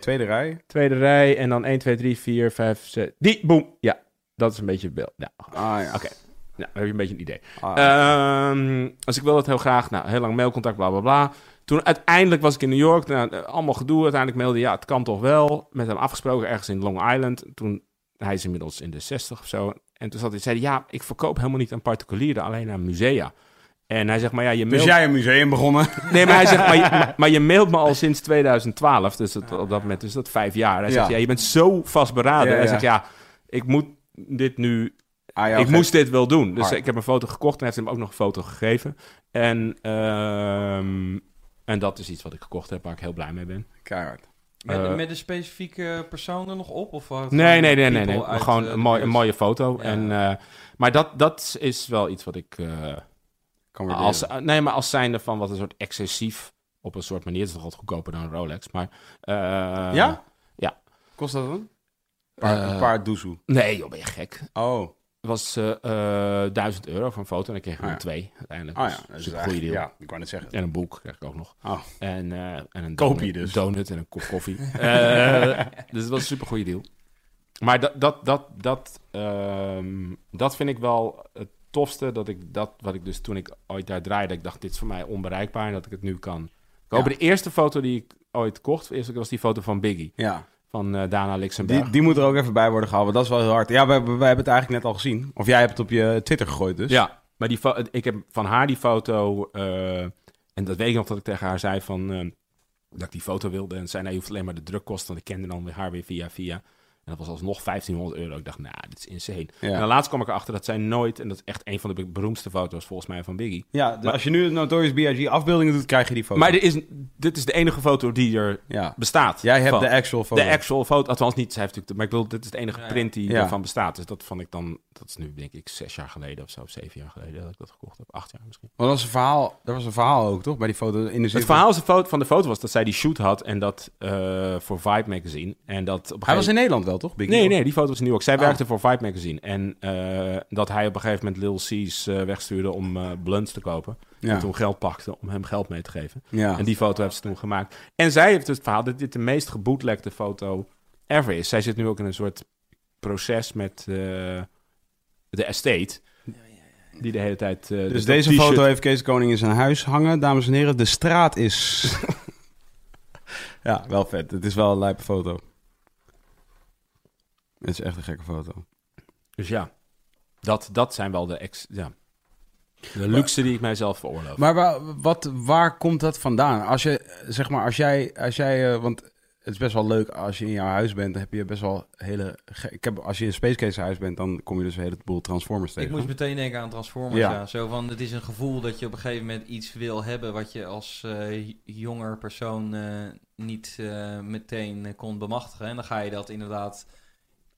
Speaker 1: Tweede rij.
Speaker 3: Tweede rij en dan 1, 2, 3, 4, 5, 6. Die, boem. Ja, dat is een beetje het beeld. Nou,
Speaker 1: Ah ja.
Speaker 3: Oké. nou, dan heb je een beetje een idee.
Speaker 1: Ah,
Speaker 3: Ehm, als ik wil dat heel graag. Nou, heel lang mailcontact, bla bla bla. Toen uiteindelijk was ik in New York. Nou, eh, allemaal gedoe. Uiteindelijk mailde hij, ja, het kan toch wel. Met hem afgesproken ergens in Long Island. Toen, hij is inmiddels in de 60 of zo. En toen zat hij, zei hij, ja, ik verkoop helemaal niet aan particulieren, alleen aan musea. En hij zegt, maar ja, je
Speaker 1: dus
Speaker 3: mailt...
Speaker 1: jij een museum begonnen.
Speaker 3: Nee, maar hij zegt, maar je, maar- maar je mailt me al sinds 2012. Dus dat, op dat moment is dat vijf jaar. Hij zegt,
Speaker 1: Ah. Ja.
Speaker 3: ja, je bent zo vastberaden.
Speaker 1: Ja,
Speaker 3: hij
Speaker 1: ja.
Speaker 3: zegt, ja, ik moet dit nu
Speaker 1: Ah, ja,
Speaker 3: ik
Speaker 1: oké.
Speaker 3: moest dit wel doen. Dus
Speaker 1: Hard.
Speaker 3: ik heb een foto gekocht en hij heeft hem ook nog een foto gegeven. En, ehm, en dat is iets wat ik gekocht heb, waar ik heel blij mee ben.
Speaker 1: Keihard.
Speaker 2: Met,
Speaker 3: eh,
Speaker 2: met een specifieke persoon er nog op? Of wat?
Speaker 3: Nee, nee, nee, nee.
Speaker 2: People
Speaker 3: nee.
Speaker 2: uit,
Speaker 3: Gewoon
Speaker 2: eh,
Speaker 3: een, mooi,
Speaker 2: de-
Speaker 3: een mooie foto.
Speaker 2: Ja.
Speaker 3: En, eh, maar dat, dat is wel iets wat ik. eh,
Speaker 1: Kan weer
Speaker 3: Ah, als, eh, nee, maar als zijnde van wat een soort excessief. Op een soort manier. Het is toch wat goedkoper dan een Rolex. Maar. eh,
Speaker 1: Ja?
Speaker 3: ja.
Speaker 1: Kost dat dan?
Speaker 3: Eh,
Speaker 1: een paar doezoe.
Speaker 3: Nee, joh, ben je gek.
Speaker 1: Oh.
Speaker 3: Het was eh eh 1000 euro voor een foto. En dan kreeg ik
Speaker 1: Ah,
Speaker 3: er
Speaker 1: ja.
Speaker 3: twee. Uiteindelijk.
Speaker 1: Ah
Speaker 3: Dus
Speaker 1: ja.
Speaker 3: dat
Speaker 1: Dat
Speaker 3: is
Speaker 1: is
Speaker 3: een goede deal.
Speaker 1: Ja, ik wou net zeggen.
Speaker 3: En een boek krijg ik ook nog.
Speaker 1: Oh.
Speaker 3: En, eh, en een
Speaker 1: Koop je
Speaker 3: donut,
Speaker 1: dus.
Speaker 3: donut en een kop koffie. Eh, dus dat was een super goede deal. Maar dat, dat, dat, dat, ehm, dat vind ik wel het tofste. Dat ik dat, wat ik dus toen ik ooit daar draaide, ik dacht, dit is voor mij onbereikbaar en dat ik het nu kan. Ik hoop
Speaker 1: Ja.
Speaker 3: de eerste foto die ik ooit kocht, eerst was die foto van Biggie,
Speaker 1: Ja.
Speaker 3: van eh, Dana Lixenberg.
Speaker 1: Die, die moet er ook even bij worden gehouden. Dat is wel heel hard. Ja, wij, wij hebben het eigenlijk net al gezien. Of jij hebt het op je Twitter gegooid dus.
Speaker 3: Ja, maar die fo- ik heb van haar die foto. eh, en dat weet ik nog dat ik tegen haar zei van. eh, dat ik die foto wilde. En zei: nee, je hoeft alleen maar de drukkosten. Want ik kende dan weer haar weer via via. En dat was alsnog 1500 euro. Ik dacht, nou, dit is insane.
Speaker 1: Ja.
Speaker 3: En dan laatst kwam ik erachter dat zij nooit. En dat is echt een van de beroemdste foto's volgens mij van Biggie.
Speaker 1: Ja, dus als je nu de Notorious B.I.G. afbeeldingen doet, krijg je die foto.
Speaker 3: Maar er is, dit is de enige foto die er
Speaker 1: ja.
Speaker 3: bestaat.
Speaker 1: Jij hebt
Speaker 3: van.
Speaker 1: de actual foto.
Speaker 3: De actual foto, althans niet, zij heeft natuurlijk, de- maar ik bedoel, dit is de enige
Speaker 2: Ja, ja.
Speaker 3: print die
Speaker 1: Ja.
Speaker 3: ervan bestaat. Dus dat vond ik dan, dat is nu denk ik zes jaar geleden of zo, of zeven jaar geleden dat ik dat gekocht heb, acht jaar misschien.
Speaker 1: Want dat was een verhaal, dat was een verhaal ook, toch? Bij die foto in de zin
Speaker 3: Het verhaal is de foto, van de foto was dat zij die shoot had en dat eh, voor Vibe magazine. En dat op een
Speaker 1: Hij was
Speaker 3: gegeven-
Speaker 1: in Nederland wel, toch? Biggie?
Speaker 3: Nee, nee, die foto was in New York. Zij
Speaker 1: Oh.
Speaker 3: werkte voor Vibe magazine. En eh, dat hij op een gegeven moment Lil C's eh, wegstuurde om eh blunts te kopen.
Speaker 1: Ja.
Speaker 3: En toen geld pakte om hem geld mee te geven.
Speaker 1: ja.
Speaker 3: En die foto heeft ze toen gemaakt. En zij heeft dus het verhaal dat dit de meest geboetlekte foto ever is. Zij zit nu ook in een soort proces met eh, de estate. Die de hele tijd... eh,
Speaker 1: dus
Speaker 3: dat
Speaker 1: deze
Speaker 3: t-shirt-
Speaker 1: foto heeft Kees Koning in zijn huis hangen. Dames en heren, de straat is... ja, wel vet. Het is wel een lijpe foto. Het is echt een gekke foto.
Speaker 3: Dus ja, dat, dat zijn wel de, ex, ja, de luxe die ik mijzelf veroorloof.
Speaker 1: Maar waar, wat, waar komt dat vandaan? Als je, eh, zeg maar, als jij, als jij eh, want het is best wel leuk als je in jouw huis bent, dan heb je best wel hele. ge- Ik heb, als je in Space Case huis bent, dan kom je dus een heleboel Transformers tegen.
Speaker 2: Ik moest meteen denken aan Transformers,
Speaker 1: Ja.
Speaker 2: ja. Zo van, het is een gevoel dat je op een gegeven moment iets wil hebben... wat je als eh, j- jonger persoon eh, niet eh, meteen eh, kon bemachtigen. En dan ga je dat inderdaad...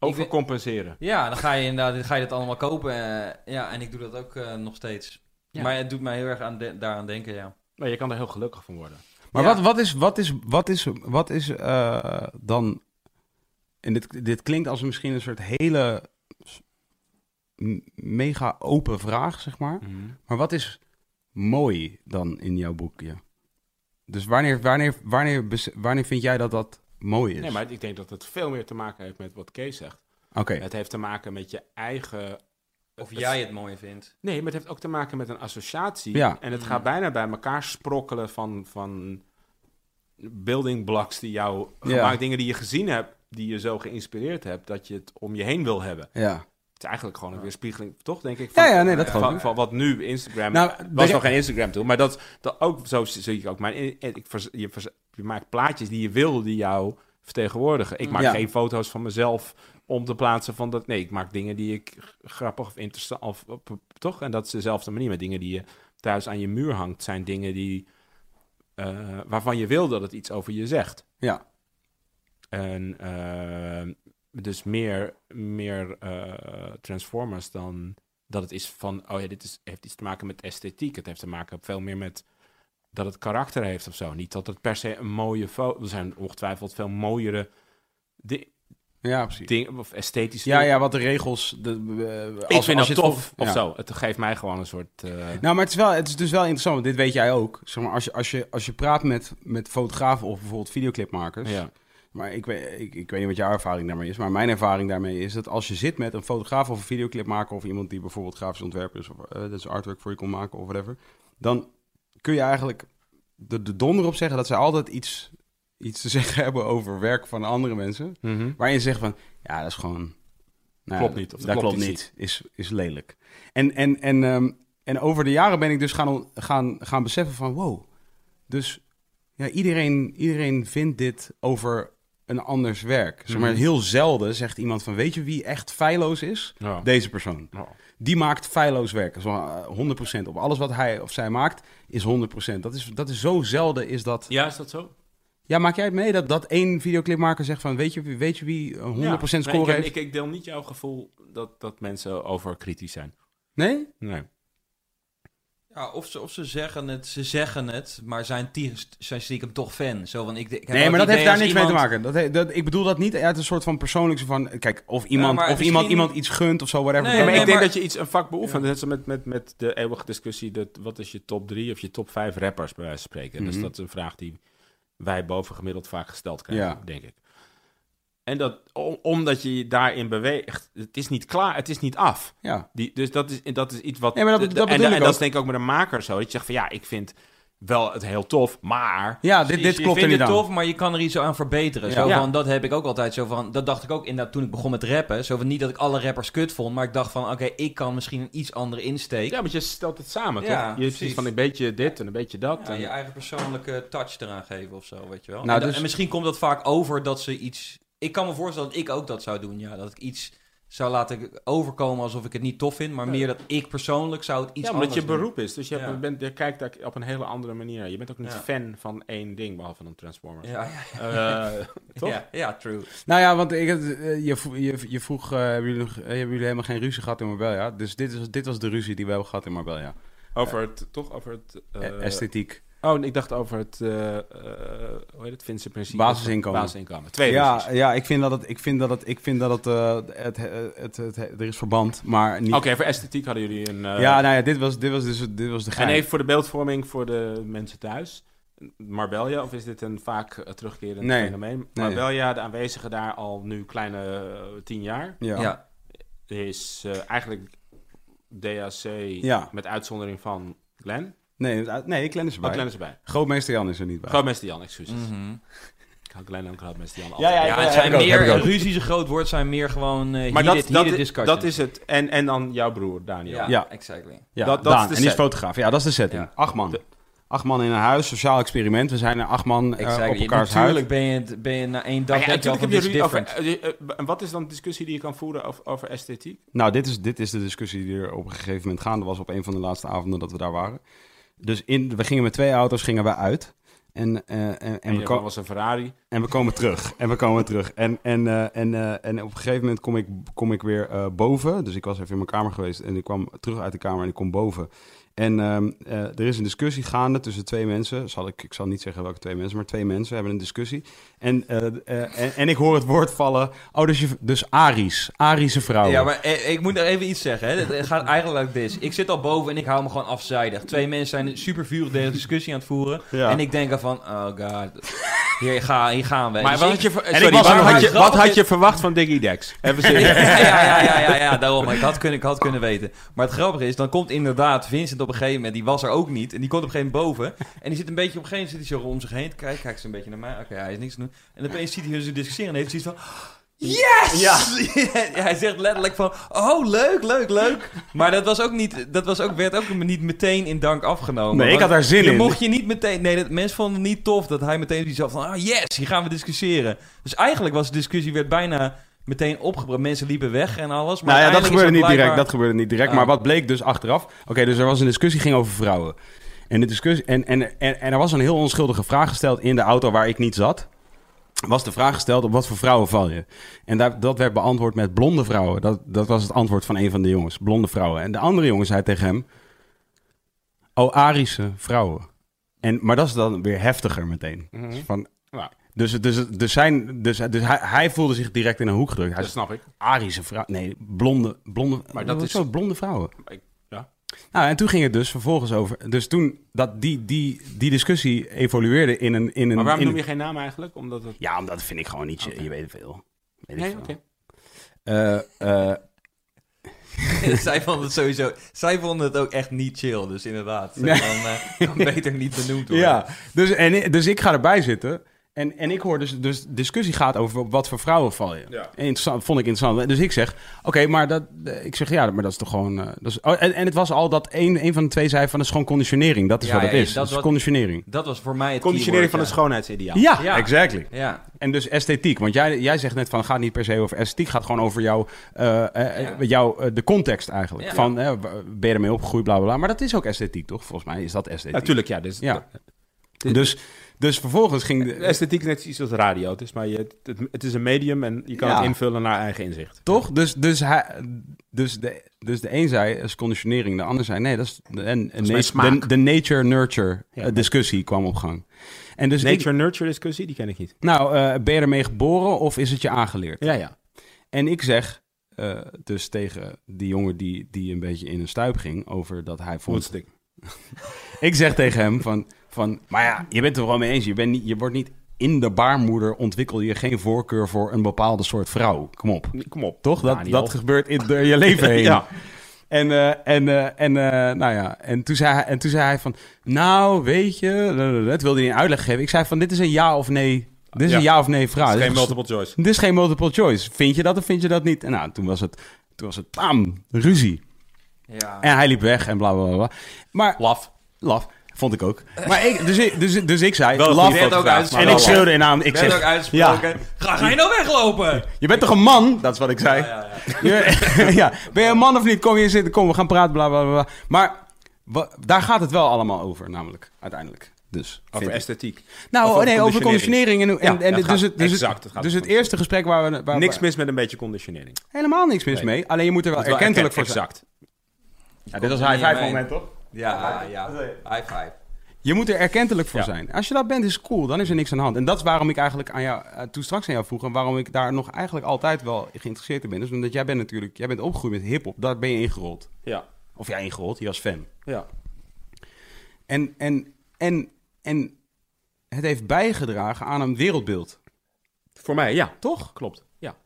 Speaker 3: Overcompenseren.
Speaker 2: Ja, dan ga je inderdaad ga je dat allemaal kopen. eh, ja, en ik doe dat ook eh, nog steeds.
Speaker 3: Ja.
Speaker 2: Maar het doet mij heel erg aan de- daaraan denken, ja.
Speaker 3: Maar je kan er heel gelukkig van worden.
Speaker 1: maar
Speaker 2: Ja.
Speaker 1: wat, wat is, wat is, wat is, wat is eh, dan. En dit, dit klinkt als misschien een soort hele s- m- mega open vraag, zeg maar. Maar wat is mooi dan in jouw boekje? Dus wanneer, wanneer, wanneer, bes- wanneer vind jij dat dat mooi is?
Speaker 3: Nee, maar ik denk dat het veel meer te maken heeft met wat Kees zegt.
Speaker 1: Oké.
Speaker 3: Het heeft te maken met je eigen...
Speaker 2: Of jij het mooi vindt.
Speaker 3: Nee, maar het heeft ook te maken met een associatie.
Speaker 1: Ja. Mhm.
Speaker 3: En het gaat bijna bij elkaar sprokkelen van, van building blocks die jou
Speaker 1: Ja.
Speaker 3: gemaakt, dingen die je gezien hebt, die je zo geïnspireerd hebt, dat je het om je heen wil hebben.
Speaker 1: Ja.
Speaker 3: Het is eigenlijk gewoon een weerspiegeling, toch, denk ik?
Speaker 1: Ja, ja, nee, dat
Speaker 3: van,
Speaker 1: geloof ik.
Speaker 3: van wat nu Instagram...
Speaker 1: Nou,
Speaker 3: was
Speaker 1: ben-
Speaker 3: nog geen Instagram toen, maar dat, dat ook, zo zie zie ik ook. Maar in- in- ik vers- je, vers- je maakt plaatjes die je wil, die jou vertegenwoordigen. Ik maak
Speaker 1: Ja.
Speaker 3: geen foto's van mezelf om te plaatsen van dat. Nee, ik maak dingen die ik g- grappig of interessant. Of, of- toch? En dat is dezelfde manier. Met dingen die je thuis aan je muur hangt, zijn dingen die. eh, waarvan je wil dat het iets over je zegt.
Speaker 1: Ja.
Speaker 3: En eh, dus meer, meer eh, Transformers dan dat het is van, oh ja, dit is, heeft iets te maken met esthetiek. Het heeft te maken veel meer met dat het karakter heeft of zo. Niet dat het per se een mooie foto... Er zijn ongetwijfeld veel mooiere di-
Speaker 1: Ja, precies.
Speaker 3: dingen of esthetische
Speaker 1: Ja,
Speaker 3: dingen.
Speaker 1: ja, wat de regels... De, eh,
Speaker 3: Ik vind
Speaker 1: je
Speaker 3: dat
Speaker 1: het
Speaker 3: tof
Speaker 1: vol-
Speaker 3: of
Speaker 1: ja.
Speaker 3: zo. Het geeft mij gewoon een soort... eh,
Speaker 1: Nou, maar het is, wel, het is dus wel interessant, want dit weet jij ook. Zeg maar, als, je, als, je, als je praat met, met fotografen of bijvoorbeeld videoclipmakers...
Speaker 3: ja.
Speaker 1: Maar ik weet, ik, ik weet niet wat jouw ervaring daarmee is. Maar mijn ervaring daarmee is dat als je zit met een fotograaf of een videoclipmaker... of iemand die bijvoorbeeld grafisch ontwerper is... of eh, dat is artwork voor je kon maken of whatever... dan kun je eigenlijk de, de donder op zeggen dat zij altijd iets, iets te zeggen hebben... over werk van andere mensen.
Speaker 3: Mhm.
Speaker 1: Waarin je zegt van, ja, dat is gewoon... Nou,
Speaker 3: Klopt niet, of
Speaker 1: dat
Speaker 3: dat
Speaker 1: klopt
Speaker 3: klopt
Speaker 1: niet. Is, is lelijk. En, en, en, ehm, en over de jaren ben ik dus gaan, on- gaan, gaan beseffen van, wow. Dus ja, iedereen, iedereen vindt dit over een anders werk. Zeg maar,
Speaker 3: Mhm.
Speaker 1: heel zelden zegt iemand van, weet je wie echt feilloos is?
Speaker 3: Ja.
Speaker 1: Deze persoon.
Speaker 3: Ja.
Speaker 1: Die maakt feilloos werk. Zo, eh, 100%. Op alles wat hij of zij maakt, is 100%. Dat is, dat is zo zelden is dat...
Speaker 3: Ja, is dat zo?
Speaker 1: Ja, maak jij het mee dat, dat één videoclipmaker zegt van... weet je, wie- weet je wie een 100%
Speaker 3: Ja.
Speaker 1: score
Speaker 3: Nee, ik, heb-
Speaker 1: heeft?
Speaker 3: Ik, ik deel niet jouw gevoel dat, dat mensen overkritisch zijn.
Speaker 1: Nee?
Speaker 3: Nee.
Speaker 2: Ja, of ze, of ze zeggen het, ze zeggen het, maar zijn, tie- zijn stiekem toch fan. Zo, want ik, ik heb
Speaker 1: Nee,
Speaker 2: wel
Speaker 1: maar dat
Speaker 2: het
Speaker 1: heeft
Speaker 2: idee
Speaker 1: daar
Speaker 2: als
Speaker 1: niks mee
Speaker 2: iemand-
Speaker 1: te maken. Dat, he- dat, ik bedoel dat niet uit een soort van persoonlijkse van... Kijk, of iemand,
Speaker 2: maar
Speaker 1: of iemand,
Speaker 2: misschien-
Speaker 1: iemand iets gunt of zo, whatever.
Speaker 2: Nee,
Speaker 3: Ja, maar
Speaker 2: nee,
Speaker 3: ik denk
Speaker 2: maar-
Speaker 3: dat je iets een vak beoefent. Net zo met, met, met de eeuwige discussie: dat, wat is je top drie of je top vijf rappers, bij wijze van spreken.
Speaker 1: Mhm.
Speaker 3: Dus dat is een vraag die wij bovengemiddeld vaak gesteld krijgen,
Speaker 1: Ja.
Speaker 3: denk ik. En dat om- omdat je je daarin beweegt, het is niet klaar, het is niet af.
Speaker 1: Ja.
Speaker 3: Die, dus dat is, dat is iets wat.
Speaker 1: Nee, maar dat-
Speaker 3: en-
Speaker 1: dat
Speaker 3: en,
Speaker 1: bedoel
Speaker 3: en
Speaker 1: ik
Speaker 3: dat
Speaker 1: ook.
Speaker 3: is denk ik ook met een maker zo. Dat je zegt van ja, ik vind wel het heel tof, maar.
Speaker 1: Ja, dit, dit klopt er
Speaker 2: Je vindt
Speaker 1: niet
Speaker 2: het
Speaker 1: aan.
Speaker 2: tof, maar je kan er iets aan verbeteren. Zo
Speaker 3: Ja.
Speaker 2: van, dat heb ik ook altijd zo van. Dat dacht ik ook inderdaad toen ik begon met rappen. Zo van, niet dat ik alle rappers kut vond, maar ik dacht van, oké, ik kan misschien een iets andere insteek.
Speaker 3: Ja, want je stelt het samen.
Speaker 2: Ja,
Speaker 3: toch? Je hebt
Speaker 2: precies.
Speaker 3: iets van een beetje dit en een beetje dat.
Speaker 2: Ja,
Speaker 3: en-
Speaker 2: je eigen persoonlijke touch eraan geven of zo, weet je wel.
Speaker 1: Nou,
Speaker 2: en, da-
Speaker 1: dus-
Speaker 2: en misschien komt dat vaak over dat ze iets... Ik kan me voorstellen dat ik ook dat zou doen, ja. Dat ik iets zou laten overkomen alsof ik het niet tof vind, maar meer dat ik persoonlijk zou het iets
Speaker 3: ja,
Speaker 2: anders
Speaker 3: omdat je
Speaker 2: doen.
Speaker 3: beroep is. Dus je, hebt-
Speaker 2: Ja.
Speaker 3: je bent, je kijkt daar op een hele andere manier. naar. Je bent ook niet
Speaker 2: Ja.
Speaker 3: fan van één ding, behalve een Transformers.
Speaker 2: Ja, ja,
Speaker 3: Eh, toch?
Speaker 2: ja, ja, true.
Speaker 1: Nou ja, want ik, had, eh, je, vro- je, je vroeg... eh, hebben, jullie nog, eh, hebben jullie helemaal geen ruzie gehad in Marbella? Dus dit, is, dit was de ruzie die we hebben gehad in Marbella.
Speaker 3: Over het, toch over het... eh,
Speaker 1: Eh, Esthetiek.
Speaker 3: oh, ik dacht over het, eh, eh, hoe heet het, Finse principe?
Speaker 1: Basisinkomen.
Speaker 3: Basisinkomen. Twee
Speaker 1: ja, eh,
Speaker 3: ruzies.
Speaker 1: ja, ik vind dat het... Ik vind dat het, ik vind dat het, eh, het, het, het- het- er is verband, maar niet...
Speaker 3: Oké, voor esthetiek hadden jullie een... eh,
Speaker 1: ja, nou ja, dit was, dit was, dus, dit was de
Speaker 3: en
Speaker 1: gein.
Speaker 3: even voor de beeldvorming voor de mensen thuis. Marbella, of is dit een vaak eh, terugkerend
Speaker 1: Nee.
Speaker 3: fenomeen? Marbella, de aanwezigen daar al nu kleine eh, tien jaar.
Speaker 1: Ja.
Speaker 2: ja.
Speaker 3: is eh, eigenlijk DAC
Speaker 1: Ja.
Speaker 3: met uitzondering van Glenn.
Speaker 1: Nee, eh, nee, Glenn is
Speaker 3: Oh,
Speaker 1: erbij.
Speaker 3: Glenn is erbij.
Speaker 1: Grootmeester Jan is er niet bij.
Speaker 3: Grootmeester Jan, excuses.
Speaker 2: Mhm.
Speaker 3: Ik had Glenn en Grootmeester Jan
Speaker 1: Ja,
Speaker 3: altijd.
Speaker 2: Ja, het
Speaker 1: heb
Speaker 2: zijn
Speaker 1: ik ook, heb ik
Speaker 2: meer
Speaker 1: ook.
Speaker 2: ruzies een groot woord zijn meer gewoon eh
Speaker 3: Maar
Speaker 2: hier
Speaker 3: dat,
Speaker 2: dit,
Speaker 3: dat,
Speaker 2: hier
Speaker 3: is,
Speaker 2: discussion.
Speaker 3: dat is het. En, en dan jouw broer, Daniel.
Speaker 2: ja,
Speaker 1: Ja.
Speaker 2: exactly.
Speaker 1: Ja,
Speaker 3: Dat- dat
Speaker 1: Daan.
Speaker 3: is de
Speaker 1: en die is
Speaker 3: set.
Speaker 1: fotograaf. Ja, dat is de setting.
Speaker 2: Ja.
Speaker 1: Acht man.
Speaker 3: De-
Speaker 1: Acht man in een huis, sociaal experiment. We zijn er acht man eh,
Speaker 2: exactly.
Speaker 1: op elkaars huis.
Speaker 2: Natuurlijk ben je, het- ben je na één dag
Speaker 3: Maar Ah ja,
Speaker 2: denk je al
Speaker 3: natuurlijk
Speaker 2: van
Speaker 3: heb je
Speaker 2: dit is
Speaker 3: ruzie over...
Speaker 2: different.
Speaker 3: eh, eh, en wat is dan de discussie die je kan voeren over, over esthetiek?
Speaker 1: Nou, dit is, dit is de discussie die er op een gegeven moment gaande was op een van de laatste avonden dat we daar waren. Dus in, we gingen met twee auto's gingen we uit. En, eh, en, en,
Speaker 3: En
Speaker 1: we
Speaker 3: je
Speaker 1: ko-
Speaker 3: was een Ferrari.
Speaker 1: en we komen terug. En we komen terug. En, en, eh, en, eh, en op een gegeven moment kom ik, kom ik weer eh, boven. Dus ik was even in mijn kamer geweest en ik kwam terug uit de kamer en ik kom boven. En ehm, eh, er is een discussie gaande tussen twee mensen. Zal ik, ik zal niet zeggen welke twee mensen, maar twee mensen hebben een discussie. En, eh, eh, en, en ik hoor het woord vallen. Oh, dus, je, dus Aries. Arische vrouwen.
Speaker 2: Ja, maar eh, ik moet nog even iets zeggen. Hè. Het- Het gaat eigenlijk like dit. Ik zit al boven en ik hou me gewoon afzijdig. Twee mensen zijn een super vurig deze discussie aan het voeren.
Speaker 1: Ja.
Speaker 2: En ik denk al van, oh god, hier, ga, hier gaan we. Dus ik-
Speaker 3: ver-
Speaker 2: en
Speaker 3: sorry,
Speaker 2: ik was
Speaker 3: wat
Speaker 2: nog
Speaker 3: had
Speaker 2: maar
Speaker 3: je, wat
Speaker 2: grappig-
Speaker 3: had je verwacht van Diggy Dex? Even serieus.
Speaker 2: ja, ja, ja, ja, ja, ja, daarom. Ik had, kunnen, ik had kunnen weten. Maar het grappige is, dan komt inderdaad Vincent op een gegeven moment, die was er ook niet. En die komt op een gegeven moment boven. En die zit een beetje op een gegeven moment zit hij zo om zich heen te kijken. Kijkt ze een beetje naar mij. Oké, hij is niks te doen. En opeens ziet hij hun zo discussiëren en heeft zoiets van... Yes! Ja. hij zegt letterlijk van, oh leuk, leuk, leuk. Maar dat, was ook niet, dat was ook, werd ook niet meteen in dank afgenomen.
Speaker 1: Nee, ik
Speaker 2: Want
Speaker 1: had daar zin
Speaker 2: je
Speaker 1: in.
Speaker 2: mocht je niet meteen... Nee, dat, mensen vonden het niet tof dat hij meteen die zag van, ah yes, hier gaan we discussiëren. Dus eigenlijk was de discussie werd bijna meteen opgebracht. Mensen liepen weg en alles. Maar
Speaker 1: nou ja, dat
Speaker 2: uiteindelijk is
Speaker 1: gebeurde niet direct.
Speaker 2: blijkbaar-
Speaker 1: Dat gebeurde niet direct.
Speaker 2: Ah.
Speaker 1: Maar wat bleek dus achteraf? Oké, dus er was een discussie ging over vrouwen. En, de discussie, en, en, en, en er was een heel onschuldige vraag gesteld in de auto waar ik niet zat. Was de vraag gesteld op wat voor vrouwen val je? En daar, dat werd beantwoord met blonde vrouwen. Dat, dat was het antwoord van een van de jongens. Blonde vrouwen. En de andere jongen zei tegen hem... Oh, Arische vrouwen. En, maar dat is dan weer heftiger meteen.
Speaker 2: Mhm.
Speaker 1: Dus Van,
Speaker 3: Ja.
Speaker 1: dus dus, dus, zijn, dus, dus hij, hij voelde zich direct in een hoek gedrukt. Hij
Speaker 2: Dus
Speaker 3: Dat snap ik.
Speaker 1: Arische vrouw. Nee, blonde. blonde maar dat is zo blonde vrouwen.
Speaker 3: Ik- ja.
Speaker 1: Nou, en toen ging het dus vervolgens over. Dus toen dat die, die, die discussie evolueerde in een. In een
Speaker 3: Maar waarom
Speaker 1: in-
Speaker 3: noem je geen naam eigenlijk? Omdat het...
Speaker 1: Ja, omdat vind ik gewoon niet. Je, je weet het veel. Weet ik
Speaker 3: Nee,
Speaker 1: veel.
Speaker 3: oké.
Speaker 1: Eh, eh,
Speaker 2: zij vonden het sowieso. Zij vonden het ook echt niet chill, dus inderdaad. Zij
Speaker 1: Nee.
Speaker 2: Kan, eh, kan beter niet benoemd worden.
Speaker 1: ja, dus, en, dus ik ga erbij zitten. En, en ik hoor dus, dus discussie gaat over wat voor vrouwen val je.
Speaker 3: Ja.
Speaker 1: En Interessant, vond ik interessant. Dus ik zeg, oké, maar dat, eh, ik zeg, ja, maar dat is toch gewoon... eh, dat is, oh, en, en het was al dat een, een van de twee zei van, dat is gewoon conditionering. Dat is
Speaker 2: Ja,
Speaker 1: wat het
Speaker 2: ja,
Speaker 1: is.
Speaker 2: dat
Speaker 1: Dat
Speaker 2: is
Speaker 1: is
Speaker 2: wat-
Speaker 1: conditionering.
Speaker 2: Dat was voor mij het
Speaker 3: Conditionering van het
Speaker 2: keyword,
Speaker 3: schoonheidsideaal.
Speaker 1: Ja,
Speaker 2: Ja.
Speaker 1: exactly.
Speaker 2: ja.
Speaker 1: En dus esthetiek. Want jij, jij zegt net van, het gaat niet per se over esthetiek. Het gaat gewoon over jouw, eh, eh,
Speaker 2: Ja.
Speaker 1: jouw, eh, de context eigenlijk.
Speaker 2: Ja.
Speaker 1: Van, eh, w- ben je ermee opgegroeid, bla, bla, bla. Maar dat is ook esthetiek, toch? Volgens mij is dat esthetiek.
Speaker 3: Natuurlijk, ja. Dus
Speaker 1: Ja. Dus, dus vervolgens ging...
Speaker 3: De
Speaker 1: De,
Speaker 3: Esthetiek is net iets als radio. Het is, maar je, het, het is een medium en je kan
Speaker 1: Ja.
Speaker 3: het invullen naar eigen inzicht.
Speaker 1: toch? Dus, dus, hij, dus, de, dus de een zei, is conditionering. De ander zei, nee, dat is... De, en, en
Speaker 3: mijn
Speaker 1: nat-
Speaker 3: smaak.
Speaker 1: de, de nature-nurture eh,
Speaker 3: Ja.
Speaker 1: discussie kwam op gang. En dus ik-
Speaker 3: Nature-nurture discussie, die ken ik niet.
Speaker 1: nou, eh, ben je ermee geboren of is het je aangeleerd?
Speaker 3: Ja, ja.
Speaker 1: En ik zeg eh, dus tegen die jongen die, die een beetje in een stuip ging over dat hij vond.
Speaker 3: Voetstik.
Speaker 1: Ik zeg tegen hem van, van maar ja, je bent het er wel mee eens. Je, bent niet, je wordt niet in de baarmoeder ontwikkel je geen voorkeur voor een bepaalde soort vrouw. Kom op. Nou,
Speaker 3: Kom op.
Speaker 1: Toch? Dat,
Speaker 3: Daniel.
Speaker 1: dat gebeurt in, door je leven heen.
Speaker 3: Ja.
Speaker 1: En, eh, en, eh, en, eh, nou ja. en, toen zei hij, en toen zei hij van, nou weet je, dat wilde hij een uitleg geven. Ik zei van, dit is een ja of nee, dit is
Speaker 3: Ja.
Speaker 1: een ja of nee vraag. Dus
Speaker 3: Het is geen
Speaker 1: Dit is-
Speaker 3: multiple choice.
Speaker 1: dit is geen multiple choice. Vind je dat of vind je dat niet? En nou, toen was het, toen was het bam, ruzie.
Speaker 2: Ja.
Speaker 1: En hij liep weg en bla bla bla, bla. Maar
Speaker 3: Laf.
Speaker 1: laf, vond ik ook. Maar ik, dus, ik- dus, dus ik zei,
Speaker 3: Wel een
Speaker 1: laf.
Speaker 3: goede
Speaker 2: werd ook
Speaker 3: fotograaf,
Speaker 2: uit-
Speaker 3: maar
Speaker 1: En
Speaker 3: wel
Speaker 1: ik
Speaker 2: laf.
Speaker 3: laf.
Speaker 1: schreeuwde in naam. Ik
Speaker 2: Werd ook
Speaker 1: zeg,
Speaker 2: uitgesproken. Ga, ga je nou weglopen?
Speaker 1: je bent toch een man? Dat is wat ik zei.
Speaker 2: Ja, ja, ja.
Speaker 1: Je- ja, ben je een man of niet? Kom hier zitten, kom, we gaan praten, bla bla bla. bla. Maar wa- daar gaat het wel allemaal over, namelijk, uiteindelijk. Dus,
Speaker 3: Over
Speaker 1: vind ik.
Speaker 3: esthetiek.
Speaker 1: nou,
Speaker 3: over
Speaker 1: nee, over
Speaker 3: conditionering.
Speaker 1: conditionering. En, en, en
Speaker 3: Ja, het
Speaker 1: dus,
Speaker 3: gaat-
Speaker 1: het, dus,
Speaker 3: exact, het
Speaker 1: het,
Speaker 3: gaat
Speaker 1: dus
Speaker 3: om
Speaker 1: het eerste gesprek waar we... Waar,
Speaker 3: Niks
Speaker 1: waar-
Speaker 3: mis met een beetje conditionering.
Speaker 1: Helemaal niks mis
Speaker 3: Nee.
Speaker 1: mee. Alleen je moet er wel
Speaker 3: Dat is wel
Speaker 1: erkentelijk voor zijn.
Speaker 3: Exact.
Speaker 1: Ja, dit was
Speaker 2: high five
Speaker 1: moment,
Speaker 2: moment,
Speaker 1: toch?
Speaker 2: Ja, ja. High five.
Speaker 1: Je moet er erkentelijk voor
Speaker 3: Ja.
Speaker 1: zijn. Als je dat bent, is cool. Dan is er niks aan de hand. En dat is waarom ik eigenlijk aan jou, eh, toen straks aan jou vroeg... en waarom ik daar nog eigenlijk altijd wel geïnteresseerd in ben. Is omdat jij bent natuurlijk... Jij bent opgegroeid met hiphop. Daar ben je ingerold.
Speaker 3: Ja.
Speaker 1: Of jij ingerold, je was fan.
Speaker 3: Ja.
Speaker 1: En, en, en, en het heeft bijgedragen aan een wereldbeeld.
Speaker 3: Voor mij, ja.
Speaker 1: Toch?
Speaker 3: Klopt. Ja.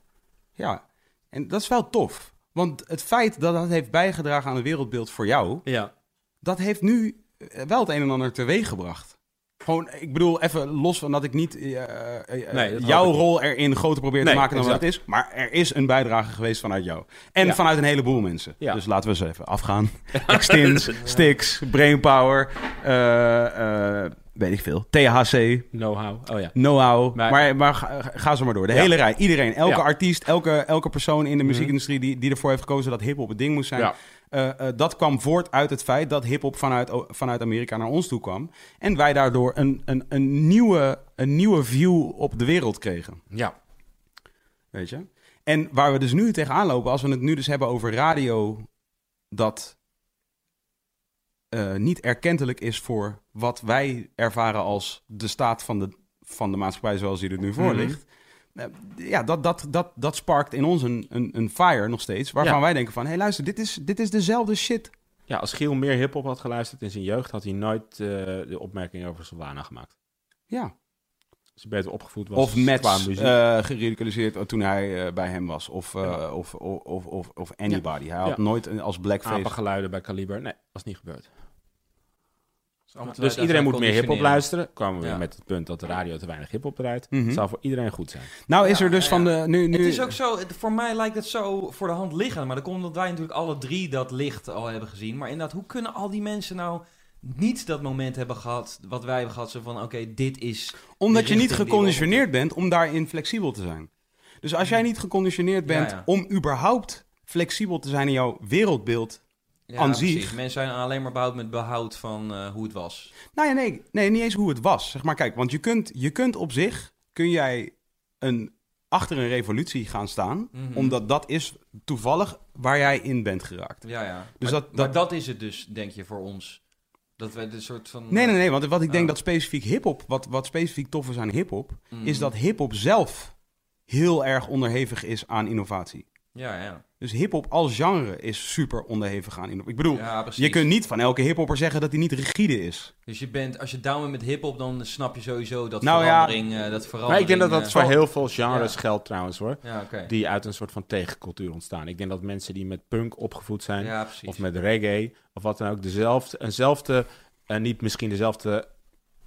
Speaker 1: Ja. En dat is wel tof. Want het feit dat dat heeft bijgedragen aan een wereldbeeld voor jou...
Speaker 3: Ja.
Speaker 1: dat heeft nu eh, wel het een en ander teweeg gebracht. Gewoon, ik bedoel, even los van dat ik niet eh, eh, eh,
Speaker 3: Nee, dat hoop
Speaker 1: jouw
Speaker 3: ik niet.
Speaker 1: rol erin groter probeer
Speaker 3: Nee,
Speaker 1: te maken dan wat
Speaker 3: exact.
Speaker 1: het is. Maar er is een bijdrage geweest vanuit jou. En
Speaker 3: Ja.
Speaker 1: vanuit een heleboel mensen.
Speaker 3: Ja.
Speaker 1: Dus laten we eens even afgaan. Extins, Sticks, Brainpower, eh, eh, weet ik veel. THC,
Speaker 3: Know-how. Oh ja.
Speaker 1: know-how. Maar,
Speaker 3: Maar-
Speaker 1: maar, ga, ga zo maar door. De
Speaker 3: Ja.
Speaker 1: hele rij. Iedereen. Elke
Speaker 3: Ja. Mhm.
Speaker 1: artiest, elke, elke persoon in de muziekindustrie die, die ervoor heeft gekozen dat hip-hop het ding moest zijn.
Speaker 3: Ja.
Speaker 1: Eh, eh, dat kwam voort uit het feit dat hip-hop vanuit, o- vanuit Amerika naar ons toe kwam. En wij daardoor een, een, een, nieuwe, een nieuwe view op de wereld kregen.
Speaker 3: Ja.
Speaker 1: Weet je? En waar we dus nu tegenaan lopen, als we het nu dus hebben over radio, dat eh, niet erkentelijk is voor wat wij ervaren als de staat van de, van de maatschappij zoals die er nu voor
Speaker 3: Mhm.
Speaker 1: ligt. Eh, ja, dat, dat, dat, dat sparkt in ons een, een, een fire nog steeds, waarvan
Speaker 3: Ja.
Speaker 1: wij denken van, hé hey, luister, dit is, dit is dezelfde shit.
Speaker 3: Ja, als Giel meer hiphop had geluisterd in zijn jeugd, had hij nooit eh, de opmerking over Solana gemaakt.
Speaker 1: Ja.
Speaker 3: Als hij beter opgevoed was
Speaker 1: Of
Speaker 3: qua
Speaker 1: Mets
Speaker 3: muziek.
Speaker 1: eh geradicaliseerd toen hij eh, bij hem was. Of, eh, of, of, of, of, of anybody. Hij had
Speaker 3: Ja.
Speaker 2: Ah,
Speaker 1: nooit een- als blackface
Speaker 3: apengeluiden bij Kaliber. Nee, was niet gebeurd.
Speaker 2: allemaal te
Speaker 3: Dus
Speaker 2: wijten
Speaker 3: iedereen
Speaker 2: aan
Speaker 3: moet meer hiphop
Speaker 2: conditioneren.
Speaker 3: luisteren. Kwamen we
Speaker 2: Ja.
Speaker 3: weer met het punt dat de radio te weinig hiphop draait.
Speaker 1: Mhm.
Speaker 3: Het zou voor iedereen goed zijn.
Speaker 1: Nou is
Speaker 2: Ja,
Speaker 1: er dus
Speaker 2: ja,
Speaker 1: van
Speaker 2: ja.
Speaker 1: de... Nu, nu,
Speaker 2: Het is ook zo, het- voor mij lijkt het zo voor de hand liggen. Maar dat komt omdat wij natuurlijk alle drie dat licht al hebben gezien. Maar inderdaad, hoe kunnen al die mensen nou niet dat moment hebben gehad wat wij hebben gehad? Zo van, oké, dit is...
Speaker 1: Omdat
Speaker 2: de
Speaker 1: je niet
Speaker 2: richting die we
Speaker 1: geconditioneerd bent om daarin flexibel te zijn. Dus als jij niet geconditioneerd
Speaker 2: Hmm. Ja,
Speaker 1: bent
Speaker 2: ja.
Speaker 1: om überhaupt flexibel te zijn in jouw wereldbeeld...
Speaker 2: Ja,
Speaker 1: Aan zich.
Speaker 2: precies. Mensen zijn alleen maar behoud met behoud van eh, hoe het was.
Speaker 1: Nou ja, nee, nee, niet eens hoe het was. Zeg maar, kijk, want je kunt, je kunt op zich, kun jij een, achter een revolutie gaan staan...
Speaker 2: Mhm.
Speaker 1: omdat dat is toevallig waar jij in bent geraakt.
Speaker 2: Ja, ja.
Speaker 1: Dus
Speaker 2: Dus
Speaker 1: dat-
Speaker 2: dat,
Speaker 1: dat-
Speaker 2: maar dat is het dus, denk je, voor ons. Dat we dit soort van...
Speaker 1: Nee, nee, nee, want wat ik denk
Speaker 2: Ah.
Speaker 1: dat specifiek hip-hop, wat, wat specifiek tof is aan hip-hop,
Speaker 2: Mm.
Speaker 1: is dat hip-hop zelf heel erg onderhevig is aan innovatie.
Speaker 2: eh, Ja, ja.
Speaker 1: Dus hip-hop als genre is super onderhevig aan innovatie. Ik bedoel,
Speaker 2: ja precies.
Speaker 1: je kunt niet van elke hip-hopper zeggen dat hij niet rigide is.
Speaker 2: Dus je bent, als je down bent met hiphop, dan snap je sowieso dat
Speaker 1: Nou ja.
Speaker 2: verandering... eh, dat verandering
Speaker 3: Maar ik denk dat dat
Speaker 2: eh,
Speaker 3: voor heel veel genres
Speaker 2: ja.
Speaker 3: geldt trouwens hoor.
Speaker 2: Ja, oké.
Speaker 3: Die uit een soort van tegencultuur ontstaan. Ik denk dat mensen die met punk opgevoed zijn,
Speaker 2: Ja, precies.
Speaker 3: of met reggae, of wat dan ook, dezelfde, eenzelfde, en niet misschien dezelfde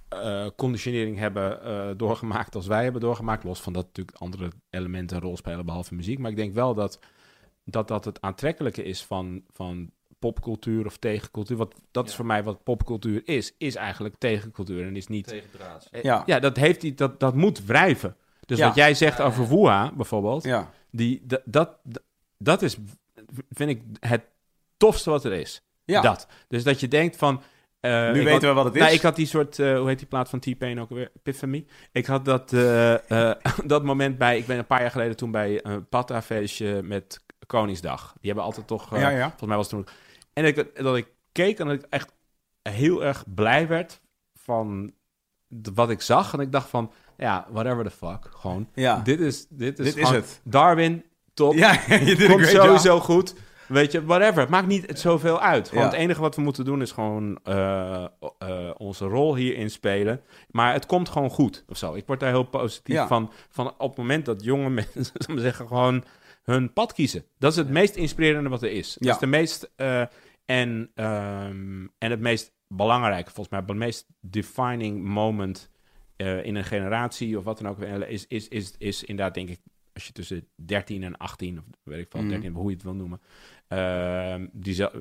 Speaker 3: eh, conditionering hebben eh, doorgemaakt als wij hebben doorgemaakt. Los van dat natuurlijk andere elementen een rol spelen behalve muziek. Maar ik denk wel dat dat, dat het aantrekkelijke is van, van popcultuur of tegencultuur. Want dat is
Speaker 2: Ja.
Speaker 3: voor mij wat popcultuur is, is eigenlijk tegencultuur en is niet
Speaker 2: Tegendraads.
Speaker 1: Ja.
Speaker 3: ja, dat, heeft, iets- dat, dat moet wrijven. Dus
Speaker 1: Ja.
Speaker 3: wat jij zegt
Speaker 2: Ja, ja.
Speaker 3: over Woeha bijvoorbeeld,
Speaker 1: Ja.
Speaker 3: die, dat, dat, dat is, vind ik, het tofste wat er is.
Speaker 1: Ja.
Speaker 3: Dat. Dus dat je denkt van... eh,
Speaker 1: nu
Speaker 3: ik
Speaker 1: weten
Speaker 3: had-
Speaker 1: we wat het is.
Speaker 3: nou, ik had die soort, eh, hoe heet die plaat van T-Pain ook weer? Epiphany. Ik had dat, eh, eh, dat moment bij, ik ben een paar jaar geleden toen bij een Patta-feestje met Koningsdag. Die hebben altijd toch, eh,
Speaker 1: Ja, ja.
Speaker 3: volgens mij was het toen... En ik, dat ik keek en dat ik echt heel erg blij werd van d- wat ik zag. En ik dacht van, ja, whatever the fuck, gewoon.
Speaker 1: Ja.
Speaker 3: Dit is, dit is,
Speaker 1: Dit is
Speaker 3: gewoon-
Speaker 1: het.
Speaker 3: Darwin, top.
Speaker 1: Ja, je did a
Speaker 3: Komt
Speaker 1: great job.
Speaker 3: sowieso goed. Weet je, whatever. Het maakt niet het zoveel uit. Want
Speaker 1: Ja.
Speaker 3: het enige wat we moeten doen is gewoon eh, eh, onze rol hierin spelen. Maar het komt gewoon goed of zo. Ik word daar heel positief
Speaker 1: Ja.
Speaker 3: van, van. Op het moment dat jonge mensen, zullen we zeggen, gewoon hun pad kiezen. Dat is het meest inspirerende wat er is.
Speaker 1: Ja.
Speaker 3: Dat is de meest... eh, en, ehm, en het meest belangrijke, volgens mij, het meest defining moment eh, in een generatie of wat dan ook, eh, is, is, is, is inderdaad, denk ik, als je tussen 13 en 18, of weet ik
Speaker 1: Mhm.
Speaker 3: veel, 13, hoe je het wil noemen, ehm, die zel- eh,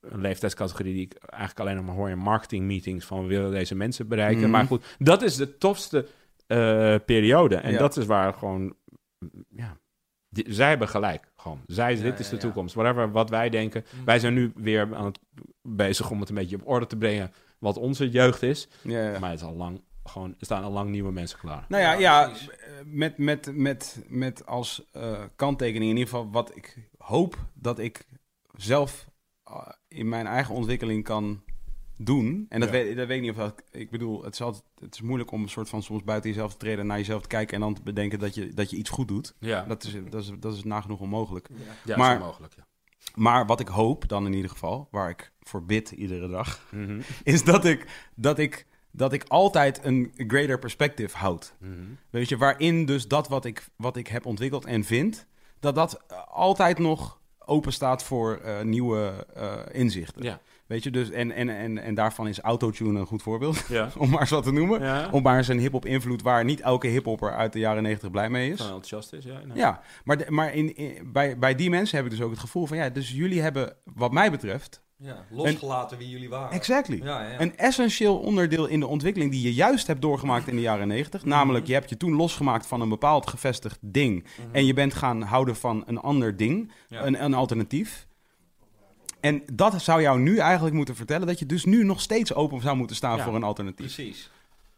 Speaker 3: een leeftijdscategorie die ik eigenlijk alleen nog maar hoor in marketing meetings van we willen deze mensen bereiken.
Speaker 1: Mhm.
Speaker 3: Maar goed, dat is de tofste eh, periode. En
Speaker 1: Ja.
Speaker 3: dat is waar gewoon, ja, die- zij hebben gelijk. Gewoon, zij,
Speaker 2: Ja,
Speaker 3: dit is
Speaker 2: ja, Mhm.
Speaker 3: de
Speaker 2: ja.
Speaker 3: toekomst. Whatever, wat wij denken. Wij zijn nu weer aan het bezig om het een beetje op orde te brengen wat onze jeugd is.
Speaker 1: Ja, ja.
Speaker 3: Maar het is al lang, gewoon, er staan al lang nieuwe mensen klaar.
Speaker 1: Nou ja,
Speaker 2: Ja,
Speaker 1: ja,
Speaker 2: precies.
Speaker 1: eh, met, met, met, met als eh, kanttekening in ieder geval wat ik hoop dat ik zelf ah, in mijn eigen ontwikkeling kan doen. En dat,
Speaker 3: Ja.
Speaker 1: weet, dat weet ik niet of dat... Ik bedoel, het is, altijd, het is moeilijk om een soort van soms buiten jezelf te treden... naar jezelf te kijken en dan te bedenken dat je, dat je iets goed doet.
Speaker 3: Ja,
Speaker 1: Dat is, dat is, dat is nagenoeg onmogelijk.
Speaker 3: ja
Speaker 1: maar-
Speaker 3: zo mogelijk. Ja.
Speaker 1: Maar wat ik hoop dan in ieder geval, waar ik voor bid iedere dag...
Speaker 3: Mhm.
Speaker 1: is dat ik, dat ik, dat ik altijd een greater perspective houd.
Speaker 3: Mhm.
Speaker 1: Weet je, waarin dus dat wat ik, wat ik heb ontwikkeld en vind, dat dat eh, altijd nog open staat voor eh, nieuwe eh, inzichten.
Speaker 3: Ja.
Speaker 1: Weet je, dus en, en, en, en daarvan is autotune een goed voorbeeld,
Speaker 3: Ja.
Speaker 1: om maar eens wat te noemen.
Speaker 3: Ja.
Speaker 1: Om maar eens een hip-hop invloed waar niet elke hip-hopper uit de jaren negentig blij mee is.
Speaker 3: Gewoon enthousiast is, ja. nou.
Speaker 1: Ja, maar, de- maar in, in- bij, bij die mensen heb ik dus ook het gevoel van ja, dus jullie hebben, wat mij betreft,
Speaker 2: Ja, losgelaten wie jullie waren.
Speaker 1: exactly.
Speaker 2: Ja, ja, ja.
Speaker 1: Een essentieel onderdeel in de ontwikkeling die je juist hebt doorgemaakt in de jaren 90. Namelijk, je hebt je toen losgemaakt van een bepaald gevestigd ding. En je bent gaan houden van een ander ding,
Speaker 2: Ja.
Speaker 1: een, een alternatief. En dat zou jou nu eigenlijk moeten vertellen dat je dus nu nog steeds open zou moeten staan
Speaker 3: Ja,
Speaker 1: voor een alternatief.
Speaker 2: Precies.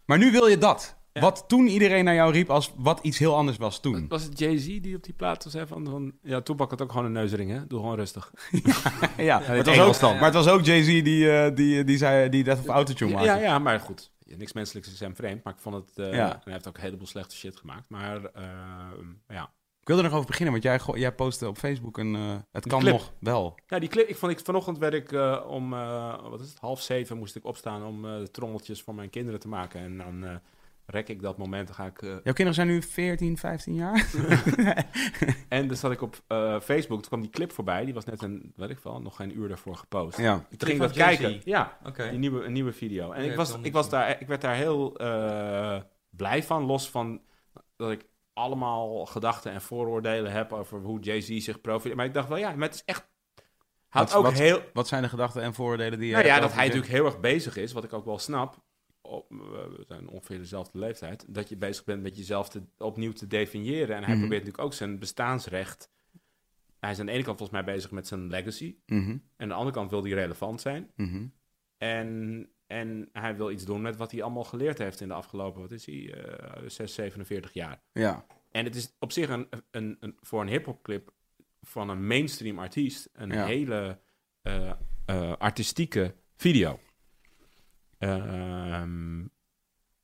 Speaker 1: Maar nu wil je dat.
Speaker 3: Ja.
Speaker 1: Wat toen iedereen naar jou riep als wat iets heel anders was toen.
Speaker 3: Was het Jay-Z die op die plaat was? Hè? Van, van, ja, Toepak had ook gewoon een neusring, hè? Doe gewoon rustig.
Speaker 1: Ja, maar, het was
Speaker 3: Engels
Speaker 1: ook,
Speaker 3: dan.
Speaker 1: maar het was ook Jay-Z die, eh, die, die, zei, die Death of Autotune
Speaker 3: Ja,
Speaker 1: maakte.
Speaker 3: ja, ja, maar goed. Ja, Niks menselijks is hem vreemd, maar ik vond het... eh,
Speaker 1: Ja.
Speaker 3: en Hij heeft ook een heleboel slechte shit gemaakt, maar eh, ja.
Speaker 1: Ik wilde er nog over beginnen, want jij, go- jij postte op Facebook een... eh, het kan
Speaker 3: clip.
Speaker 1: nog wel.
Speaker 3: Ja, die clip, ik vond, ik, vanochtend werd ik eh, om, eh, wat is het, half zeven moest ik opstaan om eh, de trommeltjes voor mijn kinderen te maken. En dan eh, rek ik dat moment, dan ga ik... eh,
Speaker 1: Jouw kinderen zijn nu 14, 15 jaar.
Speaker 3: En dan zat ik op eh, Facebook, toen kwam die clip voorbij. Die was net een, weet ik wel, nog geen uur daarvoor gepost.
Speaker 1: ja.
Speaker 3: Ik ging
Speaker 2: van
Speaker 3: dat
Speaker 2: Jay-Z.
Speaker 3: kijken. Ja,
Speaker 2: Oké.
Speaker 3: die nieuwe, een nieuwe video. En
Speaker 2: Nee,
Speaker 3: ik,
Speaker 2: ik
Speaker 3: was,
Speaker 2: kan
Speaker 3: ik,
Speaker 2: niet
Speaker 3: was
Speaker 2: zien.
Speaker 3: daar, ik werd daar heel eh, blij van. Los van dat ik allemaal gedachten en vooroordelen heb over hoe Jay-Z zich profileert. Maar ik dacht wel, ja, maar het is echt... Houdt
Speaker 1: Wat-
Speaker 3: ook
Speaker 1: wat-
Speaker 3: heel...
Speaker 1: Wat zijn de gedachten en vooroordelen die je
Speaker 3: Nou ja,
Speaker 1: hebt
Speaker 3: dat
Speaker 1: over
Speaker 3: hij
Speaker 1: Jay?
Speaker 3: natuurlijk heel erg bezig is, wat ik ook wel snap. Op, we zijn ongeveer dezelfde leeftijd. Dat je bezig bent met jezelf te, opnieuw te definiëren. En hij
Speaker 1: Mhm.
Speaker 3: probeert natuurlijk ook zijn bestaansrecht. Hij is aan de ene kant volgens mij bezig met zijn legacy.
Speaker 1: Mhm,
Speaker 3: En aan de andere kant wil hij relevant zijn.
Speaker 1: mhm.
Speaker 3: En, en hij wil iets doen met wat hij allemaal geleerd heeft in de afgelopen, wat is hij, eh 6, 47 jaar.
Speaker 1: Ja,
Speaker 3: En het is op zich een, een, een, voor een hip-hop clip van een mainstream artiest een
Speaker 1: Ja.
Speaker 3: hele eh, eh, artistieke video. Ehm,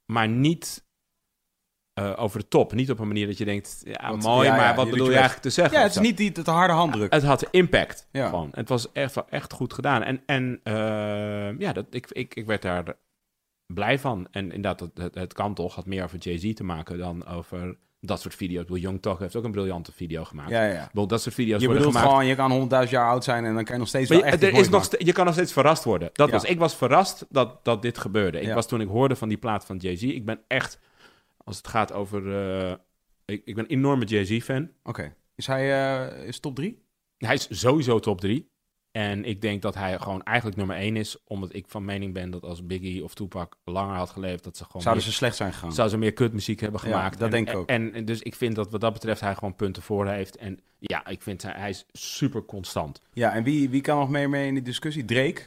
Speaker 3: maar niet eh, over de top. Niet op een manier dat je denkt, ja,
Speaker 1: Wat-
Speaker 3: mooi,
Speaker 1: ja, ja,
Speaker 3: maar
Speaker 1: je
Speaker 3: wat bedoel
Speaker 1: liet
Speaker 3: je
Speaker 1: je
Speaker 3: eigenlijk te zeggen?
Speaker 1: ja
Speaker 3: of
Speaker 1: het is
Speaker 3: zo?
Speaker 1: niet die, het harde handdruk.
Speaker 3: Het had impact
Speaker 1: Ja.
Speaker 3: gewoon. Het was echt, wel echt goed gedaan. En, en eh, ja, dat, ik, ik, ik werd daar blij van. En inderdaad, het, het, het kan toch, had meer over Jay-Z te maken dan over dat soort video's. Ik bedoel, Young Tog heeft ook een briljante video gemaakt. Ik
Speaker 1: ja, ja.
Speaker 3: bedoel, dat soort video's
Speaker 1: Je
Speaker 3: worden
Speaker 1: bedoelt
Speaker 3: gemaakt.
Speaker 1: gewoon, je kan 100.000 jaar oud zijn en dan kan je nog steeds
Speaker 3: Maar
Speaker 1: wel
Speaker 3: je,
Speaker 1: echt
Speaker 3: er
Speaker 1: die
Speaker 3: is nog
Speaker 1: voice
Speaker 3: ste- je kan nog steeds verrast worden. Dat
Speaker 1: Ja.
Speaker 3: was, ik was verrast dat, dat dit gebeurde. Ik
Speaker 1: Ja.
Speaker 3: was toen ik hoorde van die plaat van Jay-Z. Ik ben echt, als het gaat over... eh, ik, ik ben een enorme Jay-Z-fan.
Speaker 1: maken. Oké. Is hij eh, is top 3?
Speaker 3: Hij is sowieso top 3. En ik denk dat hij gewoon eigenlijk nummer 1 is. Omdat ik van mening ben dat als Biggie of Tupac langer had geleefd, dat ze gewoon.
Speaker 1: Zouden ze
Speaker 3: meer,
Speaker 1: slecht zijn gegaan?
Speaker 3: zouden ze meer kutmuziek hebben
Speaker 1: Ja,
Speaker 3: gemaakt.
Speaker 1: dat
Speaker 3: En-
Speaker 1: denk ik ook.
Speaker 3: En, en dus ik vind dat wat dat betreft hij gewoon punten voor heeft. En ja, ik vind hij, hij is super constant.
Speaker 1: Ja, en wie, wie kan nog meer mee in die discussie? Drake?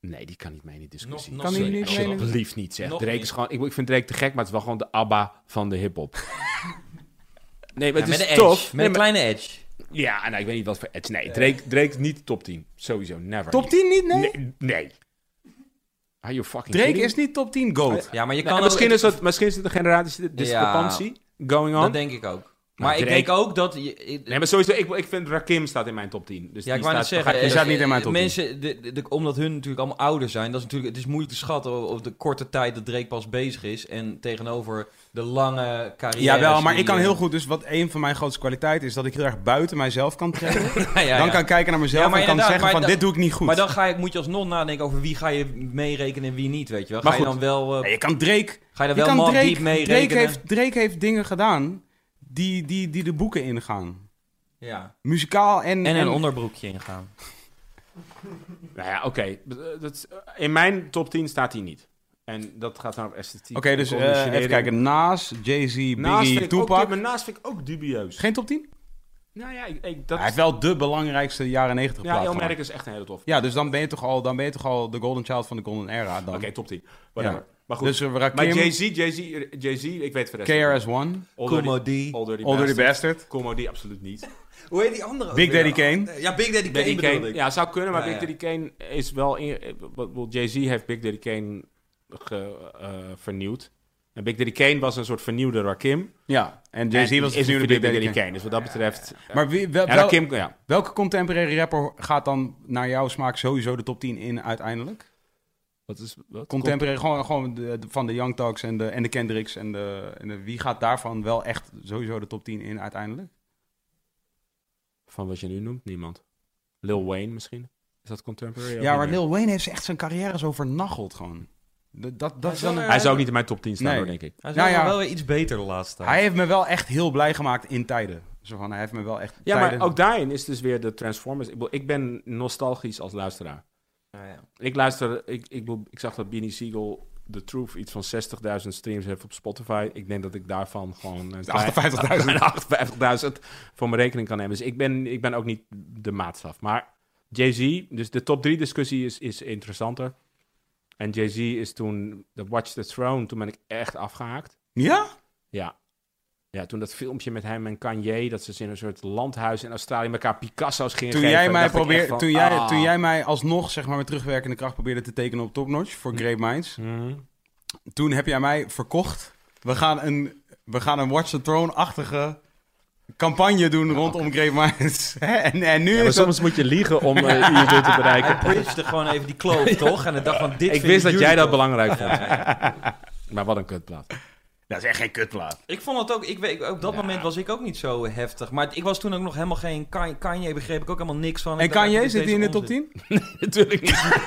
Speaker 3: Nee, die kan niet mee in die discussie.
Speaker 2: Nog-
Speaker 1: nog Kan die niet zeker. mee in de-
Speaker 3: Alsjeblieft niet, zeg.
Speaker 2: Nog
Speaker 3: Drake
Speaker 2: niet.
Speaker 3: is gewoon. Ik, ik vind Drake te gek, maar het is wel gewoon de ABBA van de hip-hop. Nee, maar
Speaker 2: Ja,
Speaker 3: het
Speaker 2: met
Speaker 3: is
Speaker 2: een edge.
Speaker 3: tof.
Speaker 2: Met
Speaker 3: Nee,
Speaker 2: een
Speaker 3: maar-
Speaker 2: kleine edge.
Speaker 3: Ja, nou, ik weet niet wat voor edge. Nee, Drake, Drake niet top 10. Sowieso, never.
Speaker 1: Top 10 niet? Nee.
Speaker 3: Nee. nee. Are you fucking
Speaker 1: Drake
Speaker 3: kidding?
Speaker 1: is niet top 10 GOAT.
Speaker 2: Ja, maar je
Speaker 3: Nee,
Speaker 2: kan ook-
Speaker 3: Nou, misschien, is dat, misschien is het een generatiediscrepantie going on.
Speaker 2: Dat denk ik ook. Maar ik
Speaker 3: Nou, Drake-
Speaker 2: denk ook dat... je- ik-
Speaker 3: nee, maar sowieso, ik, ik vind Rakim staat in mijn top 10. Dus
Speaker 2: Ja,
Speaker 3: die
Speaker 2: ik wou net
Speaker 3: staat,
Speaker 2: zeggen...
Speaker 1: die
Speaker 2: eh,
Speaker 1: staat niet in mijn top
Speaker 2: Mensen, de, de- de- omdat hun natuurlijk allemaal ouder zijn... Dat is natuurlijk, het is moeilijk te schatten op op de korte tijd dat Drake pas bezig is... en tegenover de lange carrière...
Speaker 1: Ja, wel, maar ik kan heel goed. Dus wat een van mijn grootste kwaliteiten is dat ik heel erg buiten mijzelf kan trekken. Dan kan ik kijken naar mezelf
Speaker 2: Ja, maar
Speaker 1: en kan
Speaker 2: inderdaad,
Speaker 1: zeggen van
Speaker 2: maar
Speaker 1: dit
Speaker 2: dan-
Speaker 1: doe ik niet goed.
Speaker 2: Maar dan ga je, moet je alsnog nadenken over wie ga je meerekenen en wie niet, weet je wel. Ga
Speaker 1: Maar
Speaker 2: je
Speaker 1: goed.
Speaker 2: dan wel, eh,
Speaker 1: Nee, je kan Drake,
Speaker 2: ga je
Speaker 1: je
Speaker 2: dan wel
Speaker 1: kan
Speaker 2: man
Speaker 1: Drake,
Speaker 2: diep meerekenen?
Speaker 1: Drake, heeft, Drake heeft dingen gedaan die, die, die de boeken ingaan.
Speaker 2: ja.
Speaker 1: Muzikaal en...
Speaker 2: En een onderbroekje ingaan.
Speaker 3: Nou ja, oké. dat is- In mijn top 10 staat hij niet. En dat gaat dan over esthetiek.
Speaker 1: Oké,
Speaker 3: en
Speaker 1: dus eh,
Speaker 3: conditionering.
Speaker 1: even kijken. Naast Jay-Z,
Speaker 3: Naast
Speaker 1: Biggie,
Speaker 3: vind ik ook du-
Speaker 1: Tupac.
Speaker 3: maar naast vind ik ook dubieus.
Speaker 1: Geen top 10?
Speaker 3: Nou ja, ik, ik, dat
Speaker 1: Hij heeft
Speaker 3: is,
Speaker 1: wel de belangrijkste jaren 90
Speaker 3: ja,
Speaker 1: plaat
Speaker 3: El
Speaker 1: gemaakt.
Speaker 3: Merk is echt een hele tof.
Speaker 1: Ja, dus dan ben je toch al, dan ben je toch al de golden child van de golden era dan.
Speaker 3: Oké, top 10. Whatever.
Speaker 1: Ja.
Speaker 3: Maar goed.
Speaker 1: Dus eh,
Speaker 3: maar
Speaker 1: Rakim,
Speaker 3: Jay-Z, Jay-Z, Jay-Z, ik weet voor de rest.
Speaker 1: KRS-One,
Speaker 3: Older
Speaker 2: Comedy.
Speaker 3: Older
Speaker 1: Older the Bastard,
Speaker 3: Comedy absoluut niet.
Speaker 2: Hoe heet die andere? ook
Speaker 1: Big
Speaker 2: weer?
Speaker 1: Daddy Kane.
Speaker 2: Ja, Big Daddy Kane
Speaker 3: Big Daddy
Speaker 2: bedoelde
Speaker 3: Kane,
Speaker 2: ik.
Speaker 3: ja, zou kunnen,
Speaker 2: Ja,
Speaker 3: maar
Speaker 2: ja.
Speaker 3: Big Daddy Kane is wel... In, eh, wat- wat- Jay-Z heeft Big Daddy Kane ge- eh, vernieuwd. En Big Daddy Kane was een soort vernieuwde Rakim.
Speaker 1: Ja, en Jay-Z
Speaker 3: En
Speaker 1: was
Speaker 3: is
Speaker 1: natuurlijk
Speaker 3: een
Speaker 1: Big Daddy Kane.
Speaker 3: Dus wat dat betreft...
Speaker 1: Maar wie, wel,
Speaker 3: Ja,
Speaker 1: wel-
Speaker 3: Rakim, ja.
Speaker 1: welke contemporary rapper gaat dan naar jouw smaak sowieso de top 10 in uiteindelijk?
Speaker 3: Wat is... Wat?
Speaker 1: Contemporary, gewoon, gewoon de- de- van de Young Talks en de, en de Kendricks. En, de, en de- wie gaat daarvan wel echt sowieso de top 10 in uiteindelijk?
Speaker 3: Van wat je nu noemt, niemand. Lil Wayne misschien? Is dat contemporary? Ook
Speaker 1: Ja,
Speaker 3: niet
Speaker 1: maar
Speaker 3: meer.
Speaker 1: Lil Wayne heeft echt zijn carrière zo vernacheld gewoon. Dat, dat, dat is dan een-
Speaker 3: Hij zou ook niet in mijn top 10 staan,
Speaker 1: Nee.
Speaker 3: hoor, denk ik.
Speaker 2: Hij is
Speaker 1: Nou
Speaker 2: wel-
Speaker 1: ja.
Speaker 2: wel weer iets beter de laatste tijd.
Speaker 1: Hij heeft me wel echt heel blij gemaakt in tijden. Zo van, hij heeft me wel echt
Speaker 3: Ja,
Speaker 1: tijden...
Speaker 3: maar ook daarin is dus weer de Transformers. Ik, bedoel, ik ben nostalgisch als luisteraar.
Speaker 2: Ja, ja.
Speaker 3: Ik luister, ik, ik, bedoel, ik zag dat Beanie Siegel The Truth iets van 60.000 streams heeft op Spotify. Ik denk dat ik daarvan gewoon een klein-
Speaker 1: 58.000.
Speaker 3: een 58.000 voor mijn rekening kan nemen. Dus ik ben, ik ben ook niet de maatstaf. Maar Jay-Z, dus de top 3 discussie is, is interessanter. En Jay-Z is toen, de Watch the Throne, toen ben ik echt afgehaakt.
Speaker 1: Ja?
Speaker 3: Ja. Ja, toen dat filmpje met hem en Kanye, dat ze in een soort landhuis in Australië elkaar Picasso's gingen
Speaker 1: Toen
Speaker 3: geven,
Speaker 1: jij, mij
Speaker 3: dacht ik echt
Speaker 1: probeerde,
Speaker 3: van,
Speaker 1: toen, jij,
Speaker 3: ah.
Speaker 1: toen jij mij alsnog zeg maar, met terugwerkende kracht probeerde te tekenen op Topnotch voor Great Minds.
Speaker 3: Mhm.
Speaker 1: Toen heb jij mij verkocht. We gaan een, we gaan een Watch the Throne-achtige campagne doen rondom Great Minds. Hè? en, en nu
Speaker 3: Ja, maar
Speaker 1: is dat...
Speaker 3: soms moet je liegen om eh, je doel te bereiken.
Speaker 2: Bridged gewoon even die kloof, toch? En ik dacht van, dit
Speaker 3: Ik
Speaker 2: vinden
Speaker 3: wist dat jij
Speaker 2: jullie
Speaker 3: dat
Speaker 2: toch?
Speaker 3: belangrijk vond. Maar wat een kutplaat.
Speaker 1: Dat is echt geen kutplaat.
Speaker 2: Ik vond het ook, ik weet, op dat moment was ik ook niet zo heftig. Maar ik was toen ook nog helemaal geen Kanye, Kanye begreep ik ook helemaal niks van.
Speaker 1: En
Speaker 2: Ik dacht,
Speaker 1: Kanye,
Speaker 2: dit is
Speaker 1: zit hij in de
Speaker 2: deze
Speaker 1: top
Speaker 2: onzin.
Speaker 1: 10?
Speaker 3: Natuurlijk niet.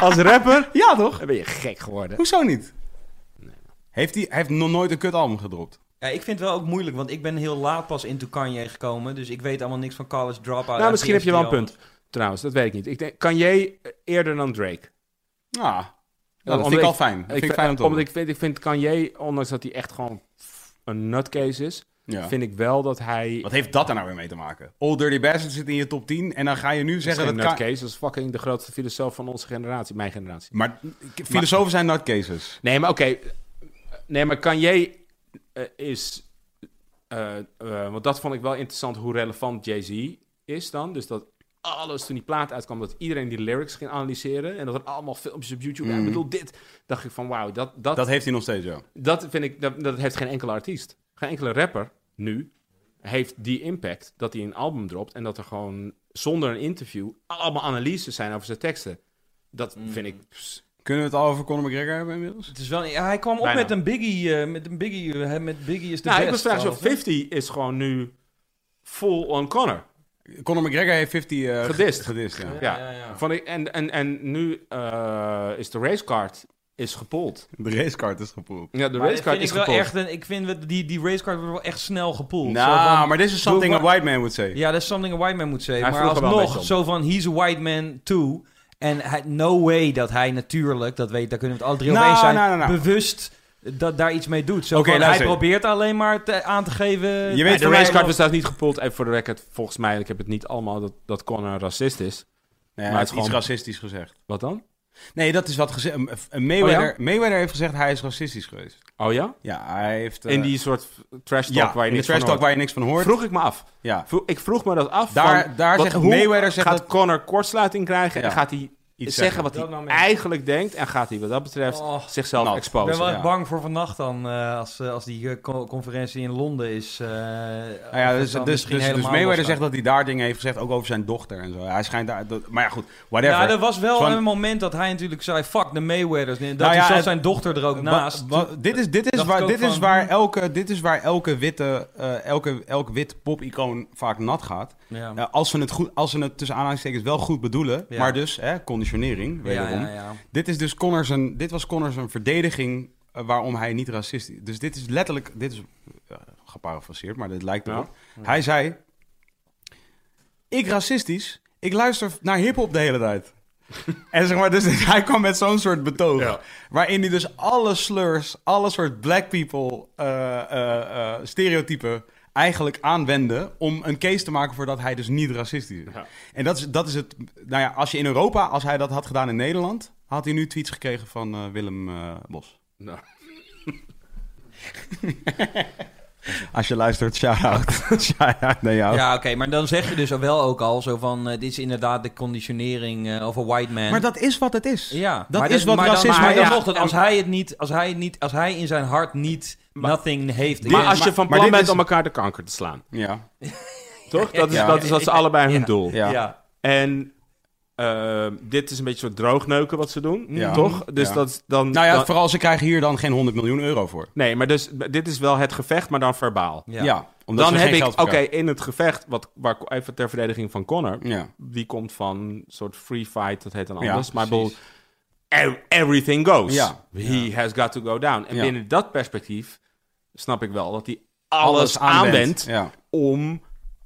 Speaker 9: Als rapper? Ja, toch?
Speaker 3: Dan ben je gek geworden.
Speaker 1: Hoezo niet? Heeft hij, hij heeft nog nooit een kut album gedropt.
Speaker 2: Ja, ik vind het wel ook moeilijk, want ik ben heel laat pas into Kanye gekomen. Dus ik weet allemaal niks van college dropout.
Speaker 3: nou, misschien heb je wel een
Speaker 2: RTL.
Speaker 3: punt. Trouwens, dat weet ik niet. Ik denk, kan jij eh, eerder dan Drake?
Speaker 1: Ja, nou, dat vind
Speaker 3: Omdat
Speaker 1: ik al fijn. Dat vind ik
Speaker 3: vind-
Speaker 1: fijn om te
Speaker 3: Omdat
Speaker 1: horen.
Speaker 3: ik vind, ik vind Kanye, ondanks dat hij echt gewoon een nutcase is,
Speaker 1: Ja.
Speaker 3: vind ik wel dat hij...
Speaker 1: Wat heeft dat er nou weer mee te maken? All Dirty Bastard zit in je top 10 en dan ga je nu
Speaker 3: dat is
Speaker 1: zeggen
Speaker 3: geen
Speaker 1: dat... Ka-
Speaker 3: nutcase, dat is fucking de grootste filosoof van onze generatie, mijn generatie.
Speaker 1: maar filosofen zijn nutcases.
Speaker 3: Nee, maar oké. Nee, maar Kanye eh, is... eh, eh, want dat vond ik wel interessant hoe relevant Jay-Z is dan. Dus dat alles toen die plaat uitkwam, dat iedereen die lyrics ging analyseren. En dat er allemaal filmpjes op YouTube... ja, ik bedoel, dit dacht ik van wauw, dat, dat,
Speaker 1: Dat
Speaker 3: dat,
Speaker 1: heeft hij nog steeds, ja.
Speaker 3: vind ik... Dat, dat heeft geen enkele artiest. Geen enkele rapper nu heeft die impact dat hij een album dropt... en dat er gewoon zonder een interview allemaal analyses zijn over zijn teksten. Dat vind ik... pss,
Speaker 1: Kunnen we het al over Conor McGregor hebben inmiddels?
Speaker 2: Het is wel, ja, hij kwam op
Speaker 3: Bijna.
Speaker 2: met een Biggie, eh, met een Biggie, eh, met Biggie is de
Speaker 3: nou, ik was
Speaker 2: best.
Speaker 3: vragen,
Speaker 2: of-
Speaker 3: zo 50 is gewoon nu full on Connor.
Speaker 1: Conor McGregor heeft 50 eh,
Speaker 3: Gedist.
Speaker 1: gedist ja.
Speaker 3: Ja.
Speaker 2: ja, ja.
Speaker 3: Van ik, en, en, en nu eh, is de racecard is gepoeld.
Speaker 1: De racecard is gepoeld.
Speaker 3: Ja, de
Speaker 2: Maar dit
Speaker 3: racecard
Speaker 2: vind
Speaker 3: is
Speaker 2: ik wel
Speaker 3: gepoeld.
Speaker 2: echt een, ik vind we- die, die racecard wordt wel echt snel gepoeld. Zo
Speaker 1: Nou,
Speaker 2: van-
Speaker 1: maar dit is something a
Speaker 2: Doe maar-
Speaker 1: white man would say.
Speaker 2: Ja, dat is something a white man moet zeggen.
Speaker 3: Hij
Speaker 2: Maar
Speaker 3: vroeg er wel een
Speaker 2: alsnog,
Speaker 3: beetje
Speaker 2: zo van, he's a white man too. En hij, no way dat hij natuurlijk, dat weet, daar kunnen we het alle drie
Speaker 1: Nou,
Speaker 2: over eens zijn,
Speaker 1: nou, nou, nou.
Speaker 2: bewust dat daar iets mee doet. Zo
Speaker 1: Oké,
Speaker 2: van, hij
Speaker 1: luister.
Speaker 2: probeert alleen maar te- aan te geven...
Speaker 1: Je weet
Speaker 3: de
Speaker 1: voor mij-
Speaker 3: racecard was trouwens niet gepoeld. Even voor de record, volgens mij, ik heb het niet allemaal dat, dat Connor racist is.
Speaker 1: Nee,
Speaker 3: Maar
Speaker 1: hij
Speaker 3: het
Speaker 1: heeft
Speaker 3: is
Speaker 1: iets
Speaker 3: gewoon-
Speaker 1: racistisch gezegd.
Speaker 3: Wat dan?
Speaker 1: Nee, dat is wat gezegd. een- een Mayweather,
Speaker 3: Oh
Speaker 1: Mayweather heeft gezegd hij is racistisch geweest.
Speaker 3: Oh ja?
Speaker 1: Ja, hij heeft... eh,
Speaker 3: In die soort trash talk
Speaker 1: ja,
Speaker 3: waar je
Speaker 1: in de
Speaker 3: niks van
Speaker 1: trash talk
Speaker 3: hoort.
Speaker 1: waar je niks van hoort.
Speaker 3: Vroeg ik me af.
Speaker 1: Ja.
Speaker 3: Vro- ik vroeg me dat af.
Speaker 1: Daar-
Speaker 3: van,
Speaker 1: daar
Speaker 3: wat-
Speaker 1: zegt
Speaker 3: hoe
Speaker 1: Mayweather zegt
Speaker 3: gaat
Speaker 1: dat-
Speaker 3: Connor kortsluiting krijgen
Speaker 1: Ja.
Speaker 3: en gaat hij
Speaker 1: Iets zeggen.
Speaker 3: zeggen wat hij
Speaker 2: Dat moment.
Speaker 3: eigenlijk denkt en gaat hij wat dat betreft
Speaker 2: Oh,
Speaker 3: zichzelf
Speaker 1: nat.
Speaker 2: Ik ben
Speaker 3: exposen.
Speaker 2: wel
Speaker 1: ja.
Speaker 2: echt bang voor vannacht dan, eh, als, eh, als die eh, co- conferentie in Londen is. eh,
Speaker 1: Nou ja, dus,
Speaker 2: of dan
Speaker 1: dus, dus,
Speaker 2: misschien
Speaker 1: dus
Speaker 2: helemaal
Speaker 1: Mayweather
Speaker 2: losgaan.
Speaker 1: zegt dat hij daar dingen heeft gezegd, ook over zijn dochter en zo. Hij schijnt daar... dat- maar ja, goed, whatever.
Speaker 2: Ja, er was wel
Speaker 1: Zo'n-
Speaker 2: een moment dat hij natuurlijk zei, fuck de Mayweathers. Dat
Speaker 1: Nou ja,
Speaker 2: hij zelfs
Speaker 1: het-
Speaker 2: zijn dochter er ook
Speaker 1: Wa-
Speaker 2: naast.
Speaker 1: wa- dit is, dit is,
Speaker 2: dacht ik
Speaker 1: waar,
Speaker 2: ook
Speaker 1: dit, is
Speaker 2: van,
Speaker 1: waar
Speaker 2: hmm.
Speaker 1: elke, dit is waar elke witte, eh, elke, elk wit pop-icoon vaak nat gaat.
Speaker 2: Ja.
Speaker 1: Eh, als, ze het goed, als ze het tussen aanhalingstekens wel goed bedoelen,
Speaker 2: Ja.
Speaker 1: maar dus hè, conditionering,
Speaker 2: ja,
Speaker 1: wederom.
Speaker 2: ja, ja.
Speaker 1: Dit, is dus Connors een, dit was Connors een verdediging eh, waarom hij niet racist is. Dus dit is letterlijk, dit is eh, geparafraseerd, maar dit lijkt erop. Hij zei, ik racistisch, ik luister naar hiphop de hele tijd. en zeg maar, dus hij kwam met zo'n soort betoog. Waarin hij dus alle slurs, alle soort black people eh, eh, eh, stereotypen eigenlijk aanwendde om een case te maken voor dat hij dus niet racistisch is. En dat is, dat is het... Nou ja, als je in Europa, als hij dat had gedaan in Nederland, had hij nu tweets gekregen van eh, Willem eh, Bos.
Speaker 3: Nou.
Speaker 1: Als je luistert, shout-out. shout-out naar jou.
Speaker 2: Ja, oké, maar dan zeg je dus wel ook al zo van, eh, dit is inderdaad de conditionering eh, of een white man.
Speaker 1: Maar dat is wat het is.
Speaker 2: ja,
Speaker 1: dat
Speaker 2: maar
Speaker 1: is wat
Speaker 2: maar
Speaker 1: racisme
Speaker 2: Dan, maar dan
Speaker 1: is.
Speaker 2: mocht het, als hij het niet, als hij het niet, als hij in zijn hart niet nothing heeft.
Speaker 3: Maar
Speaker 2: Ja,
Speaker 3: als je van
Speaker 1: maar
Speaker 3: plan
Speaker 1: dit
Speaker 3: bent
Speaker 1: is-
Speaker 3: om elkaar de kanker te slaan,
Speaker 1: Ja.
Speaker 3: toch? Dat is,
Speaker 1: Ja.
Speaker 3: dat, is wat ze allebei hun
Speaker 2: Ja.
Speaker 3: doel.
Speaker 1: Ja.
Speaker 2: ja.
Speaker 3: En ehm, dit is een beetje zo'n droogneuken wat ze doen,
Speaker 1: Ja.
Speaker 3: toch? Dus
Speaker 1: Ja.
Speaker 3: dat is dan...
Speaker 1: Nou ja,
Speaker 3: dan-
Speaker 1: vooral ze krijgen hier dan geen 100 miljoen euro voor.
Speaker 3: Nee, maar dus, dit is wel het gevecht, maar dan verbaal.
Speaker 1: Ja.
Speaker 2: Ja.
Speaker 1: omdat
Speaker 3: dan
Speaker 1: ze
Speaker 3: heb
Speaker 1: geen
Speaker 3: ik,
Speaker 1: geld
Speaker 3: oké,
Speaker 1: voor krijgen.
Speaker 3: in het gevecht, wat, waar, even ter verdediging van Connor,
Speaker 1: Ja.
Speaker 3: die komt van een soort free fight, dat heet dan
Speaker 1: Ja,
Speaker 3: anders. maar ik bedoel, ev- everything goes.
Speaker 1: Ja.
Speaker 3: He has got to go down. En
Speaker 1: Ja.
Speaker 3: binnen dat perspectief snap ik wel dat hij alles, aanwendt
Speaker 1: Ja.
Speaker 3: om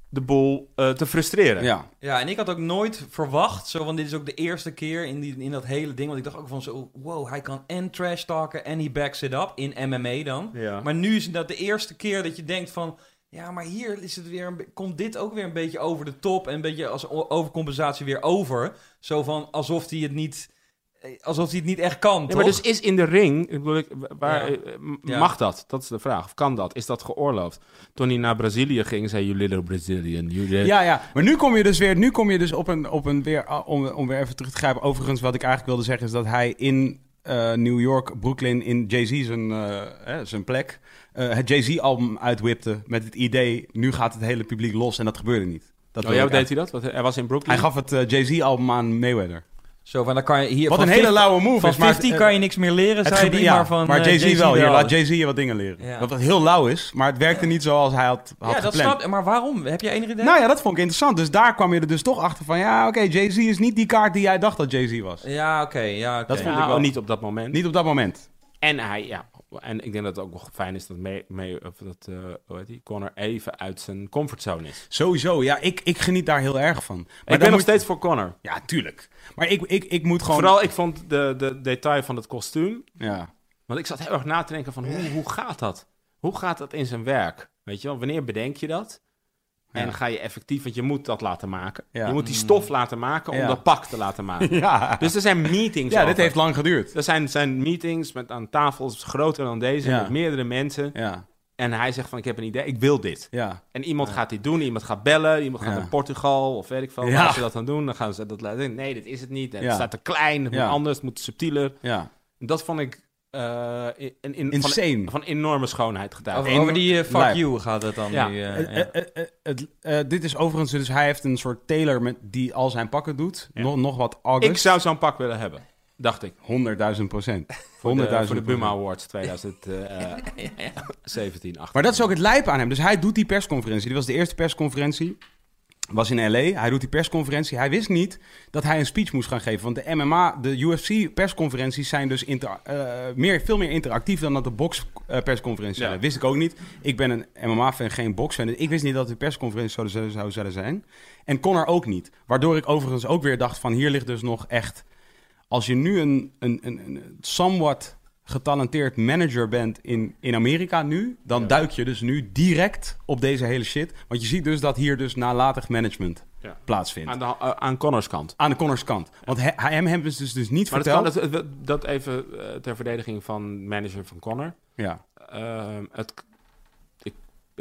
Speaker 3: de boel eh, te frustreren.
Speaker 1: ja.
Speaker 2: Ja, en ik had ook nooit verwacht, zo, want dit is ook de eerste keer in, die, in dat hele ding. Want ik dacht ook van zo, wow, hij kan en trash talken en he backs it up in MMA dan.
Speaker 3: Ja.
Speaker 2: Maar nu is dat de eerste keer dat je denkt van, ja, maar hier is het weer een, be- komt dit ook weer een beetje over de top en een beetje als o- overcompensatie weer over. Zo van alsof hij het niet, eh, alsof hij het niet echt kan,
Speaker 3: Ja,
Speaker 2: toch?
Speaker 3: maar dus is in de ring, ik bedoel, ik, waar,
Speaker 2: Ja.
Speaker 3: eh, eh,
Speaker 2: Ja.
Speaker 3: mag dat? Dat is de vraag. Of kan dat? Is dat geoorloofd? Toen hij naar Brazilië ging, zei you little Brazilian. You little...
Speaker 1: Ja, ja. Maar nu kom je dus weer, nu kom je dus op een, op een weer, ah, om, om weer even terug te grijpen. Overigens, wat ik eigenlijk wilde zeggen is dat hij in eh, New York, Brooklyn, in Jay-Z zijn, eh, hè, zijn plek, eh, het Jay-Z-album uitwipte met het idee, nu gaat het hele publiek los en dat gebeurde niet. Dat
Speaker 3: Oh
Speaker 1: wilde
Speaker 3: ja,
Speaker 1: ik
Speaker 3: wat deed
Speaker 1: eigenlijk-
Speaker 3: hij dat? Wat, hij was in Brooklyn.
Speaker 1: Hij gaf het eh, Jay-Z-album aan Mayweather.
Speaker 2: Zo van, dan kan je hier
Speaker 1: Wat
Speaker 2: van
Speaker 1: een hele
Speaker 2: 50
Speaker 1: lauwe move
Speaker 2: Van
Speaker 1: is. maar het-
Speaker 2: 50 kan je niks meer leren,
Speaker 1: het
Speaker 2: zei
Speaker 1: gebe-
Speaker 2: die,
Speaker 1: ja,
Speaker 2: maar van
Speaker 1: maar
Speaker 2: eh,
Speaker 1: Jay-Z wel. Je
Speaker 2: wel.
Speaker 1: laat Jay-Z je wat dingen leren.
Speaker 2: Ja.
Speaker 1: Dat het heel lauw is, maar het werkte niet zoals hij had, had
Speaker 2: Ja, dat
Speaker 1: gepland.
Speaker 2: snap ik. Maar waarom? Heb je enig idee?
Speaker 1: Nou ja, dat vond ik interessant. Dus daar kwam je er dus toch achter van... Ja, oké, Jay-Z is niet die kaart die jij dacht dat Jay-Z was.
Speaker 2: Ja, oké. ja, oké.
Speaker 1: Dat vond
Speaker 3: Ja, Oh,
Speaker 1: ik wel.
Speaker 3: niet op dat moment.
Speaker 1: Niet op dat moment.
Speaker 3: En hij, ja. En ik denk dat het ook wel fijn is dat, mee, mee, of dat eh, hoe heet die, Connor even uit zijn comfortzone is.
Speaker 1: Sowieso, ja, ik, ik geniet daar heel erg van. Maar
Speaker 3: ik ben
Speaker 1: dan
Speaker 3: nog
Speaker 1: moet-
Speaker 3: steeds voor Connor.
Speaker 1: Ja, tuurlijk. Maar ik, ik, ik moet gewoon...
Speaker 3: Vooral, ik vond de, de detail van het kostuum.
Speaker 1: Ja.
Speaker 3: Want ik zat heel erg na te denken van, hoe, hoe gaat dat? Hoe gaat dat in zijn werk? Weet je wel, wanneer bedenk je dat? En
Speaker 1: Ja.
Speaker 3: ga je effectief, want je moet dat laten maken.
Speaker 1: Ja.
Speaker 3: Je moet die stof laten maken om
Speaker 1: Ja.
Speaker 3: dat pak te laten maken.
Speaker 1: Ja.
Speaker 3: Dus er zijn meetings
Speaker 1: ja,
Speaker 3: over.
Speaker 1: dit heeft lang geduurd.
Speaker 3: Er zijn, zijn meetings met, aan tafels groter dan deze,
Speaker 1: Ja.
Speaker 3: met meerdere mensen.
Speaker 1: Ja,
Speaker 3: En hij zegt van, ik heb een idee, ik wil dit.
Speaker 1: ja.
Speaker 3: En iemand gaat dit doen, iemand gaat bellen, iemand gaat
Speaker 1: Ja.
Speaker 3: naar Portugal of weet ik veel.
Speaker 1: Ja.
Speaker 3: Als ze dat dan doen, dan gaan ze dat laten zien. Nee, dit is het niet. En
Speaker 1: Ja.
Speaker 3: Het staat te klein, het
Speaker 1: Ja.
Speaker 3: moet anders, het moet subtieler.
Speaker 1: Ja,
Speaker 3: Dat vond ik eh, in, in, van-
Speaker 1: insane.
Speaker 3: Van, enorme schoonheid gedaan.
Speaker 2: Over,
Speaker 1: Eén-
Speaker 2: over die eh, fuck
Speaker 1: Lijp.
Speaker 2: you gaat het dan
Speaker 3: Ja.
Speaker 2: nu. eh,
Speaker 1: Eh,
Speaker 2: ja.
Speaker 1: eh, eh, eh, het- eh, dit is overigens, dus hij heeft een soort tailor met, die al zijn pakken doet.
Speaker 3: Ja.
Speaker 1: Nog, nog wat August.
Speaker 3: ik zou zo'n pak willen hebben, dacht ik.
Speaker 1: 100.000 procent.
Speaker 3: Voor de,
Speaker 1: 100.000
Speaker 3: voor de
Speaker 1: procent.
Speaker 3: Buma Awards eh, 2017, 18.
Speaker 1: Maar dat is ook het lijp aan hem. Dus hij doet die persconferentie. Dit was de eerste persconferentie. Was in LA. Hij doet die persconferentie. Hij wist niet dat hij een speech moest gaan geven. Want de MMA, de UFC persconferenties zijn dus inter- eh, meer, veel meer interactief dan dat de box eh, persconferenties zijn.
Speaker 3: Ja.
Speaker 1: Dat wist ik ook niet. Ik ben een MMA fan, geen boxfan. Ik wist niet dat de persconferenties zouden, zouden, zouden zijn. En Connor ook niet. Waardoor ik overigens ook weer dacht van hier ligt dus nog echt als je nu een, een, een, een somewhat getalenteerd manager bent in, in Amerika nu, dan duik je dus nu direct op deze hele shit. Want je ziet dus dat hier dus nalatig management
Speaker 3: Ja.
Speaker 1: plaatsvindt.
Speaker 3: Aan,
Speaker 1: Aan,
Speaker 3: de, eh, aan Connors kant.
Speaker 1: de Connors kant. Want he- hij- hem hebben ze dus, dus niet
Speaker 3: Maar dat,
Speaker 1: verteld.
Speaker 3: kan, dat, dat- dat even eh, ter verdediging van manager van Connor.
Speaker 1: Ja,
Speaker 3: Ehm, het, ik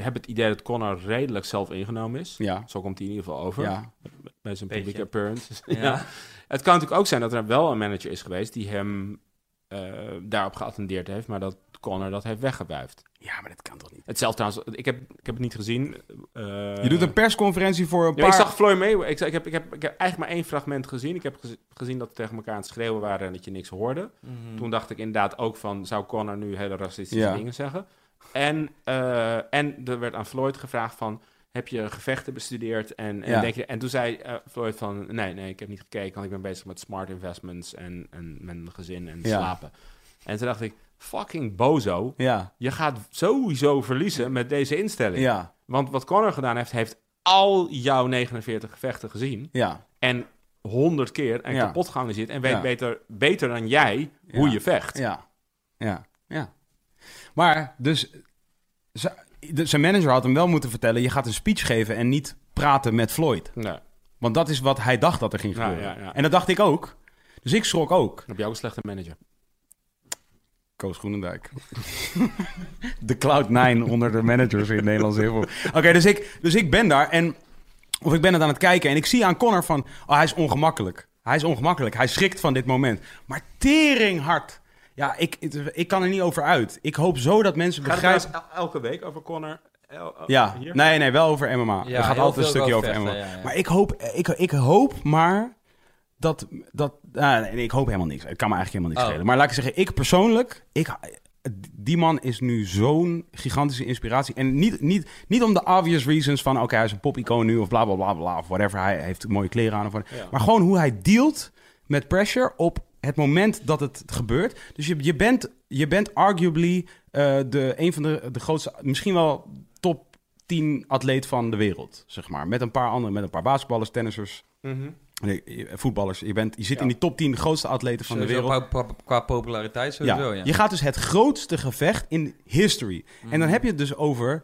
Speaker 3: heb het idee dat Connor redelijk zelf ingenomen is.
Speaker 1: ja,
Speaker 3: Zo komt hij in ieder geval over
Speaker 1: ja.
Speaker 3: bij zijn
Speaker 2: Beetje.
Speaker 3: publieke appearances.
Speaker 2: Ja.
Speaker 3: ja. Het kan natuurlijk ook zijn dat er wel een manager is geweest die hem eh, daarop geattendeerd heeft, maar dat Connor dat heeft weggewuifd.
Speaker 1: Ja, maar dat kan toch niet.
Speaker 3: Hetzelfde trouwens, ik heb, ik heb het niet gezien. eh,
Speaker 1: Je doet een persconferentie voor een
Speaker 3: ja,
Speaker 1: paar...
Speaker 3: ik zag Floyd Mayweather. Ik, zag- ik, heb, ik, heb, ik heb eigenlijk maar één fragment gezien. Ik heb gez- gezien dat we tegen elkaar aan het schreeuwen waren en dat je niks hoorde.
Speaker 2: Mhm.
Speaker 3: Toen dacht ik inderdaad ook van, zou Connor nu hele racistische
Speaker 1: Hm. Ja.
Speaker 3: dingen zeggen? En, eh, en er werd aan Floyd gevraagd van, heb je gevechten bestudeerd? En, en,
Speaker 1: Ja.
Speaker 3: denk je, en toen zei eh, Floyd van, nee, nee, ik heb niet gekeken, want ik ben bezig met smart investments en, en mijn gezin en
Speaker 1: Ja.
Speaker 3: slapen. En toen dacht ik, fucking bozo,
Speaker 1: Ja,
Speaker 3: je gaat sowieso verliezen met deze instelling.
Speaker 1: ja,
Speaker 3: Want wat Connor gedaan heeft, heeft al jouw 49 gevechten gezien.
Speaker 1: ja.
Speaker 3: En 100 keer en
Speaker 1: Ja.
Speaker 3: kapot geanalyseerd. En weet
Speaker 1: Ja.
Speaker 3: beter, beter dan jij hoe
Speaker 1: Ja.
Speaker 3: je vecht.
Speaker 1: Ja, ja, ja. Maar dus ze- de- zijn manager had hem wel moeten vertellen: je gaat een speech geven en niet praten met Floyd.
Speaker 3: Nee,
Speaker 1: Want dat is wat hij dacht dat er ging
Speaker 3: Ja,
Speaker 1: gebeuren.
Speaker 3: ja, ja.
Speaker 1: En dat dacht ik ook. Dus ik schrok ook.
Speaker 3: dan heb je ook een slechte manager.
Speaker 1: Koos Groenendijk. de Cloud9 onder de managers in Nederlands heel Oké, dus, ik, dus ik ben daar en... Of ik ben het aan het kijken en ik zie aan Connor van... Oh, hij is ongemakkelijk. Hij is ongemakkelijk. Hij schrikt van dit moment. Maar tering hard. Ja, ik, ik, ik kan er niet over uit. Ik hoop zo dat mensen
Speaker 3: Gaat het
Speaker 1: begrijpen...
Speaker 3: trouwens el- elke week over Connor? El- el-
Speaker 1: Ja,
Speaker 3: hier?
Speaker 1: nee, nee, wel over MMA.
Speaker 2: Ja,
Speaker 1: er gaat
Speaker 2: heel
Speaker 1: altijd een
Speaker 2: veel
Speaker 1: stukje over
Speaker 2: vechten,
Speaker 1: MMA.
Speaker 2: ja, ja.
Speaker 1: Maar ik hoop, ik, ik hoop maar dat... dat ah, nee, ik hoop helemaal niks. Het kan me eigenlijk helemaal niks
Speaker 2: Oh.
Speaker 1: schelen. Maar laat ik zeggen, ik persoonlijk... Ik, die man is nu zo'n gigantische inspiratie. En niet, niet, niet om de obvious reasons van... Oké, hij is een popicoon nu of bla, bla, bla, bla. Of whatever, hij heeft mooie kleren aan. Of whatever.
Speaker 3: Ja.
Speaker 1: Maar gewoon hoe hij dealt met pressure op het moment dat het gebeurt. Dus je, je, bent, je bent arguably eh, de, een van de, de grootste... Misschien wel top 10 atleet van de wereld, zeg maar. Met een paar andere, met een paar basketballers, tennissers,
Speaker 3: Mhm.
Speaker 1: nee, je- voetballers. Je, bent, je zit
Speaker 3: Ja.
Speaker 1: in die top 10 grootste atleten van de
Speaker 2: Sowieso
Speaker 1: wereld.
Speaker 2: Qua, qua- qua populariteit sowieso, ja.
Speaker 1: Je gaat dus het grootste gevecht in history. En
Speaker 2: Mhm.
Speaker 1: dan heb je het dus over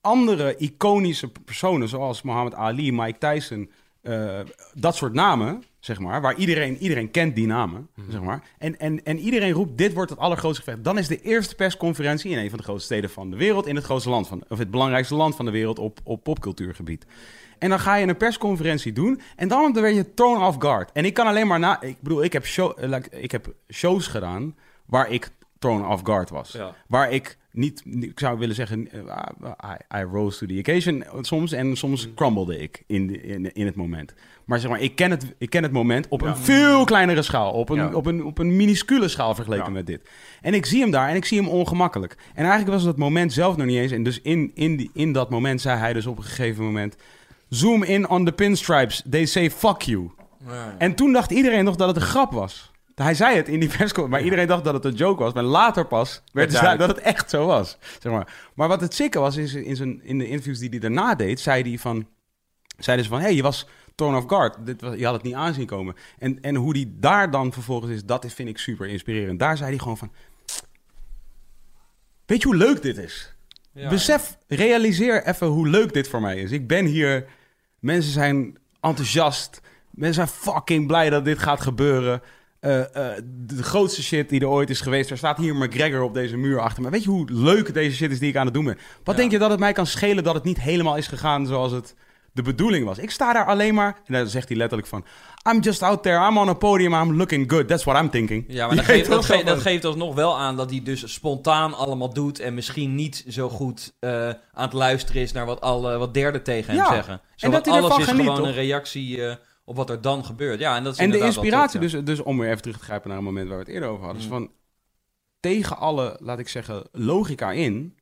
Speaker 1: andere iconische personen, zoals Muhammad Ali, Mike Tyson, eh, dat soort namen, zeg maar, waar iedereen, iedereen kent die namen,
Speaker 2: Mhm.
Speaker 1: zeg maar. En, en, en iedereen roept, dit wordt het allergrootste gevecht. Dan is de eerste persconferentie in een van de grootste steden van de wereld, in het grootste land van, of het belangrijkste land van de wereld op, op popcultuurgebied. En dan ga je een persconferentie doen. En dan word je thrown off guard. En ik kan alleen maar na. Ik bedoel, ik heb, show, eh, like, ik heb shows gedaan. waar ik thrown off guard was.
Speaker 2: Ja.
Speaker 1: Waar ik niet, ik zou willen zeggen, eh, I, I rose to the occasion soms en
Speaker 3: Mm.
Speaker 1: soms crumblede ik in, de- in, in het moment. Maar zeg maar, ik ken het, ik ken het moment op een veel kleinere schaal, op een,
Speaker 3: Ja.
Speaker 1: op een, op een minuscule schaal vergeleken
Speaker 3: Ja.
Speaker 1: met dit. En ik zie hem daar en ik zie hem ongemakkelijk. En eigenlijk was dat moment zelf nog niet eens. En dus in, in, die, in dat moment zei hij dus op een gegeven moment, zoom in on the pinstripes, they say fuck you. En toen dacht iedereen nog dat het een grap was. Hij zei het in die persconferentie, maar iedereen dacht dat het een joke was. Maar later pas werd het duidelijk dat het echt zo was. Zeg maar. maar wat het zikke was, is in, zijn, in de interviews die hij daarna deed, zei hij van... Zeiden ze van, hé, hey, je was torn off guard. Dit was, je had het niet aanzien komen. En, en hoe die daar dan vervolgens is, dat is- vind ik super inspirerend. Daar zei hij gewoon van... Weet je hoe leuk dit is?
Speaker 2: Ja.
Speaker 1: Besef, realiseer even hoe leuk dit voor mij is. Ik ben hier. Mensen zijn enthousiast. Mensen zijn fucking blij dat dit gaat gebeuren. Eh, eh, de grootste shit die er ooit is geweest. Er staat hier McGregor op deze muur achter me. Weet je hoe leuk deze shit is die ik aan het doen ben? Wat
Speaker 2: Ja.
Speaker 1: denk je dat het mij kan schelen dat het niet helemaal is gegaan zoals het de bedoeling was? Ik sta daar alleen maar. En dan zegt hij letterlijk van... I'm just out there. I'm on a podium. I'm looking good. That's what I'm thinking.
Speaker 2: Ja, maar dat geeft, dat, geeft, dat geeft alsnog wel aan dat hij dus spontaan allemaal doet en misschien niet zo goed eh, aan het luisteren is naar wat, alle, wat derden tegen hem
Speaker 1: Ja,
Speaker 2: zeggen. Zo,
Speaker 1: en
Speaker 2: want
Speaker 1: dat hij
Speaker 2: alles
Speaker 1: ervan
Speaker 2: is
Speaker 1: geniet,
Speaker 2: gewoon
Speaker 1: toch?
Speaker 2: een reactie eh, op wat er dan gebeurt. Ja, en dat is
Speaker 1: En de
Speaker 2: inderdaad wel Mm.
Speaker 1: inspiratie,
Speaker 2: tof,
Speaker 1: dus, dus om weer even terug te grijpen naar een moment waar we het eerder over hadden, is van tegen alle, laat ik zeggen, logica in.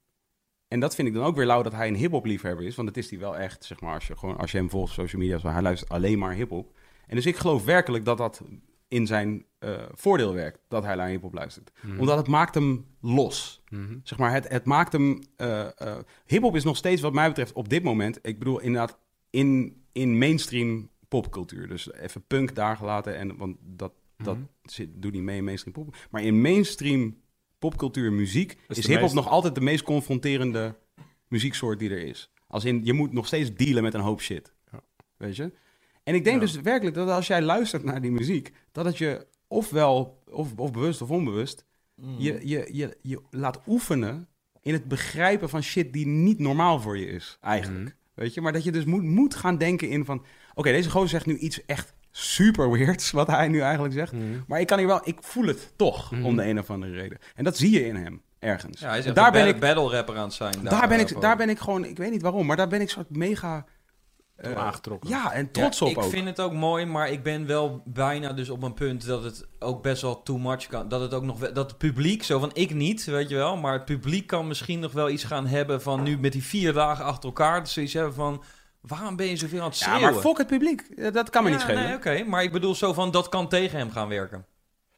Speaker 1: En dat vind ik dan ook weer lauw dat hij een hip-hop liefhebber is. Want dat is hij wel echt, zeg maar, als je, gewoon, als je hem volgt op social media, zo, hij luistert alleen maar hip-hop. En dus ik geloof werkelijk dat dat in zijn eh, voordeel werkt, dat hij naar hip-hop luistert.
Speaker 3: Mhm.
Speaker 1: Omdat het maakt hem los. Zeg maar, het, het maakt hem. eh eh hip-hop is nog steeds, wat mij betreft, op dit moment. Ik bedoel, inderdaad, in, in mainstream popcultuur. Dus even punk daar gelaten. En, want dat, dat
Speaker 3: Mhm.
Speaker 1: zit, doet niet mee in mainstream pop. Maar in mainstream popcultuur muziek is,
Speaker 3: de
Speaker 1: hip-hop
Speaker 3: meest-
Speaker 1: nog altijd de meest confronterende muzieksoort die er is. Als in, je moet nog steeds dealen met een hoop shit. Weet je? En ik denk dus werkelijk dat als jij luistert naar die muziek, dat het je ofwel, of, of bewust of onbewust,
Speaker 2: Mm.
Speaker 1: je, je, je, je laat oefenen in het begrijpen van shit die niet normaal voor je is, eigenlijk.
Speaker 2: Mm-hmm.
Speaker 1: Weet je? Maar dat je dus moet, moet gaan denken in van, oké, deze gozer zegt nu iets echt super weirds, wat hij nu eigenlijk zegt.
Speaker 2: Mm-hmm.
Speaker 1: Maar ik kan hier wel, ik voel het toch, om de een of andere reden. En dat zie je in hem, ergens.
Speaker 2: Ja, hij is
Speaker 1: En
Speaker 2: echt
Speaker 1: daar
Speaker 2: een
Speaker 1: ben
Speaker 2: ba-
Speaker 1: ik,
Speaker 2: battle rapper aan het zijn. eh,
Speaker 1: daar, ben ik, daar ben ik gewoon, ik weet niet waarom, maar daar ben ik soort mega... eh,
Speaker 3: aangetrokken.
Speaker 1: ja, en trots op
Speaker 2: ik
Speaker 1: ook.
Speaker 2: vind het ook mooi, maar ik ben wel bijna dus op een punt dat het ook best wel too much kan. Dat het ook nog wel- dat het publiek zo van ik niet, weet je wel, maar het publiek kan misschien nog wel iets gaan hebben van nu met die vier dagen achter elkaar, dus zoiets hebben van waarom ben je zoveel aan het
Speaker 1: Ja,
Speaker 2: schreeuwen?
Speaker 1: maar fuck het publiek. Dat kan me niet
Speaker 2: Ja,
Speaker 1: schelen.
Speaker 2: Nee, oké, maar ik bedoel zo van dat kan tegen hem gaan werken.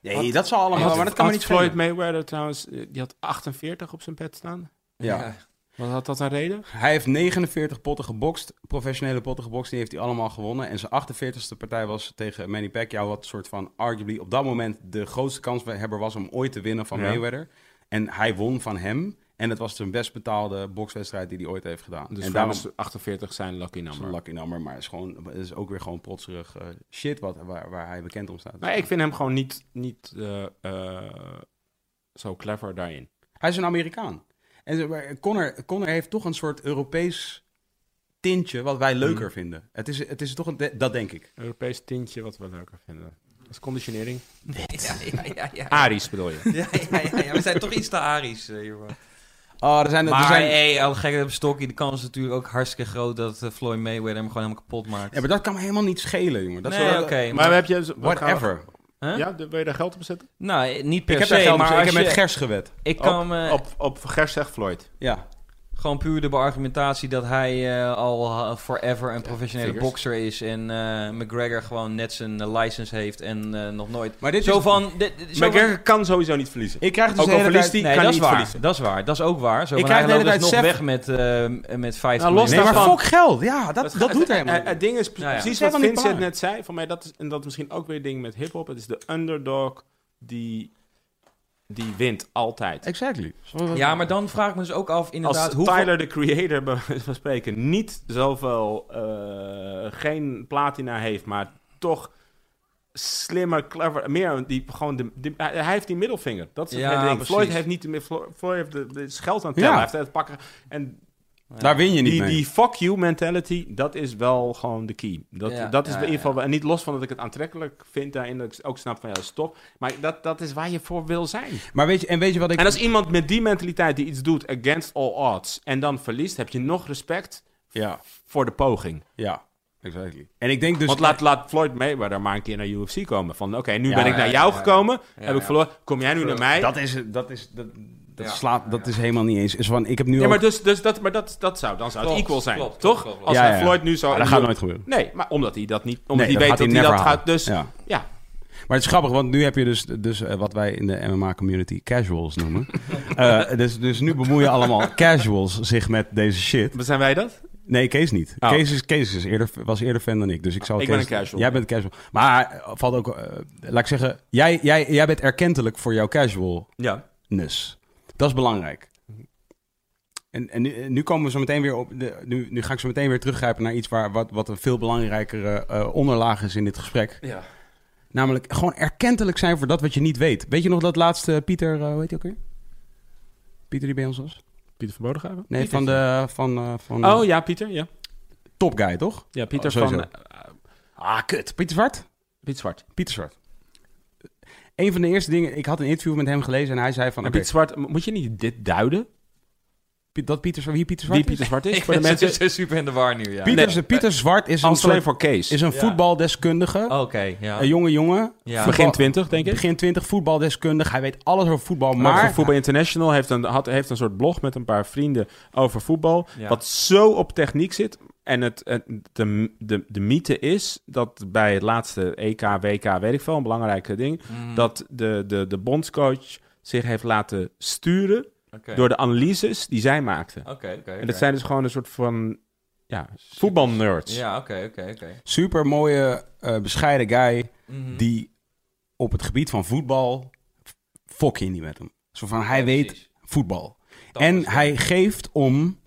Speaker 1: Nee, dat zal allemaal, maar dat kan me niet
Speaker 3: Floyd
Speaker 1: schelen.
Speaker 3: Mayweather trouwens, eh, die had 48 op zijn bed staan.
Speaker 1: Ja.
Speaker 3: Wat had dat een reden?
Speaker 1: Hij heeft 49 potten gebokst, professionele potten gebokst, die heeft hij allemaal gewonnen. En zijn 48ste partij was tegen Manny Pacquiao, wat soort van arguably op dat moment de grootste kanshebber was om ooit te winnen van
Speaker 3: Ja.
Speaker 1: Mayweather. En hij won van hem. En het was zijn best betaalde bokswedstrijd die hij ooit heeft gedaan.
Speaker 3: Dus
Speaker 1: en
Speaker 3: daarom is 48 zijn lucky
Speaker 1: is
Speaker 3: number.
Speaker 1: een lucky number, maar is gewoon het is ook weer gewoon protserig eh, shit wat, waar, waar hij bekend om staat.
Speaker 3: Maar ik vind hem gewoon niet, niet eh, eh, zo clever daarin.
Speaker 1: Hij is een Amerikaan. En ze- maar Connor, Connor heeft toch een soort Europees tintje wat wij leuker
Speaker 2: Hmm.
Speaker 3: Mm.
Speaker 1: vinden. Het is, het is toch een, dat denk ik.
Speaker 3: Europees tintje wat we leuker vinden. Dat is conditionering.
Speaker 2: Ja, ja, ja, ja.
Speaker 3: Aries bedoel je.
Speaker 2: Ah. Ja, ja, ja, ja, we zijn toch iets te arisch eh, hiervan.
Speaker 1: Oh, er zijn, er
Speaker 2: Maar eh,
Speaker 1: zijn,
Speaker 2: hey, al gekke op stokje, de kans is natuurlijk ook hartstikke groot dat eh, Floyd Mayweather hem gewoon helemaal kapot maakt.
Speaker 1: ja, maar dat kan me helemaal niet schelen, jongen. Dat is
Speaker 2: nee,
Speaker 1: wel-
Speaker 2: oké.
Speaker 3: Maar
Speaker 2: maar-
Speaker 3: heb je...
Speaker 1: Whatever.
Speaker 2: Huh?
Speaker 3: Ja, de- wil je daar geld op zetten?
Speaker 2: Nou, eh, niet per
Speaker 1: Ik heb
Speaker 2: se,
Speaker 1: daar geld op
Speaker 2: maar
Speaker 1: zitten. Ik
Speaker 2: als
Speaker 1: heb met
Speaker 2: je-
Speaker 1: Gers gewed.
Speaker 2: ik kan me
Speaker 3: Op, op Gers zegt Floyd.
Speaker 1: Ja.
Speaker 2: gewoon puur de beargumentatie dat hij eh, al eh, forever een professionele
Speaker 3: figures.
Speaker 2: bokser is en eh, McGregor gewoon net zijn eh, license heeft en eh, nog nooit.
Speaker 1: Maar dit
Speaker 2: Zo
Speaker 1: is...
Speaker 2: van... Dit, dit- zo van-
Speaker 3: McGregor kan sowieso niet verliezen.
Speaker 1: Ik krijg dus
Speaker 3: Ook
Speaker 1: de
Speaker 3: al
Speaker 1: hele
Speaker 3: verliest
Speaker 1: tijd...
Speaker 3: hij-
Speaker 2: Nee, dat
Speaker 3: kan
Speaker 2: is
Speaker 3: niet
Speaker 2: waar.
Speaker 3: verliezen.
Speaker 2: Dat is waar. Dat is ook waar. Zo
Speaker 1: Ik
Speaker 2: van,
Speaker 1: krijg
Speaker 2: hij
Speaker 1: de hele
Speaker 2: loopt dus
Speaker 1: tijd
Speaker 2: nog
Speaker 1: Seth-
Speaker 2: weg met, eh met 50
Speaker 3: Nou, los
Speaker 1: Nee,
Speaker 2: miljoen.
Speaker 1: maar
Speaker 3: daarvan-
Speaker 1: fuck geld. Ja, dat, dat doet hij helemaal niet.
Speaker 3: het, Eh, het ding is pre-
Speaker 2: Nou ja.
Speaker 3: precies
Speaker 1: Het is helemaal
Speaker 3: wat
Speaker 1: niet
Speaker 3: Vincent
Speaker 1: belangrijk.
Speaker 3: net zei. Voor mij dat is, en dat is misschien ook weer een ding met hip-hop. Het is de underdog die, die wint altijd.
Speaker 1: Exactly.
Speaker 2: Ja, maar dan vraag ik me dus ook af inderdaad...
Speaker 3: Als
Speaker 2: hoeveel-
Speaker 3: Tyler de Creator bij wijze van spreken niet zoveel eh, geen platina heeft, maar toch slimmer, clever, meer die gewoon de, die- hij hij heeft die middelvinger. Dat is het
Speaker 2: Ja,
Speaker 3: hele ding.
Speaker 2: precies.
Speaker 3: Floyd heeft niet de mid- Flo- Floyd heeft de, de scheld aan het tellen.
Speaker 1: Ja.
Speaker 3: Hij heeft het pakken en
Speaker 1: Daar win je niet
Speaker 3: Die,
Speaker 1: mee.
Speaker 3: die fuck you mentality, dat is wel gewoon de key. Dat,
Speaker 2: Ja,
Speaker 3: dat is
Speaker 2: ja,
Speaker 3: in ieder
Speaker 2: ja.
Speaker 3: geval, wel- en niet los van dat ik het aantrekkelijk vind daarin, dat ik ook snap van ja, stop. Maar dat, dat is waar je voor wil zijn.
Speaker 1: Maar weet je, en weet je wat ik...
Speaker 3: En als iemand met die mentaliteit die iets doet against all odds en dan verliest, heb je nog respect
Speaker 1: Ja,
Speaker 3: voor de poging.
Speaker 1: ja. Exactly. En ik denk dus...
Speaker 3: Want laat, laat Floyd Mayweather maar een keer naar UFC komen. Van oké, nu
Speaker 1: Ja,
Speaker 3: ben ik
Speaker 1: ja,
Speaker 3: naar
Speaker 1: ja,
Speaker 3: jou
Speaker 2: ja.
Speaker 3: gekomen,
Speaker 2: Ja,
Speaker 3: heb ik
Speaker 2: ja.
Speaker 3: verloren, kom jij nu naar mij?
Speaker 1: Dat is... Dat, is, dat, dat
Speaker 2: Ja.
Speaker 1: slaat... Dat is helemaal niet eens... Is van, ik heb nu
Speaker 3: ja, maar,
Speaker 1: ook-
Speaker 3: dus, dus dat, maar dat, dat zou, dan zou het
Speaker 2: Klopt,
Speaker 3: equal zijn,
Speaker 2: klopt,
Speaker 3: toch?
Speaker 2: klopt, klopt.
Speaker 3: Als
Speaker 1: Ja,
Speaker 3: hij
Speaker 1: ja.
Speaker 3: Floyd nu zou...
Speaker 1: Ah, dat gaat nooit gebeuren.
Speaker 3: Nee, maar omdat hij dat niet... Omdat
Speaker 1: Nee,
Speaker 3: hij weet
Speaker 1: gaat
Speaker 3: dat hij
Speaker 1: never
Speaker 3: dat
Speaker 1: halen.
Speaker 3: gaat, dus...
Speaker 1: Ja.
Speaker 3: ja.
Speaker 1: Maar het is grappig, want nu heb je dus, dus eh, wat wij in de MMA-community casuals noemen. Eh, dus, dus nu bemoeien allemaal casuals zich met deze shit.
Speaker 3: Maar Zijn wij dat?
Speaker 1: Nee, Kees niet.
Speaker 3: Oh.
Speaker 1: Kees, is, Kees is eerder, was eerder fan dan ik. Dus ik zou
Speaker 3: Ik
Speaker 1: Kees-
Speaker 3: ben een casual.
Speaker 1: Jij bent casual. Maar eh, valt ook... eh, laat ik zeggen, jij, jij, jij bent erkentelijk voor jouw casualness.
Speaker 3: Ja.
Speaker 1: Dat is belangrijk. En, en nu, en nu komen we zo meteen weer op... De, nu, nu ga ik zo meteen weer teruggrijpen naar iets waar, wat, wat een veel belangrijkere eh, onderlaag is in dit gesprek.
Speaker 3: Ja.
Speaker 1: Namelijk gewoon erkentelijk zijn voor dat wat je niet weet. Weet je nog dat laatste Pieter, eh hoe heet hij ook weer? Pieter die bij ons was?
Speaker 3: Pieter van Bodegraven?
Speaker 1: Nee,
Speaker 3: Pieter.
Speaker 1: van de van, eh, van
Speaker 3: Oh ja, Pieter, ja.
Speaker 1: Top Guy, toch?
Speaker 3: Ja, Pieter
Speaker 1: Oh, sowieso.
Speaker 3: van... eh,
Speaker 1: Ah, kut. Pieter Zwart?
Speaker 3: Piet Zwart.
Speaker 1: Pieter Zwart. Een van de eerste dingen, ik had een interview met hem gelezen en hij zei van...
Speaker 3: En
Speaker 1: oké,
Speaker 3: Piet Zwart, moet je niet dit duiden?
Speaker 1: Piet- dat Pieter, Zwart- wie Pieter Zwart
Speaker 3: Wie Pieter eh,
Speaker 1: is?
Speaker 3: Zwart is?
Speaker 2: Ik
Speaker 3: voor de
Speaker 2: ben
Speaker 3: mensen...
Speaker 2: zo super in de war nu, ja.
Speaker 1: Pieter, Pieter Zwart is een,
Speaker 3: Als alleen
Speaker 1: soort,
Speaker 3: voor Kees.
Speaker 1: is een
Speaker 2: Ja.
Speaker 1: voetbaldeskundige.
Speaker 2: Oké, ja.
Speaker 1: Een jonge jongen.
Speaker 2: Ja.
Speaker 3: Begin 20, denk ik.
Speaker 1: Begin 20, voetbaldeskundig. Hij weet alles over voetbal,
Speaker 3: Maar
Speaker 1: maar...
Speaker 3: Voetbal International heeft een, had, heeft een soort blog met een paar vrienden over voetbal.
Speaker 2: Ja.
Speaker 3: Wat zo op techniek zit. En het, het- de, de, de mythe is dat bij het laatste EK, WK, weet ik veel, een belangrijke ding.
Speaker 2: Mhm.
Speaker 3: Dat de, de, de bondscoach zich heeft laten sturen
Speaker 2: Oké.
Speaker 3: door de analyses die zij maakte.
Speaker 2: Oké, oké.
Speaker 3: En
Speaker 2: oké.
Speaker 3: dat zijn dus gewoon een soort van ja, voetbalnerds.
Speaker 2: Ja, oké, oké, oké.
Speaker 1: Super mooie, eh, bescheiden guy.
Speaker 2: Mhm.
Speaker 1: die op het gebied van voetbal fok je niet met hem. Zo van hij
Speaker 2: Ja,
Speaker 1: weet
Speaker 2: precies.
Speaker 1: voetbal.
Speaker 2: Dat
Speaker 1: en
Speaker 2: was het.
Speaker 1: hij geeft om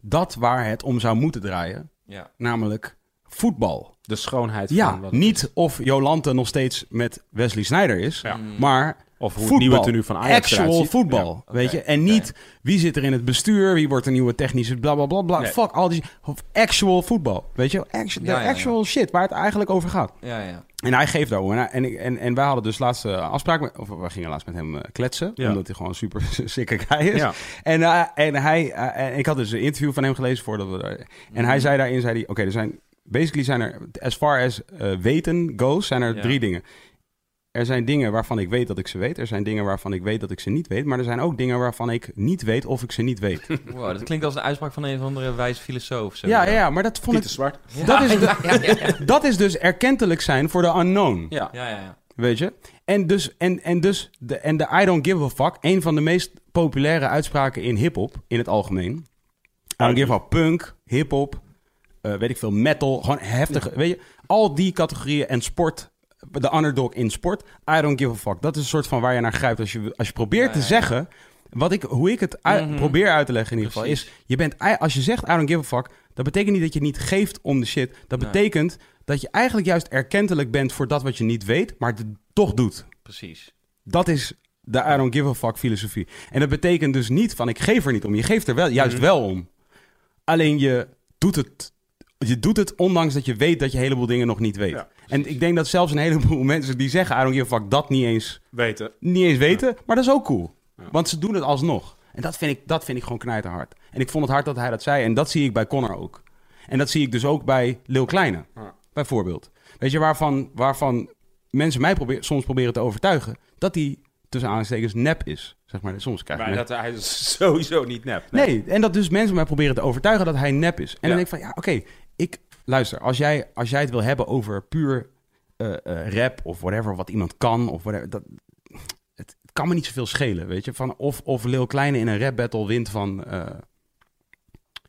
Speaker 1: dat waar het om zou moeten draaien,
Speaker 2: Ja. namelijk...
Speaker 1: namelijk voetbal.
Speaker 3: De schoonheid
Speaker 1: Ja,
Speaker 3: van wat-
Speaker 1: niet of Jolante nog steeds met Wesley Snyder is,
Speaker 3: Ja.
Speaker 1: maar
Speaker 3: Of hoe het
Speaker 1: voetbal.
Speaker 3: nieuwe tenue van Ajax eruit
Speaker 1: actual
Speaker 3: ziet.
Speaker 1: voetbal,
Speaker 3: Ja.
Speaker 1: weet je? En niet wie zit er in het bestuur, wie wordt de nieuwe technische bla bla bla bla.
Speaker 3: Nee.
Speaker 1: Fuck al die of actual voetbal, weet je? Actual,
Speaker 2: Ja,
Speaker 1: de
Speaker 2: ja, ja.
Speaker 1: actual shit waar het eigenlijk over gaat.
Speaker 2: Ja, ja.
Speaker 1: En hij geeft daarom. En, hij- en, ik- en, en wij hadden dus laatst eh, afspraak. Met, of we gingen laatst met hem eh, kletsen.
Speaker 3: Ja.
Speaker 1: Omdat hij gewoon een super sikke guy is.
Speaker 3: Ja.
Speaker 1: En, eh, en hij, eh, en ik had dus een interview van hem gelezen voordat we daar. En hij
Speaker 2: Mhm.
Speaker 1: zei daarin: zei hij, Oké, er zijn. Basically zijn er. As far as eh, weten goes, zijn er
Speaker 2: Ja.
Speaker 1: drie dingen. Er zijn dingen waarvan ik weet dat ik ze weet. Er zijn dingen waarvan ik weet dat ik ze niet weet. Maar er zijn ook dingen waarvan ik niet weet of ik ze niet weet.
Speaker 2: Wow, dat klinkt als een uitspraak van een of andere wijze filosoof. zo.
Speaker 1: ja, ja, ja, maar dat vond
Speaker 3: Pieter
Speaker 1: ik.
Speaker 3: Zwart.
Speaker 1: Dat is, dat is dus erkentelijk zijn voor de unknown.
Speaker 3: Ja.
Speaker 2: Ja, ja, ja.
Speaker 1: Weet je? En dus, en, en dus de, en de I don't give a fuck, een van de meest populaire uitspraken in hip-hop in het algemeen. I don't give a punk, hip-hop, eh, weet ik veel, metal, gewoon heftige. Weet je, al die categorieën en sport, de underdog in sport, I don't give a fuck. Dat is een soort van waar je naar grijpt als je, als je probeert
Speaker 2: Ja,
Speaker 1: te
Speaker 2: ja, ja.
Speaker 1: zeggen. Wat ik, hoe ik het ui-
Speaker 2: Mhm.
Speaker 1: probeer uit te leggen in ieder
Speaker 2: Precies.
Speaker 1: geval is, je bent, ei- als je zegt I don't give a fuck, dat betekent niet dat je niet geeft om de shit. Dat
Speaker 2: Nee.
Speaker 1: betekent dat je eigenlijk juist erkentelijk bent voor dat wat je niet weet, maar het toch doet.
Speaker 2: Precies.
Speaker 1: Dat is de I don't give a fuck filosofie. En dat betekent dus niet van ik geef er niet om. Je geeft er wel, juist
Speaker 3: Mhm.
Speaker 1: wel om. Alleen je doet het. Je doet het ondanks dat je weet dat je een heleboel dingen nog niet weet.
Speaker 3: Ja,
Speaker 1: en ik denk dat zelfs een heleboel mensen die zeggen I don't give a fuck dat niet eens,
Speaker 3: Weten.
Speaker 1: niet eens weten. Maar dat is ook cool.
Speaker 3: Ja.
Speaker 1: Want ze doen het alsnog. En dat vind, ik, dat vind ik gewoon knijterhard. En ik vond het hard dat hij dat zei. En dat zie ik bij Connor ook. En dat zie ik dus ook bij Lil Kleine.
Speaker 3: Ja.
Speaker 1: Bijvoorbeeld. Weet je, waarvan, waarvan mensen mij probeer, soms proberen te overtuigen... dat hij tussen aanstekens nep is. Zeg maar, soms krijg je...
Speaker 3: Maar
Speaker 1: net-
Speaker 3: dat, hij is sowieso niet nep.
Speaker 1: Nee. en dat dus mensen mij proberen te overtuigen dat hij nep is. En
Speaker 3: Ja.
Speaker 1: dan denk ik van, ja, oké, ik... Luister, als jij, als jij het wil hebben over puur eh, eh, rap of whatever, wat iemand kan of whatever... Dat, het, het kan me niet zoveel schelen, weet je. Van of, of Lil Kleine in een rap battle wint van eh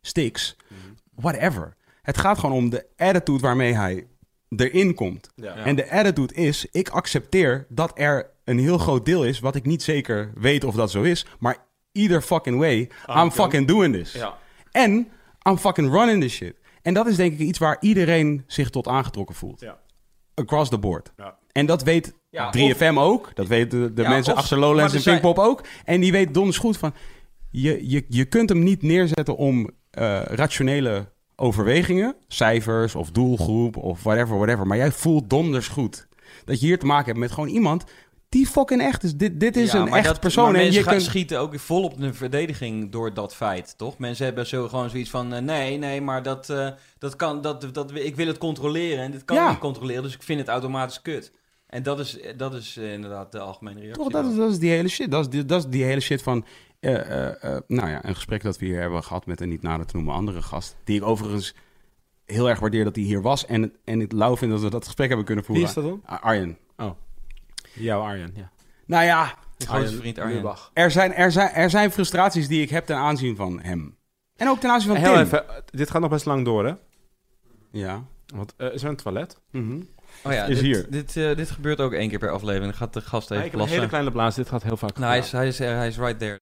Speaker 1: Styx,
Speaker 3: Mhm.
Speaker 1: whatever. Het gaat gewoon om de attitude waarmee hij erin komt.
Speaker 3: Ja.
Speaker 1: En de attitude is, ik accepteer dat er een heel groot deel is... wat ik niet zeker weet of dat zo is, maar either fucking way... I'm
Speaker 3: doing-
Speaker 1: fucking doing this.
Speaker 3: Ah, Ja.
Speaker 1: En I'm fucking running this shit. En dat is denk ik iets waar iedereen zich tot aangetrokken voelt.
Speaker 3: Ja.
Speaker 1: Across the board.
Speaker 3: Ja.
Speaker 1: En dat weet
Speaker 2: Ja,
Speaker 1: 3FM ook. Dat weten de, de
Speaker 2: Ja,
Speaker 1: mensen
Speaker 2: of-
Speaker 1: achter Lowlands
Speaker 2: maar dus
Speaker 1: en
Speaker 2: er zijn-
Speaker 1: Pinkpop ook. En die weet donders goed van... Je, je, je kunt hem niet neerzetten om eh, rationele overwegingen, cijfers of doelgroep of whatever, whatever. Maar jij voelt donders goed dat je hier te maken hebt met gewoon iemand die fucking echt is. Dit, dit is
Speaker 2: Ja,
Speaker 1: een
Speaker 2: maar
Speaker 1: echt
Speaker 2: dat,
Speaker 1: persoon.
Speaker 2: Maar
Speaker 1: En
Speaker 2: mensen
Speaker 1: je
Speaker 2: gaan
Speaker 1: kunt...
Speaker 2: schieten ook vol op de verdediging door dat feit, toch? Mensen hebben zo gewoon zoiets van... eh, nee, nee, maar dat, eh, dat kan... Dat, dat, ik wil het controleren en dit kan
Speaker 1: Ja.
Speaker 2: ik niet controleren. Dus ik vind het automatisch kut. En dat is, dat is eh, inderdaad de algemene reactie.
Speaker 1: Toch, dat is, dat is die hele shit. Dat is die, dat is die hele shit van... eh, eh, eh, nou ja, een gesprek dat we hier hebben gehad met een niet nader te noemen andere gast. Die ik overigens heel erg waardeer dat hij hier was. En, en ik lauw vind dat we dat gesprek hebben kunnen voeren.
Speaker 3: dat dan?
Speaker 1: Ah, Arjen.
Speaker 3: Jouw Arjen, ja.
Speaker 1: Nou ja,
Speaker 2: De grootste vriend Arjen.
Speaker 1: er zijn, er, zijn, er zijn frustraties die ik heb ten aanzien van hem. En ook ten aanzien van
Speaker 3: Heel
Speaker 1: Tim.
Speaker 3: even, eh, dit gaat nog best lang door, hè?
Speaker 1: Ja.
Speaker 3: Want eh, is er een toilet?
Speaker 1: Mhm.
Speaker 2: Oh ja,
Speaker 1: Is
Speaker 2: dit,
Speaker 1: hier.
Speaker 2: Dit, eh, dit gebeurt ook één keer per aflevering. Dan gaat de gast
Speaker 3: Ah,
Speaker 2: even
Speaker 3: ik heb een
Speaker 2: plassen.
Speaker 3: hele kleine blaas, dit gaat heel vaak.
Speaker 2: Nou, hij is, hij, is, hij is right there.